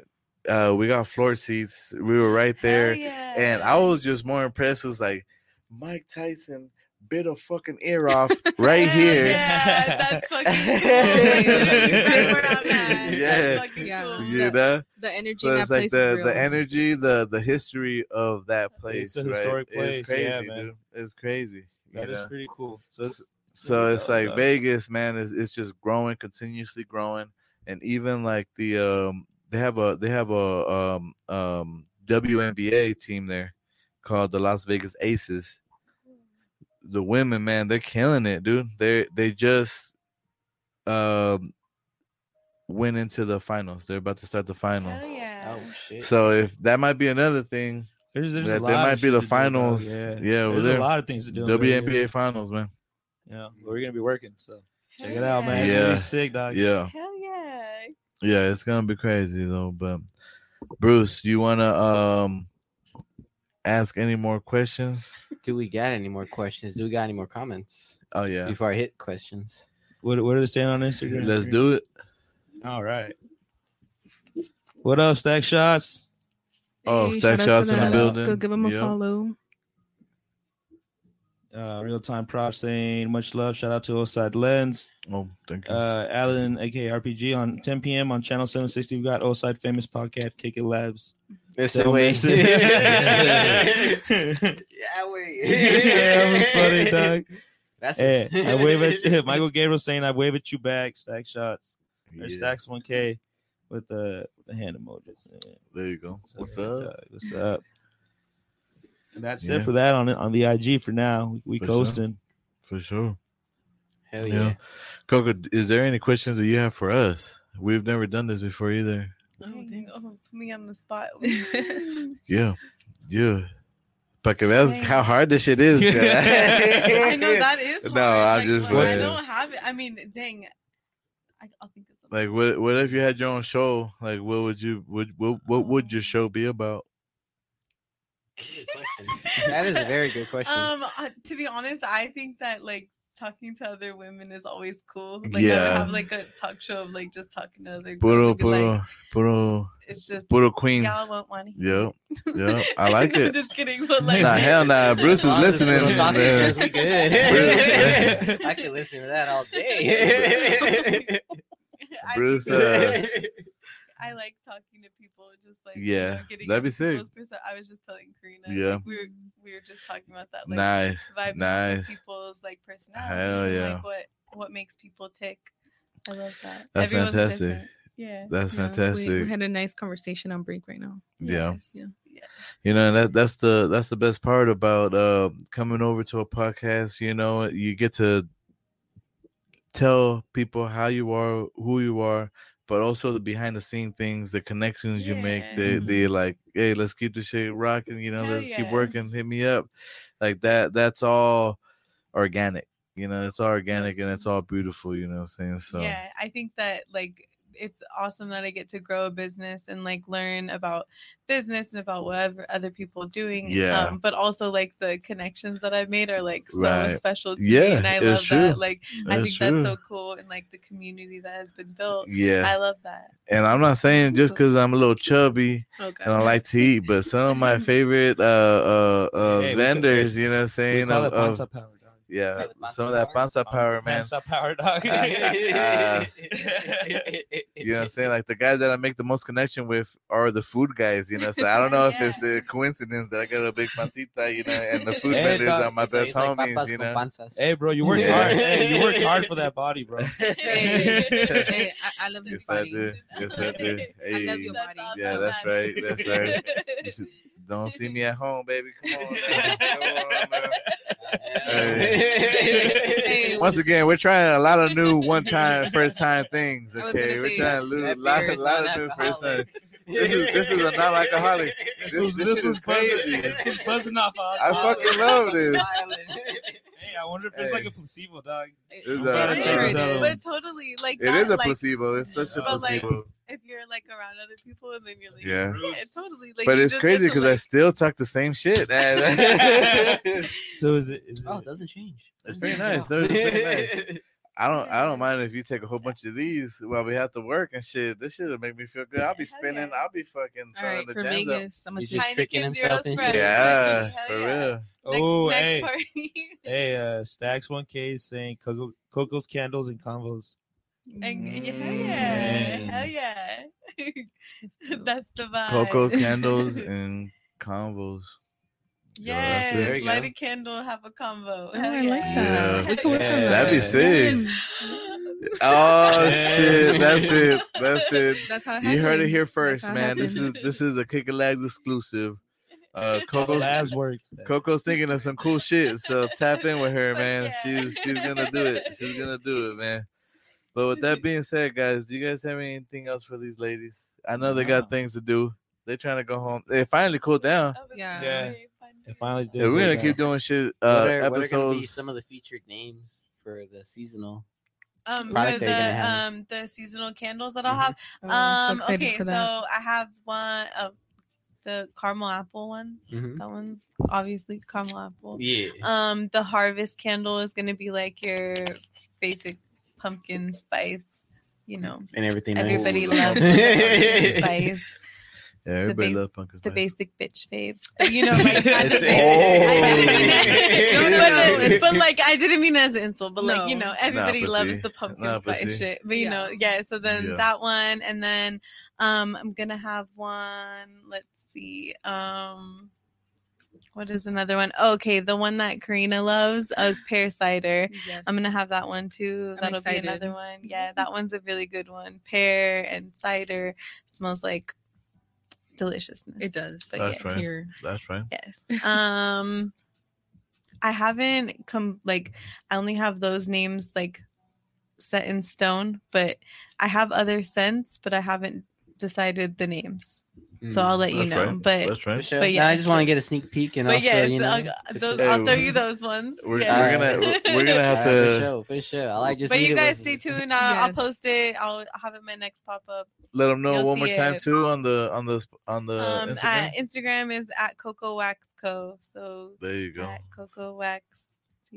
B: Uh, we got floor seats. We were right there.
D: Hell yeah.
B: And I was just more impressed. It was like Mike Tyson bit a fucking ear off right
D: Hell
B: here.
D: Yeah, that's fucking cool. Right where I'm at.
B: Yeah.
D: That's fucking
C: Yeah.
D: cool.
B: You know,
C: The energy
B: so
C: in
B: it's
C: that
B: like
C: place is
B: the, the
C: real.
B: energy, the the history of that place.
F: a
B: right,
F: historic
B: It's
F: place,
B: crazy,
F: yeah, man.
B: dude. It's crazy. you
F: That is
B: know?
F: pretty cool. So it's,
B: so it's like
F: Vegas.
B: Vegas, man. Is it's just growing, continuously growing, and even like the um they have a they have a um um WNBA team there called the Las Vegas Aces. The women, man, they're killing it, dude. They they just um went into the finals. They're about to start the finals.
D: Hell yeah.
A: Oh shit.
B: So if that might be another thing,
F: There's, there's
B: that
F: a
B: they
F: lot of
B: might be
F: shit
B: the
F: to do, dog.
B: finals.
F: yeah,
B: Yeah, over
F: there's
B: there.
F: a lot of things to do. in
B: WNBA
F: Vegas.
B: finals, man.
F: Yeah, we're gonna be working. So check
D: Hell
F: it out, man.
B: Yeah.
F: Yeah, sick, dog.
B: Yeah.
D: Hell yeah.
B: Yeah, it's gonna be crazy though. But Bruce, you wanna um ask any more questions?
A: Do we got any more questions? Do we got any more comments
B: Oh yeah,
A: before I hit questions?
F: What what are they saying on Instagram?
B: let's do it.
F: All right. What up, Stack Shots?
B: Oh,
C: Hey,
B: Stack
C: shout out
B: Shots
C: to
B: in the
C: them.
B: building.
C: Go give them a
B: Yep.
C: follow.
F: Uh, Real time props saying much love. Shout out to Oside Lens.
B: Oh, thank you.
F: Uh, Alan, aka RPG, on 10 p.m. on Channel 760. We've got Oside Famous Podcast, Kick It Labs.
A: It's
F: Don't miss it. yeah, it was funny, dog.
A: That's
F: Hey, Eh, I wave at Michael Gabriel saying I wave at you back, stack shots. Or
B: Yeah,
F: stacks one K with the with the hand emojis. Yeah.
B: there you go.
F: So,
B: What's
F: yeah,
B: up?
F: dog, What's up? And that's
B: Yeah.
F: it for that on on the IG for now. We, we
B: For sure.
F: coasting.
B: For sure.
A: Hell
B: yeah.
A: Oh, yeah.
B: Coco, is there any questions that you have for us? We've never done this before either.
D: Oh, dang. Oh, put me on the spot.
B: Yeah. Yeah. But that's how hard this shit is. guys.
D: I know that is.
B: No,
D: Hard.
B: I
D: Like,
B: just
D: when I
F: playing.
D: don't have it. I mean, dang. I, I'll think of something.
B: Like what what if you had your own show? Like what would you would what, what would your show be about?
A: That is a very good question.
D: Um, uh, to be honest, I think that like talking to other women is always cool. Like I would
B: Yeah.
D: have like a talk show of like just talking to other girls
B: Puro
D: and be like,
B: puro puro
D: it's just
B: puro queens.
D: y'all won't want to
B: Yep. Yep. I like
D: I'm
B: it.
D: just kidding, but like
B: Nah, hell nah. Bruce is
A: Honestly,
B: listening.
A: we're talking
B: man.
A: because we good. I could listen to that all day.
D: I
B: Bruce,
D: think
B: uh,
D: I like talking to people, just like
B: Yeah,
D: getting
B: that'd be
D: other people's
B: sick.
D: perso- I was just telling Karina,
B: Yeah.
D: like, we were we were just talking about that, like
B: Nice.
D: vibing off
B: Nice.
D: people's like personalities,
B: Hell
D: and,
B: yeah.
D: like what what makes people tick. I love that.
B: That's fantastic.
D: different. Yeah.
B: That's
C: Yeah, we-
B: fantastic.
C: We, had a nice conversation on break right now.
B: Yeah.
D: Yes.
C: Yeah.
B: you know and that that's the that's the best part about uh coming over to a podcast you know you get to tell people how you are who you are but also the behind the scene things the connections you make the
F: Yeah.
B: the like hey let's keep this shit rocking you know
D: Mm-hmm. Hell
B: let's keep
D: yeah.
B: working hit me up like that that's all organic you know it's all organic and it's all beautiful you know what i'm saying so
D: Yeah, I think that like it's awesome that I get to grow a business and like learn about business and about whatever other people are doing. Um,
B: Yeah.
D: but also like the connections that I've made are like so
B: Right.
D: special to me.
B: Yeah,
D: And I
B: it's
D: love
B: true.
D: that. Like I
B: It's
D: think
B: true.
D: that's so cool and like the community that has been built.
B: Yeah.
D: I love that.
B: And I'm not saying just because I'm a little chubby
C: Oh,
D: Okay.
B: and I like to eat, but some of my favorite uh uh, uh
F: Hey, we call-
B: vendors, you know what I'm
F: We
B: saying?
F: call it
B: of- of-
F: Panza Power, dog.
B: yeah, some of that panza uh, power, man.
F: Panza Power, dog.
B: Uh, You know what I'm saying? Like the guys that I make the most connection with are the food guys, you know. So I don't know if it's a coincidence that I got a big pancita, you know, and the food
F: Hey,
B: vendors
F: dog.
B: are my
A: It's like-
B: best
A: it's like
B: homies,
A: papas
B: you
A: con
B: know.
A: panzas.
F: Hey, bro, you worked
B: Yeah.
F: hard. Hey, you worked hard for that body, bro.
C: Hey, I, I love your
B: Yes, I
C: body.
B: do. Yes, I do.
C: I love
B: Hey.
C: your
D: That's
C: body.
D: awesome.
B: Yeah, that's right. That's right. You should- don't see me at home, baby. Come on. man. Come on, man.
C: Hey,
B: Once again, we're trying a lot of new one time, first time things.
C: I was
B: Okay,
C: gonna
B: we're
C: say,
B: trying to lose a
A: that
B: lot,
A: beer
B: a
A: is
B: lot of
A: not
B: new first time.
A: alcoholic.
B: This is this is a non alcoholic. This, this, shit is crazy.
F: She's buzzing off. Oz.
B: I fucking love this.
F: Hey, I wonder if it's
B: Hey.
F: like a placebo, dog.
B: This is
F: I'm about
B: a,
F: to
D: But-
F: check this out.
D: But totally like
B: it
D: that,
B: is a
D: like,
B: placebo. It's such a
D: but, like,
B: placebo.
D: if you're like around other people and then you're like
B: Yeah.
D: it's totally like
B: but
D: you
B: it's
D: just
B: crazy
D: get to,
B: because I
D: like,
B: still talk the same shit. it's
F: So is it? Is it
A: Oh, it doesn't change.
B: pretty nice. though. It's pretty nice. Uh, I don't I don't mind if you take a whole bunch of these while we have to work and shit. This shit'll make me feel good. I'll be
D: Hell
B: spinning,
D: yeah.
B: I'll be fucking
C: All
B: throwing
C: right,
B: the
C: for
B: jams up.
C: Vegas, I'm gonna
A: You
C: just
A: just
D: Heineken
A: tricking
D: Zero
A: himself and
D: Spread.
A: shit.
B: Yeah,
D: Hell
B: for
D: yeah.
B: real.
D: next,
F: Oh,
D: next
F: hey.
D: party
F: Hey, uh, Stacks 1K is saying Coco, Coco's candles and combos.
D: and, yeah,
B: Mm.
D: hell yeah hell yeah that's the vibe
B: Cocoa candles and combos.
D: yes
B: There
A: you
D: light
A: go.
D: a candle have a combo
C: Oh,
D: Hell
C: I like
D: yeah.
C: that.
B: Yeah.
C: We can work on
F: Yeah.
C: that.
B: That'd be sick. Oh shit. That's it. That's it.
C: That's how it
B: You heard it
C: happens.
B: here
C: That's
B: first,
C: how it
B: man. This is
C: happens.
B: this is a Kick It Lags exclusive. Uh
F: Coco
B: Coco's
F: Labs works.
B: Coco's thinking of some cool shit, so tap in with her,
D: Fuck
B: man.
D: yeah.
B: She's she's gonna do it. She's gonna do it, man. But with that being said, guys, do you guys have anything else for these ladies? I know they
F: No.
B: got things to do. They're trying to go home. They finally cooled down.
D: That was
C: Yeah.
F: Yeah.
D: very fun.
F: It finally did.
B: Yeah, we're gonna
F: work
B: keep
F: out.
B: doing shit uh,
A: what are, what are gonna be
B: episodes.
A: some of the featured names for the seasonal?
D: um with
A: product that you're gonna
D: the
A: have.
D: um the seasonal candles that I'll
A: Mhm.
D: have
C: Oh, I'm so
D: Um,
C: excited
D: okay,
C: for
D: so
C: that.
D: I have one of the caramel apple one.
B: Mm-hmm.
D: That one, obviously, caramel apple.
A: Yeah.
D: Um, the harvest candle is going to be like your basic pumpkin spice. You know,
A: and everything. Mm.
D: everybody
B: Ooh.
D: loves pumpkin spice,
B: Yeah, everybody
D: ba-
B: loves pumpkin
D: the
B: spice.
D: basic bitch faves. But you know, like, not just
F: Oh.
B: Oh.
D: I didn't mean it- but, but, like I didn't mean it as an insult, but like you
C: No.
D: know, everybody
B: pussy.
D: loves the pumpkin
B: Nah,
D: spice
B: pussy.
D: shit. But you
C: Yeah.
D: know, yeah. So then
B: Yeah.
D: that one, and then um, I'm gonna have one. Let's see. Um, what is another one? okay, the one that Karina loves uh, is pear cider.
C: Yes.
D: I'm gonna have that one too.
C: I'm
D: That'll
C: excited.
D: be another one. Yeah, that one's a really good one. Pear and cider smells like deliciousness.
C: It does.
D: But
B: That's
D: yeah.
B: right.
C: Here.
B: That's right.
D: Yes. Um I haven't come like I only have those names like set in stone, but I have other scents, but I haven't decided the names. So I'll let you
B: Hmm, That's
D: know.
B: right.
D: But
B: That's right.
A: Michelle,
D: But
A: yeah, I
D: yeah.
A: just want to get a sneak peek and
D: but
A: also,
D: yes,
A: you know,
D: I'll, those,
B: Hey,
D: I'll throw
B: we-
D: you those ones.
B: We're,
D: Yes.
B: we're gonna we're- we're gonna have
A: Alright,
B: to
A: for sure, for sure. I like just.
D: but
A: need
D: you
A: it
D: guys
A: with-
D: stay tuned. I'll, I'll
C: Yes.
D: post it. I'll, I'll have it in my next pop up.
B: let them know
D: You'll
B: one more
D: see
B: time
D: it.
B: too on the on the on the
D: um,
B: Instagram.
D: At Instagram is at Coco Wax Co. So
B: there you go.
D: at Coco Wax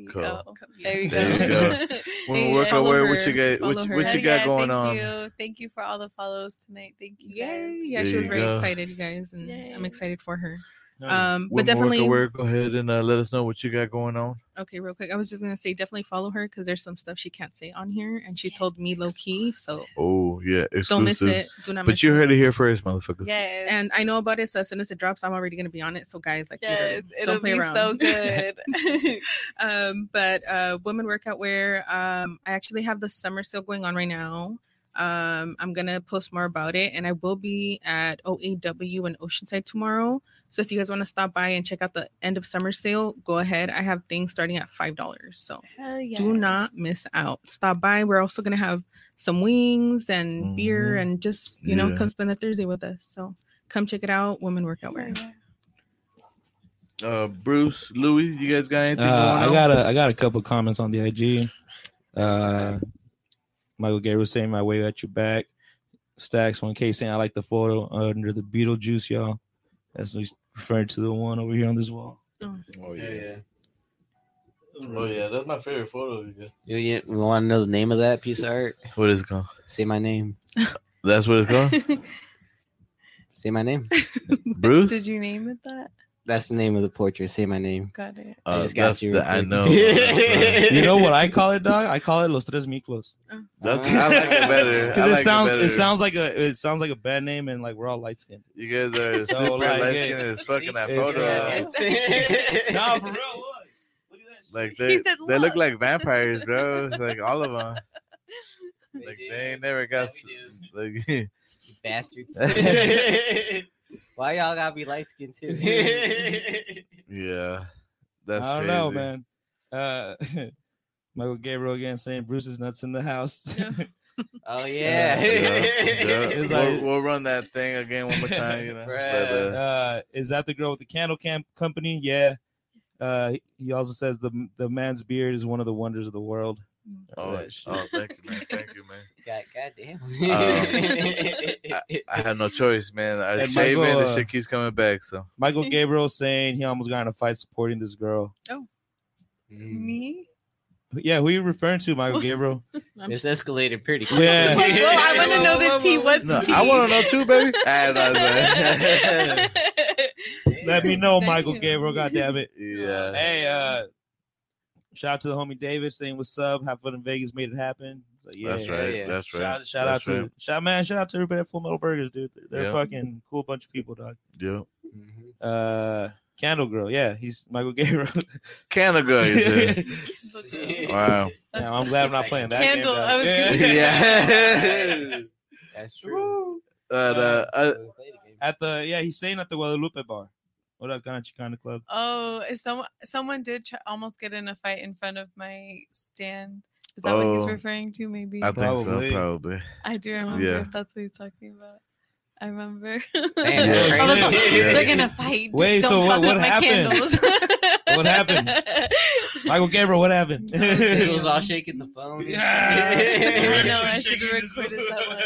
D: Co.
B: Co.
D: There you go.
B: There you When we
D: Hey,
B: work our
D: follow
B: way, what you
C: her.
B: got? What,
C: Follow
B: you- what
C: her.
B: you
D: Hell
B: got
D: yeah,
B: going
D: thank
B: on?
D: You. Thank you for all the follows tonight. Thank you.
C: Yay!
D: guys.
C: Yeah, she
B: There
C: was
B: you
C: very
B: go.
C: excited, you guys, and
D: Yay.
C: I'm excited for her.
F: No,
C: Um,
B: When
C: but
B: we work our
C: definitely,
B: way, go ahead and uh, let us know what you got going on.
C: okay, real quick, I was just gonna say definitely follow her because there's some stuff she can't say on here, and she told me low key, so
B: Oh yeah, exclusive.
C: don't miss it. Do not.
B: But
C: miss
B: you
C: it.
B: heard it here first, motherfuckers.
D: Yes.
C: and I know about it. So as soon as it drops, I'm already gonna be on it. So guys, like,
D: yes,
C: yes,
D: it'll
C: don't play
D: be
C: around.
D: so good.
C: um, but uh, women workout wear. Um, I actually have the summer sale going on right now. Um, I'm gonna post more about it, and I will be at OAW in Oceanside tomorrow. So if you guys want to stop by and check out the end of summer sale, go ahead. I have things starting at five dollars. So
D: Hell yes.
C: do not miss out. Stop by. We're also gonna have some wings and beer
B: Mhm.
C: and just you know
B: Yeah.
C: come spend the Thursday with us. So come check it out, Women Workout Wear.
B: Uh, Bruce, Louis, you guys got anything
F: Uh,
B: going
F: I
B: on?
F: got a I got a couple comments on the IG. Uh, Michael Gary was saying my way at your back. Stacks 1K saying I like the photo under the Beetlejuice, y'all. That's he's referring to the one over here on this wall.
B: Oh
A: yeah. yeah.
B: Oh yeah, that's my favorite photo. of you.
A: You, you want to know the name of that piece of art?
B: What is it called?
A: Say my name.
B: That's what it's called.
A: Say my name.
B: Bruce.
D: Did you name it that?
A: That's the name of the portrait. Say my name.
D: Got it.
A: I
B: Uh,
A: just got
B: that's
A: you.
B: the- I know.
F: you know what I call it, dog? I call it Los Tres Miclos.
B: That's, I like it better. I
F: Because
B: like
F: it sounds it,
B: it, better.
F: sounds like a it sounds like a bad name and like we're all light skinned.
B: You guys are
F: So,
B: super
F: like,
B: light
F: it-
B: skinned as fuck in that
F: it's,
B: photo.
F: uh, no, for real. Look. Look at
B: like
D: He
B: they,
D: said,
B: they
D: "Look."
B: look like vampires, bro. Like all of them. Like they ain't never got. s- Like
A: Bastards. Why y'all gotta be light skinned too?
B: yeah,
F: that.
B: that's.
F: I don't
B: crazy.
F: know, man. Uh, Michael Gabriel again saying Bruce is nuts in the house.
A: oh
F: Yeah,
B: Yeah,
A: yeah.
F: It's
B: We'll,
F: like-
B: we'll run that thing again one more time. You know, but, uh,
F: uh, is that the girl with the candle camp company? Yeah. Uh, he also says the the man's beard is one of the wonders of the world.
B: oh,
F: That shit.
B: oh, thank you, man. Thank you, man.
A: God, goddamn.
B: I have no choice, man. I
F: And
B: shave
F: Michael,
B: and
F: uh,
B: the shit keeps coming back. So
F: Michael Gabriel saying he almost got in a fight supporting this girl.
A: Mm.
D: Me?
F: Yeah, who are you referring to, Michael Gabriel?
A: this escalated pretty quick.
F: Yeah.
D: It's like, whoa, I want to
C: Whoa,
D: know
C: whoa,
D: the
C: whoa,
D: tea.
C: whoa.
D: What's
B: no,
D: tea?
B: I want to know too, baby. I know, man.
F: Let me know,
C: Thank
F: Michael
C: you.
F: Gabriel. God damn it.
B: yeah.
F: Hey, uh, shout out to the homie David saying what's up. Have fun in Vegas, made it happen. So, yeah,
B: That's right.
A: yeah.
B: That's right.
F: Shout, shout
B: That's
F: out to
B: right.
F: shout man, shout out to everybody at Full Metal Burgers, dude. They're, they're
B: Yeah.
F: fucking cool bunch of people, dog.
B: Yeah.
A: Mhm.
F: Uh, Candle Girl, yeah, he's Michael Gabriel.
B: Canada girl, you said.
F: Damn,
B: Wow.
F: I'm glad I'm not playing that.
D: Candle,
F: game, dog.
D: I was gonna
F: Yeah.
D: say.
B: yeah.
A: That's true.
B: But uh, uh,
A: So we played a game.
F: At the yeah, he's staying at the Guadalupe bar. What up, Ghana Chicana Club?
D: Oh, is someone someone did tr- almost get in a fight in front of my stand? Is that what he's
B: Oh.
D: referring to? Maybe
B: I
D: I,
B: think
F: Probably.
B: so. Probably.
D: do remember
B: Yeah.
D: if that's what he's talking about. I remember.
A: Damn,
B: Yeah.
A: that's
D: I was like,
A: crazy.
B: Yeah.
D: They're gonna fight. Just
F: Wait, so
D: don't
F: what-
D: fuck with
F: what
D: my
F: happened?
D: candles."
F: What happened? Michael Gabriel, what happened?
A: It was all shaking the phone.
D: I know, I should have recorded that one.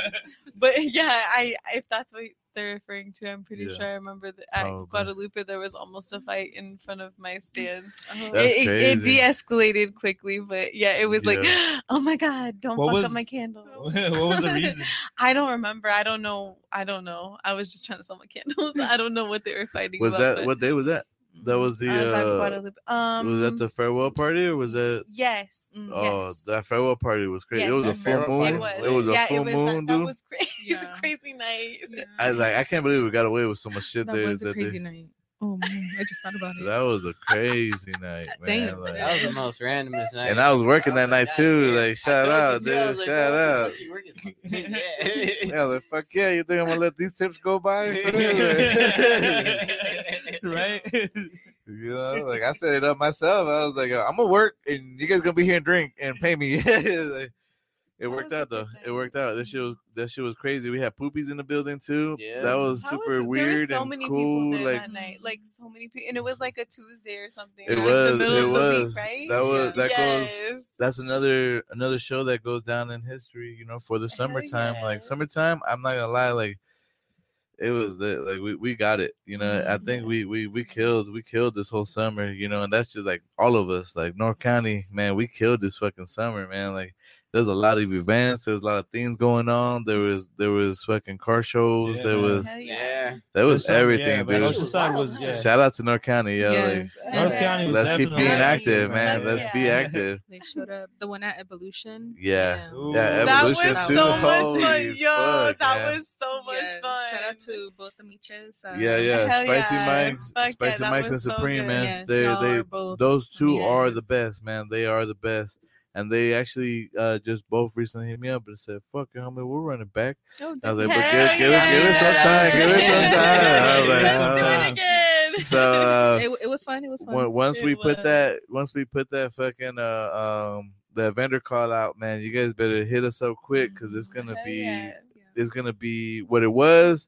D: But yeah, I if that's what they're referring to, I'm pretty
B: Yeah. Oh,
D: sure I remember that at
B: Probably.
D: Guadalupe there was almost a fight in front of my stand.
C: Uh-huh.
B: That's
D: it, it, it
B: crazy.
D: de-escalated quickly, but yeah, it was like, oh my god, don't
F: What
D: fuck up
F: was-
D: my candles.
F: what was the reason?
D: I don't remember. I don't know. I don't know. I was just trying to sell my candles. I don't know what they were fighting
B: Was
D: about.
B: that
D: but-
B: what day was that? That was the.
D: I was at
B: Uh,
D: Guadalupe. Um,
B: was that the farewell party or was that?
D: Yes. mm,
B: Oh,
D: yes.
B: that farewell party was crazy.
D: Yes.
B: It was a
A: That
B: full
A: farewell
B: moon.
A: party
D: It was.
B: It was a
D: yeah,
B: full
D: it was uh,
B: moon,
D: that,
B: dude.
D: that was crazy.
C: Yeah.
D: crazy night.
B: I was like, I can't believe we got away with so much shit
C: that
B: there
C: was a
B: that day.
C: crazy night. Oh man, I just thought about it.
B: That was a crazy night, man.
C: Damn.
B: Like,
A: That was the most randomest night.
B: and I was working that
A: was like,
B: night too.
A: "God damn."
B: Like, shout
A: I
B: out,
A: told you,
B: dude.
A: I was like,
B: shout
A: "Bro,
B: out.
A: what the fuck you working for?"
B: Yeah, I was like, fuck yeah. You think I'm gonna let these tips go by?
A: Yeah.
F: Right?
B: you know, like I set it up myself. I was like, I'm gonna work, and you guys gonna be here and drink and pay me. Like, it worked
D: was a
B: out though.
D: good
B: It
D: night.
B: worked out. That shit was that shit was crazy. We had poopies in the building too.
A: Yeah.
B: That was
D: That
B: super
D: was- there were
B: weird
D: so
B: and
D: many
B: cool.
D: People there
B: Like
D: that night, like so many people, and it was like a Tuesday or something.
B: it
D: like
B: was,
D: The middle
B: it
D: of The
B: was.
D: week, right?
B: That was that goes.
D: yes.
B: that's another another show that goes down in history you know for the
D: Hell
B: summertime like
D: yes.
B: summertime i'm not gonna lie like it was the like we, we got it you know i think we we we killed we killed this whole summer you know and that's just like all of us like north county man we killed this fucking summer man like there's a lot of events there's a lot of things going on there was there was fucking car shows
F: Yeah,
B: there
F: man.
B: was
D: Hell
A: Yeah.
B: there was
F: Some- yeah,
B: everything
F: but
B: dude
F: Oceanside was,
A: Yeah.
F: yeah.
B: shout out to north county yeah like
C: Yes.
D: North
F: North
D: Yeah.
F: County was
B: let's keep
F: definitely
B: being
D: Hell
B: active
D: yeah.
B: man let's be
D: Yeah.
B: active
C: They showed up. The one at Evolution.
B: Yeah.
F: Ooh.
B: Yeah,
D: That was
B: Evolution too.
D: so much
B: Holy
D: fun, yo.
B: fuck,
D: that
B: man.
D: was so much
C: Yes,
D: fun.
C: Shout out to both the Miches. uh,
B: Yeah, yeah.
D: Hell
B: Spicy
D: yeah.
B: Mike's,
D: Fuck yeah,
B: Spicy
D: that
B: Mike's, and
D: was so
B: Supreme,
D: good.
B: man.
C: Yes, y'all
B: they
C: are
B: they
C: both
B: those two are
C: yes.
B: the best, man. They are the best, and they actually uh, just both recently hit me up and said, "Fuck it, homie, we're running back."
C: Oh,
B: I was like,
C: damn.
B: "But
D: Hell
B: give, give, us, give us some time, give us some time." I was like,
F: Give us some
B: "Uh,
F: time."
D: Do it again.
B: So uh,
C: it, it was fun. It was fun.
B: when- once we
D: It
B: put
D: was.
B: that, once we put that fucking uh, um that vendor call out, man, you guys better hit us up quick because it's gonna
D: Hell
B: be
D: yeah.
B: is gonna be what it was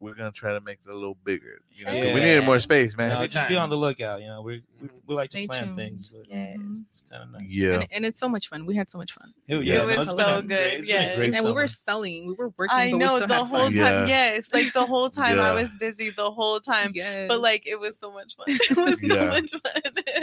B: we're gonna try to make it a little bigger. You know, 'cause
F: Yeah.
B: we needed more space, man.
F: No,
B: Every
F: just
B: time.
F: be on the lookout. You know, we we,
D: Mm-hmm.
F: we like
C: Stay
F: to plan
C: tuned.
F: things, but it's kind of nice.
B: yeah.
C: And, and it's so much fun. We had so much fun.
F: Hell yeah,
D: It was
F: no, it's
D: so
F: been a-
D: good,
F: it's been a
D: yeah.
F: great
C: and we were
F: summer.
C: selling. We were working.
D: I
C: but we
D: know
C: still
D: the
C: had
D: whole
C: fun.
B: Yeah.
D: time. Yes, like the whole time
B: Yeah.
D: I was busy the whole time.
C: Yes.
D: But like it was so much fun. It was so
B: Yeah.
D: much fun.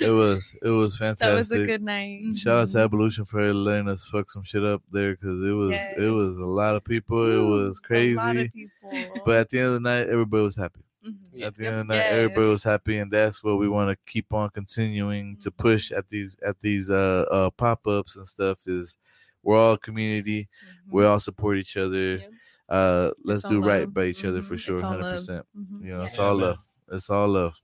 B: It was it was fantastic.
D: that was a good night.
B: Mm-hmm. Shout out to Evolution for letting us fuck some shit up there because it was it
D: Yes.
B: was a lot of people.
D: Ooh,
B: it was
D: A lot
B: crazy,
D: of people.
B: but at the end of the night, everybody was happy.
C: Mhm.
B: At the end of the night, everybody was
D: Yes. Mm-hmm.
B: happy, and that's what we want to keep on continuing to push at these at these uh, uh pop ups and stuff. Is we're all a community,
C: Mm-hmm.
B: we
D: Mm-hmm.
B: all support each other.
C: Yeah.
B: Uh, let's
C: all
B: do right
C: love.
B: by each
D: Mm-hmm.
B: other for
C: Mhm.
B: sure,
C: It's all love.
B: hundred percent.
C: Mhm.
B: You know, it's
F: Yeah,
B: all
F: man.
B: love. It's all love.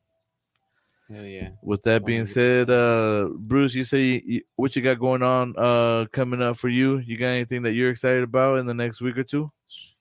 A: Hell yeah.
B: With that being said, uh, Bruce, you say you, you- what you got going on uh, coming up for you? You got anything that you're excited about in the next week or two?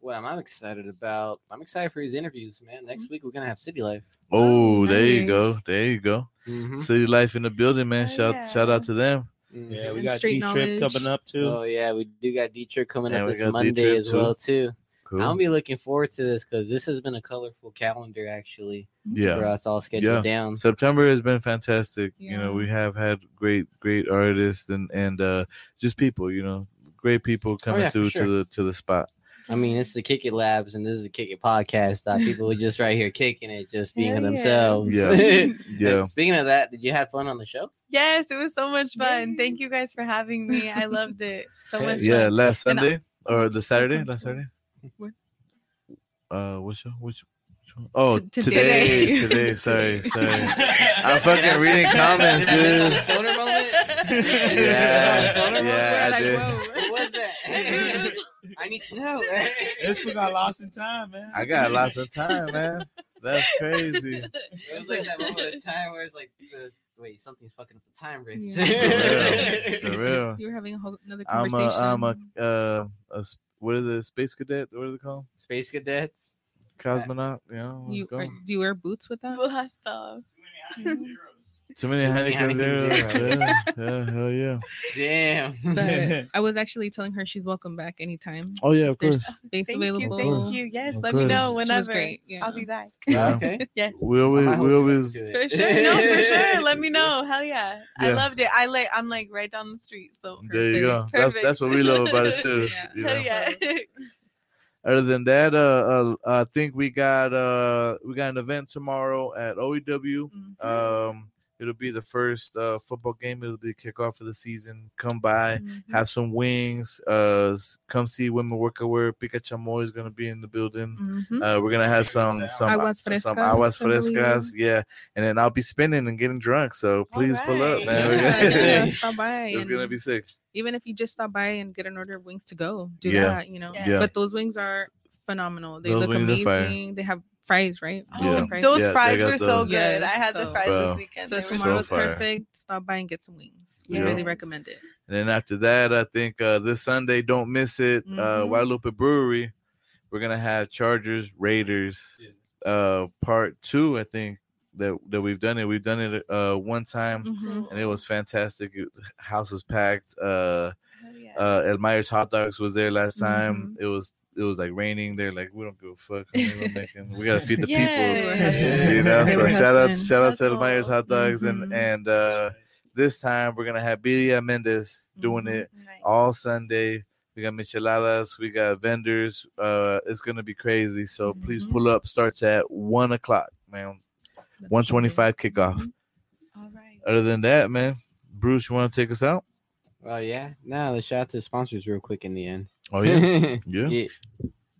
A: What am I excited about? I'm excited for these interviews, man. Next week we're gonna have City Life.
B: Oh,
D: Oh,
B: there you go,
D: nice.
B: there you go.
A: Mm-hmm.
B: City life in the building, man.
D: Oh,
B: shout shout out
D: yeah.
B: to them.
F: Yeah, we
C: And
F: got
C: street
F: D trip
C: knowledge.
F: coming up too.
A: Oh yeah, we do got Detroit coming
B: And
A: up
B: we
A: this
B: got
A: Monday
B: D-Trip
A: as
B: too.
A: well too.
B: Cool.
A: I'm be looking forward to this because this has been a colorful calendar actually.
B: yeah.
A: where it's all scheduled
B: Yeah.
A: down.
B: September has been fantastic. You
C: Yeah.
B: know, we have had great, great artists and and uh, just people. You know, great people coming
A: Oh, yeah, for
B: through
A: sure.
B: to the to the spot.
A: I mean, it's the Kick It Labs, and this is the Kick It Podcast. That people are just right here kicking it, just being
D: Hell yeah.
A: themselves.
B: Yeah. Yeah,
A: And Speaking of that, did you have fun on the show?
D: Yes, it was so much fun.
C: Yay.
D: Thank you guys for having me. I loved it so much.
B: yeah.
D: fun.
B: Last
D: And I-
B: Sunday or the Saturday? Last Saturday.
C: What?
B: Uh, what show? Which? which one? Oh,
C: T-
B: today,
C: today.
B: today. Sorry, sorry.
F: I
B: I'm fucking reading comments,
A: Did I miss on the
B: dude.
A: stoner moment?
B: Yeah,
A: Did I miss on the stoner
B: yeah, I did.
A: moment? What was that? I need to know.
F: This one got lost in time, man.
B: I got lots of time, man. That's crazy.
A: It was like that moment of time where it's like, the, wait, something's fucking up the time rift.
C: Yeah.
B: For real.
C: You were having a whole another
B: I'm
C: conversation.
B: a, I'm a, uh, a s- what are the space cadet? What are they called?
A: Space cadets.
B: Cosmonaut. Yeah. let's
C: You
B: go.
C: are, do you wear boots with that?
D: Blast off.
B: Too many
A: Too many
B: Heineken
A: Heineken
B: zeros.
A: zeros.
B: yeah, yeah, hell yeah.
A: Damn.
C: But I was actually telling her she's welcome back anytime.
B: Oh yeah, of
C: There's
B: course.
C: space
D: Thank
C: available.
D: you. Thank you. Yes,
B: Of
D: let me
B: course.
D: know
C: She was
D: whenever.
C: great, yeah.
D: I'll be back.
B: Yeah.
A: Okay.
D: Yes.
B: We always, we always.
D: For sure. No, for sure. Let me know. Hell yeah. I
B: Yeah.
D: loved it. I like I'm like right down the street. So
B: There you go.
D: Perfect,
B: That's that's what we love about it too.
C: Yeah.
B: you
D: hell
B: know.
D: yeah.
B: Other than that, uh, uh, I think we got uh, we got an event tomorrow at OEW.
C: Mhm.
B: Um, it'll be the first uh, football game. It'll be the kickoff of the season. Come by.
C: Mhm.
B: have some wings. Uh, s- come see women work aware. Pika Chamoy is gonna be in the building.
C: Mhm.
B: Uh, we're gonna have some some
C: Aguas
B: some
C: frescas,
B: aguas
C: I believe.
B: frescas, yeah. And then I'll be spinning and getting drunk. So please pull up,
D: Alright.
B: man. We're
C: Yeah,
B: gonna-
C: yeah, stop by.
B: it's
C: and
B: gonna be sick.
C: even if you just stop by and get an order of wings to go, do
B: Yeah.
C: that. You know.
D: Yeah.
B: Yeah.
C: But those wings are phenomenal. They
B: Those
C: look
B: wings are fire.
C: amazing. They have fries, right?
B: Yeah.
C: Some fries.
D: Oh, Those
B: Yeah, they
D: fries
B: got
D: were so
C: the-
D: good. I had the
C: Yes,
D: fries
B: so-
D: this weekend.
C: So
D: They were
C: tomorrow's
B: so fire.
C: perfect. Stop by and get some wings. We
B: Yeah.
C: really recommend it.
B: And then after that, I think uh, this Sunday, don't miss it. Uh,
C: Mhm.
B: Guadalupe Brewery, we're gonna have Chargers Raiders, uh, part two. I think that that we've done it. We've done it uh one time,
C: Mhm.
B: and it was fantastic. It- House was packed. Uh,
D: Hell yeah.
B: uh El Myers Hot Dogs was there last time. It was it was like raining. They're like, we don't give a fuck. I mean, we're making- we gotta feed the
D: Yay.
B: people.
C: hustling.
B: You know,
C: They
B: so
C: were
B: shout out
C: hustling.
B: shout out to El
D: Hustle.
B: Myers Hot Dogs and
C: Mhm.
B: and uh this time we're gonna have Bilia Mendez doing
C: Mhm.
B: it
D: Nice.
B: all Sunday. We got micheladas, we got vendors. Uh it's gonna be crazy. So please
F: Mm-hmm.
C: Mhm.
B: pull up. Starts at one o'clock, man. One twenty five kickoff.
F: Mm-hmm.
D: All right.
B: Other than that, man, Bruce, you wanna take us out?
A: Well, yeah. No, let's shout out to the sponsors real quick in the end.
B: Oh yeah.
A: Yeah.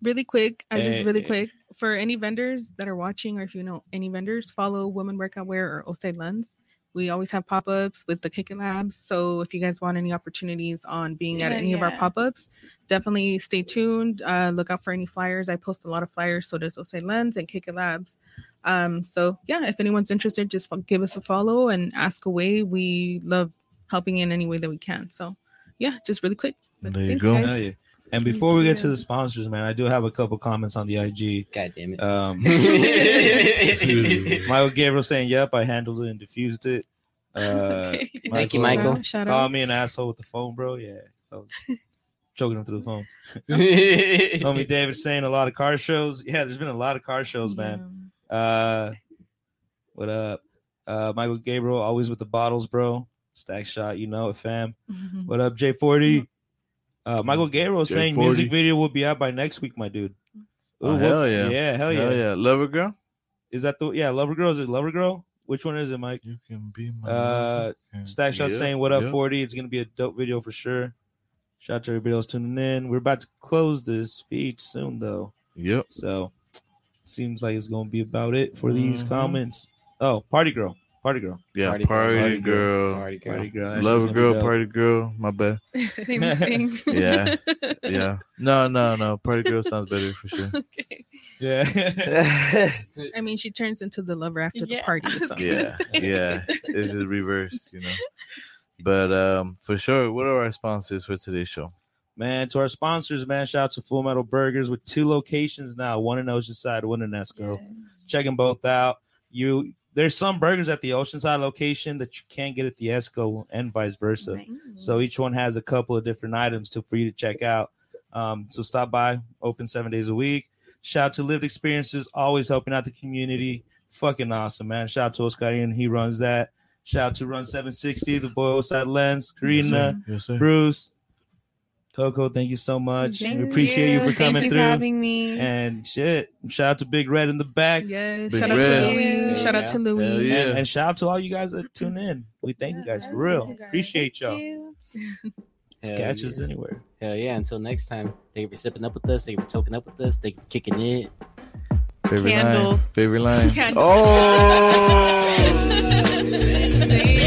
C: really quick i
F: Eh,
C: just really
F: eh.
C: quick for any vendors that are watching or if you know any vendors follow women workout wear or osai lens we always have pop-ups with the kicking labs so if you guys want any opportunities on being at
D: Yeah,
C: any of our
D: yeah.
C: pop-ups definitely stay tuned uh, look out for any flyers i post a lot of flyers so does osai lens and kicking labs um, so yeah if anyone's interested just fo- give us a follow and ask away we love helping in any way that we can so yeah just really quick But
B: There you
C: thanks,
B: go.
C: guys.
F: Hell yeah. And
C: Thank
F: before we get to
C: you.
F: the sponsors, man, I do have a couple comments on the IG.
A: God damn
B: Uh,
A: it.
F: Um,
A: Thank
F: Michael Gabriel saying, "Yep, I handled it and diffused it." Uh,
D: Okay.
A: you, Michael.
C: Shout
F: Um,
C: out.
F: Call me an asshole with the phone, bro. Yeah. Oh, choking him through the phone. Homie David saying a lot of car shows. Yeah, there's been a lot of car shows, man. Uh, what up? Uh, Michael Gabriel, always with the bottles, bro. Stack shot, you know it, fam. What up, J40? Uh, Michael Gabriel saying
B: J40.
F: music video will be out by next week, my dude.
B: Oh,
F: Ooh,
B: hell
F: what-
B: yeah.
F: Yeah, hell yeah.
B: Hell yeah. Lover Girl?
F: Is that the yeah, Lover Girl? Is it Lover Girl? Which one is it, Mike?
B: You can be my
F: uh Stack Shot
B: Yeah,
F: saying what up
B: yeah.
F: 40. It's gonna be a dope video for sure. Shout out to everybody else tuning in. We're about to close this feed soon though.
B: Yep.
F: So seems like it's gonna be about it for these
B: Mhm.
F: comments. Oh, Party Girl. Party Girl.
B: Yeah,
A: Party
B: party,
A: girl,
F: party girl,
B: girl,
A: party girl.
F: Party girl. That shit's
B: lover
F: gonna be
B: girl,
F: dope.
B: party girl. My bad.
C: Mm-hmm. Same thing.
B: Yeah, Yeah, no, no, no. Party girl sounds better for sure.
C: Okay.
F: Yeah.
C: I mean, she turns into the lover after the
D: Yeah,
C: party.
D: I was
C: so.
D: gonna
B: yeah, yeah. It's just reversed, you know. But um, for sure, what are our sponsors for today's show?
F: man, to our sponsors, man, shout out to Full Metal Burgers with two locations now, one in Oceanside, one in Esco. Check them both out. You there's some burgers at the Oceanside location that you can't get at the Esco and vice versa.
D: Mm.
F: So each one has a couple of different items to for you to check out. Um, so stop by, open seven days a week. Shout out to Lived Experiences, always helping out the community. Fucking awesome, man. Shout out to Oscar and he runs that. Shout out to Run 760, the boy Outside Lens, Karina,
B: Yes, sir.
F: Bruce, Coco, thank you so much.
D: Thank
F: we appreciate you, for
D: Thank
F: coming
D: you
F: through.
D: For having me.
F: and shit, shout out to Big Red in the back.
C: Yes.
B: Big
C: Shout out
B: Red.
C: to Louis. Shout out to
B: Hell
C: Louis.
B: yeah.
F: And, and shout out to all you guys that tune in. We thank you guys for real. Appreciate y'all.
A: Hell
F: Catch
A: yeah.
F: us anywhere.
A: Hell yeah. Until next time, thank you for sipping up with us. Thank you for toking up with us. Thank you for kicking it.
B: Favorite
D: Candle.
B: Oh, line. Favorite line.
C: Candle.
B: Oh.
D: Thank